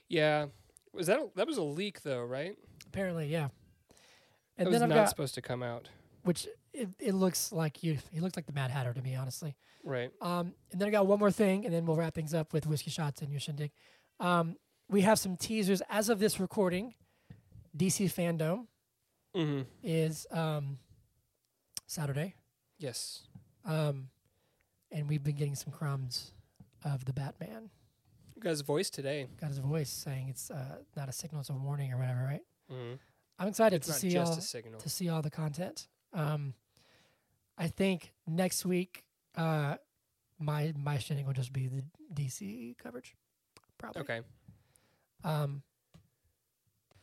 [SPEAKER 1] Yeah. Was that a, that was a leak though, right?
[SPEAKER 2] Apparently, yeah.
[SPEAKER 1] It
[SPEAKER 2] And
[SPEAKER 1] was
[SPEAKER 2] then I've
[SPEAKER 1] not
[SPEAKER 2] got
[SPEAKER 1] supposed to come out.
[SPEAKER 2] which it, it looks like you. He looked like the Mad Hatter to me, honestly.
[SPEAKER 1] Right.
[SPEAKER 2] Um, and then I got one more thing, and then we'll wrap things up with whiskey shots and your shindig. Um, we have some teasers as of this recording. DC Fandom
[SPEAKER 1] Mm-hmm.
[SPEAKER 2] is um, Saturday,
[SPEAKER 1] Yes.
[SPEAKER 2] um, and we've been getting some crumbs of the Batman.
[SPEAKER 1] You guys' voice today.
[SPEAKER 2] Got his voice saying it's uh, not a signal, it's a warning or whatever, right?
[SPEAKER 1] Mm-hmm.
[SPEAKER 2] I'm excited
[SPEAKER 1] It's
[SPEAKER 2] to
[SPEAKER 1] not
[SPEAKER 2] see
[SPEAKER 1] just
[SPEAKER 2] all
[SPEAKER 1] a signal.
[SPEAKER 2] to see all the content. Um, I think next week, uh, my my shindig will just be the DC coverage, probably.
[SPEAKER 1] Okay.
[SPEAKER 2] Um,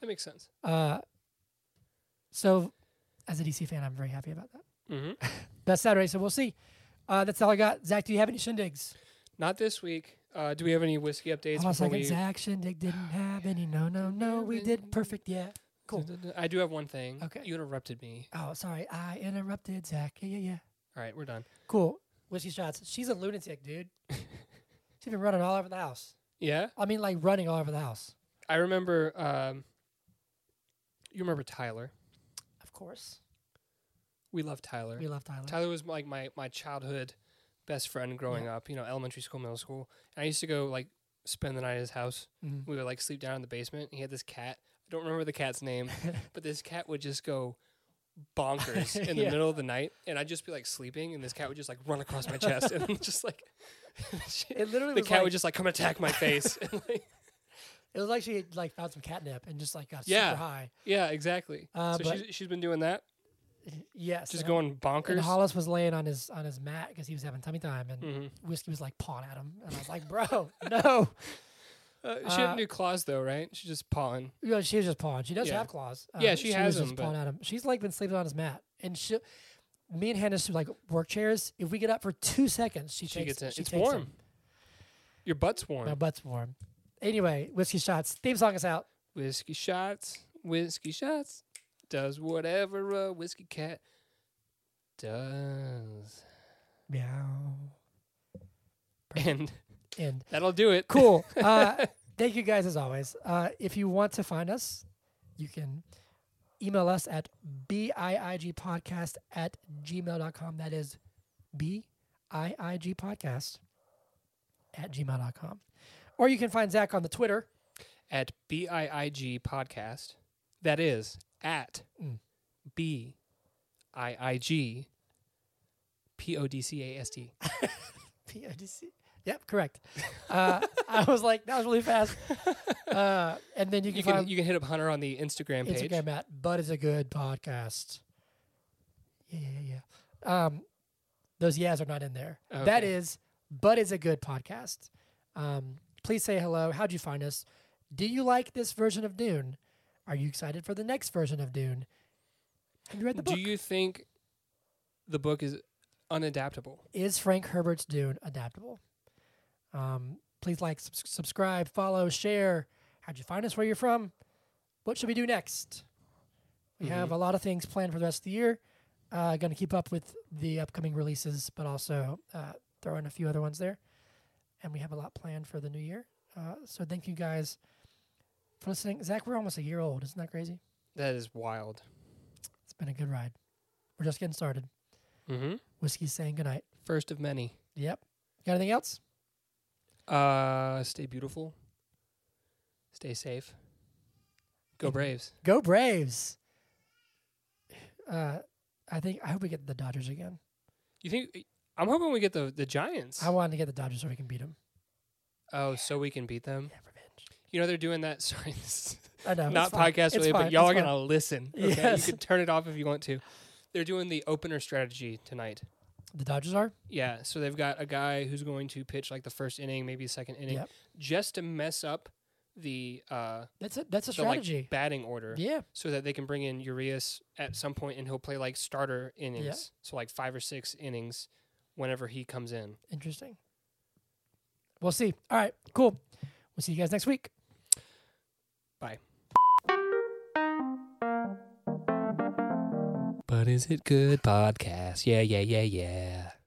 [SPEAKER 1] That makes sense.
[SPEAKER 2] uh, so as a DC fan, I'm very happy about that.
[SPEAKER 1] Mm-hmm.
[SPEAKER 2] That's Saturday, so we'll see. Uh, that's all I got. Zach, do you have any shindigs?
[SPEAKER 1] Not this week. Uh, do we have any whiskey updates?
[SPEAKER 2] Hold on
[SPEAKER 1] before
[SPEAKER 2] a second.
[SPEAKER 1] we- *laughs*
[SPEAKER 2] Zach shindig didn't have any. No, no, no. We did perfect. Yeah. Cool.
[SPEAKER 1] I do have one thing.
[SPEAKER 2] Okay.
[SPEAKER 1] You interrupted me.
[SPEAKER 2] Oh, sorry. I interrupted Zach. Yeah, yeah, yeah.
[SPEAKER 1] All right, we're done.
[SPEAKER 2] Cool. Whiskey shots. She's a lunatic, dude. *laughs* She's been running all over the house.
[SPEAKER 1] Yeah.
[SPEAKER 2] I mean, like running all over the house.
[SPEAKER 1] I remember. Um, you remember Tyler?
[SPEAKER 2] Of course.
[SPEAKER 1] We love Tyler.
[SPEAKER 2] We love Tyler.
[SPEAKER 1] Tyler was like my my childhood best friend growing up. You know, elementary school, middle school. And I used to go like spend the night at his house.
[SPEAKER 2] Mhm.
[SPEAKER 1] We would like sleep down in the basement. He had this cat. I don't remember the cat's
[SPEAKER 2] *laughs*
[SPEAKER 1] name, but this cat would just go
[SPEAKER 2] *laughs*
[SPEAKER 1] bonkers in the
[SPEAKER 2] Yeah.
[SPEAKER 1] middle of the night, and I'd just be like sleeping, and this cat would just like run across my chest and *laughs* just like.
[SPEAKER 2] It literally
[SPEAKER 1] the
[SPEAKER 2] was
[SPEAKER 1] cat
[SPEAKER 2] like,
[SPEAKER 1] would just like come attack my
[SPEAKER 2] *laughs*
[SPEAKER 1] face. *laughs* and, like,
[SPEAKER 2] it was like she had, like found some catnip and just like got
[SPEAKER 1] Yeah.
[SPEAKER 2] super high. *laughs*
[SPEAKER 1] yeah, exactly.
[SPEAKER 2] Uh,
[SPEAKER 1] so
[SPEAKER 2] but-
[SPEAKER 1] she's, she's been doing that,
[SPEAKER 2] Yes.
[SPEAKER 1] just
[SPEAKER 2] and-
[SPEAKER 1] going bonkers.
[SPEAKER 2] And Hollis was laying on his on his mat because he was having tummy time, and
[SPEAKER 1] hmm
[SPEAKER 2] whiskey was like pawing at him, and I was like, "Bro, *laughs* no!"
[SPEAKER 1] Uh, she had
[SPEAKER 2] Uh,
[SPEAKER 1] new claws though, right? She's just pawing.
[SPEAKER 2] You know, she was just pawing. She does
[SPEAKER 1] Yeah.
[SPEAKER 2] have claws. Uh,
[SPEAKER 1] Yeah, she has
[SPEAKER 2] was just
[SPEAKER 1] them,
[SPEAKER 2] pawing at him. She's like been sleeping on his mat, and she, me and Hannah, should like work chairs. If we get up for two seconds, she,
[SPEAKER 1] She
[SPEAKER 2] takes
[SPEAKER 1] gets in.
[SPEAKER 2] she
[SPEAKER 1] it's
[SPEAKER 2] takes
[SPEAKER 1] warm.
[SPEAKER 2] Them.
[SPEAKER 1] Your butt's warm.
[SPEAKER 2] My butt's warm. Anyway, whiskey shots. Theme song is out.
[SPEAKER 1] Whiskey shots, whiskey shots, does whatever a whiskey cat does.
[SPEAKER 2] Meow.
[SPEAKER 1] And
[SPEAKER 2] And
[SPEAKER 1] that'll do it.
[SPEAKER 2] cool. Uh, thank you guys as always. Uh, if you want to find us, you can email us at biigpodcast at gmail.com. That is biigpodcast at gmail.com. Or you can find Zach on the Twitter.
[SPEAKER 1] At B I I G podcast. That is at
[SPEAKER 2] Mm.
[SPEAKER 1] B I I G P O D C A S T.
[SPEAKER 2] PODC. Yep, correct. Uh, I was like, that was really fast. Uh, and then you can,
[SPEAKER 1] You can
[SPEAKER 2] find
[SPEAKER 1] you can hit up Hunter on the Instagram page.
[SPEAKER 2] Instagram at Bud is a good podcast. Yeah, yeah, yeah. Um, those yes are not in there. That
[SPEAKER 1] Okay.
[SPEAKER 2] is Bud is a good podcast. Um, please say hello. How'd you find us? Do you like this version of Dune? Are you excited for the next version of Dune? Have you read the book?
[SPEAKER 1] Do you think the book is unadaptable?
[SPEAKER 2] is Frank Herbert's Dune adaptable? Um, please like, subs subscribe, follow, share. How'd you find us? Where you're from? What should we do next? We have a lot of things planned for the rest of the year. Uh, Going to keep up with the upcoming releases, but also uh, throw in a few other ones there. And we have a lot planned for the new year. Uh, so thank you guys for listening. Zach, we're almost a year old. Isn't that crazy?
[SPEAKER 1] That is wild.
[SPEAKER 2] It's been a good ride. We're just getting started.
[SPEAKER 1] Mm-hmm.
[SPEAKER 2] Whiskey's saying goodnight.
[SPEAKER 1] First of many.
[SPEAKER 2] Yep. Got anything else?
[SPEAKER 1] Uh, stay beautiful. Stay safe. Go
[SPEAKER 2] Mhm.
[SPEAKER 1] Braves.
[SPEAKER 2] Go Braves. Uh, I think I hope we get the Dodgers again.
[SPEAKER 1] You think? I'm hoping we get the the Giants.
[SPEAKER 2] I wanted to get the Dodgers so we can beat them.
[SPEAKER 1] oh, so we can beat them.
[SPEAKER 2] Yeah, revenge.
[SPEAKER 1] You know they're doing that. *laughs* Sorry, this
[SPEAKER 2] I know.
[SPEAKER 1] is
[SPEAKER 2] it's
[SPEAKER 1] not
[SPEAKER 2] fine.
[SPEAKER 1] podcast
[SPEAKER 2] It's
[SPEAKER 1] related,
[SPEAKER 2] fine.
[SPEAKER 1] but y'all
[SPEAKER 2] It's
[SPEAKER 1] are
[SPEAKER 2] fine.
[SPEAKER 1] gonna listen. Okay,
[SPEAKER 2] Yes.
[SPEAKER 1] you can turn it off if you want to. They're doing the opener strategy tonight.
[SPEAKER 2] The Dodgers are.
[SPEAKER 1] Yeah, so they've got a guy who's going to pitch like the first inning, maybe second inning,
[SPEAKER 2] Yep.
[SPEAKER 1] just to mess up the uh
[SPEAKER 2] That's a that's a
[SPEAKER 1] the like
[SPEAKER 2] strategy.
[SPEAKER 1] batting order.
[SPEAKER 2] yeah.
[SPEAKER 1] so that they can bring in Urias at some point and he'll play like starter innings. So like five or six innings whenever he comes in.
[SPEAKER 2] Interesting. We'll see. All right. Cool. We'll see you guys next week.
[SPEAKER 1] But is it good podcast? Yeah, yeah, yeah, yeah.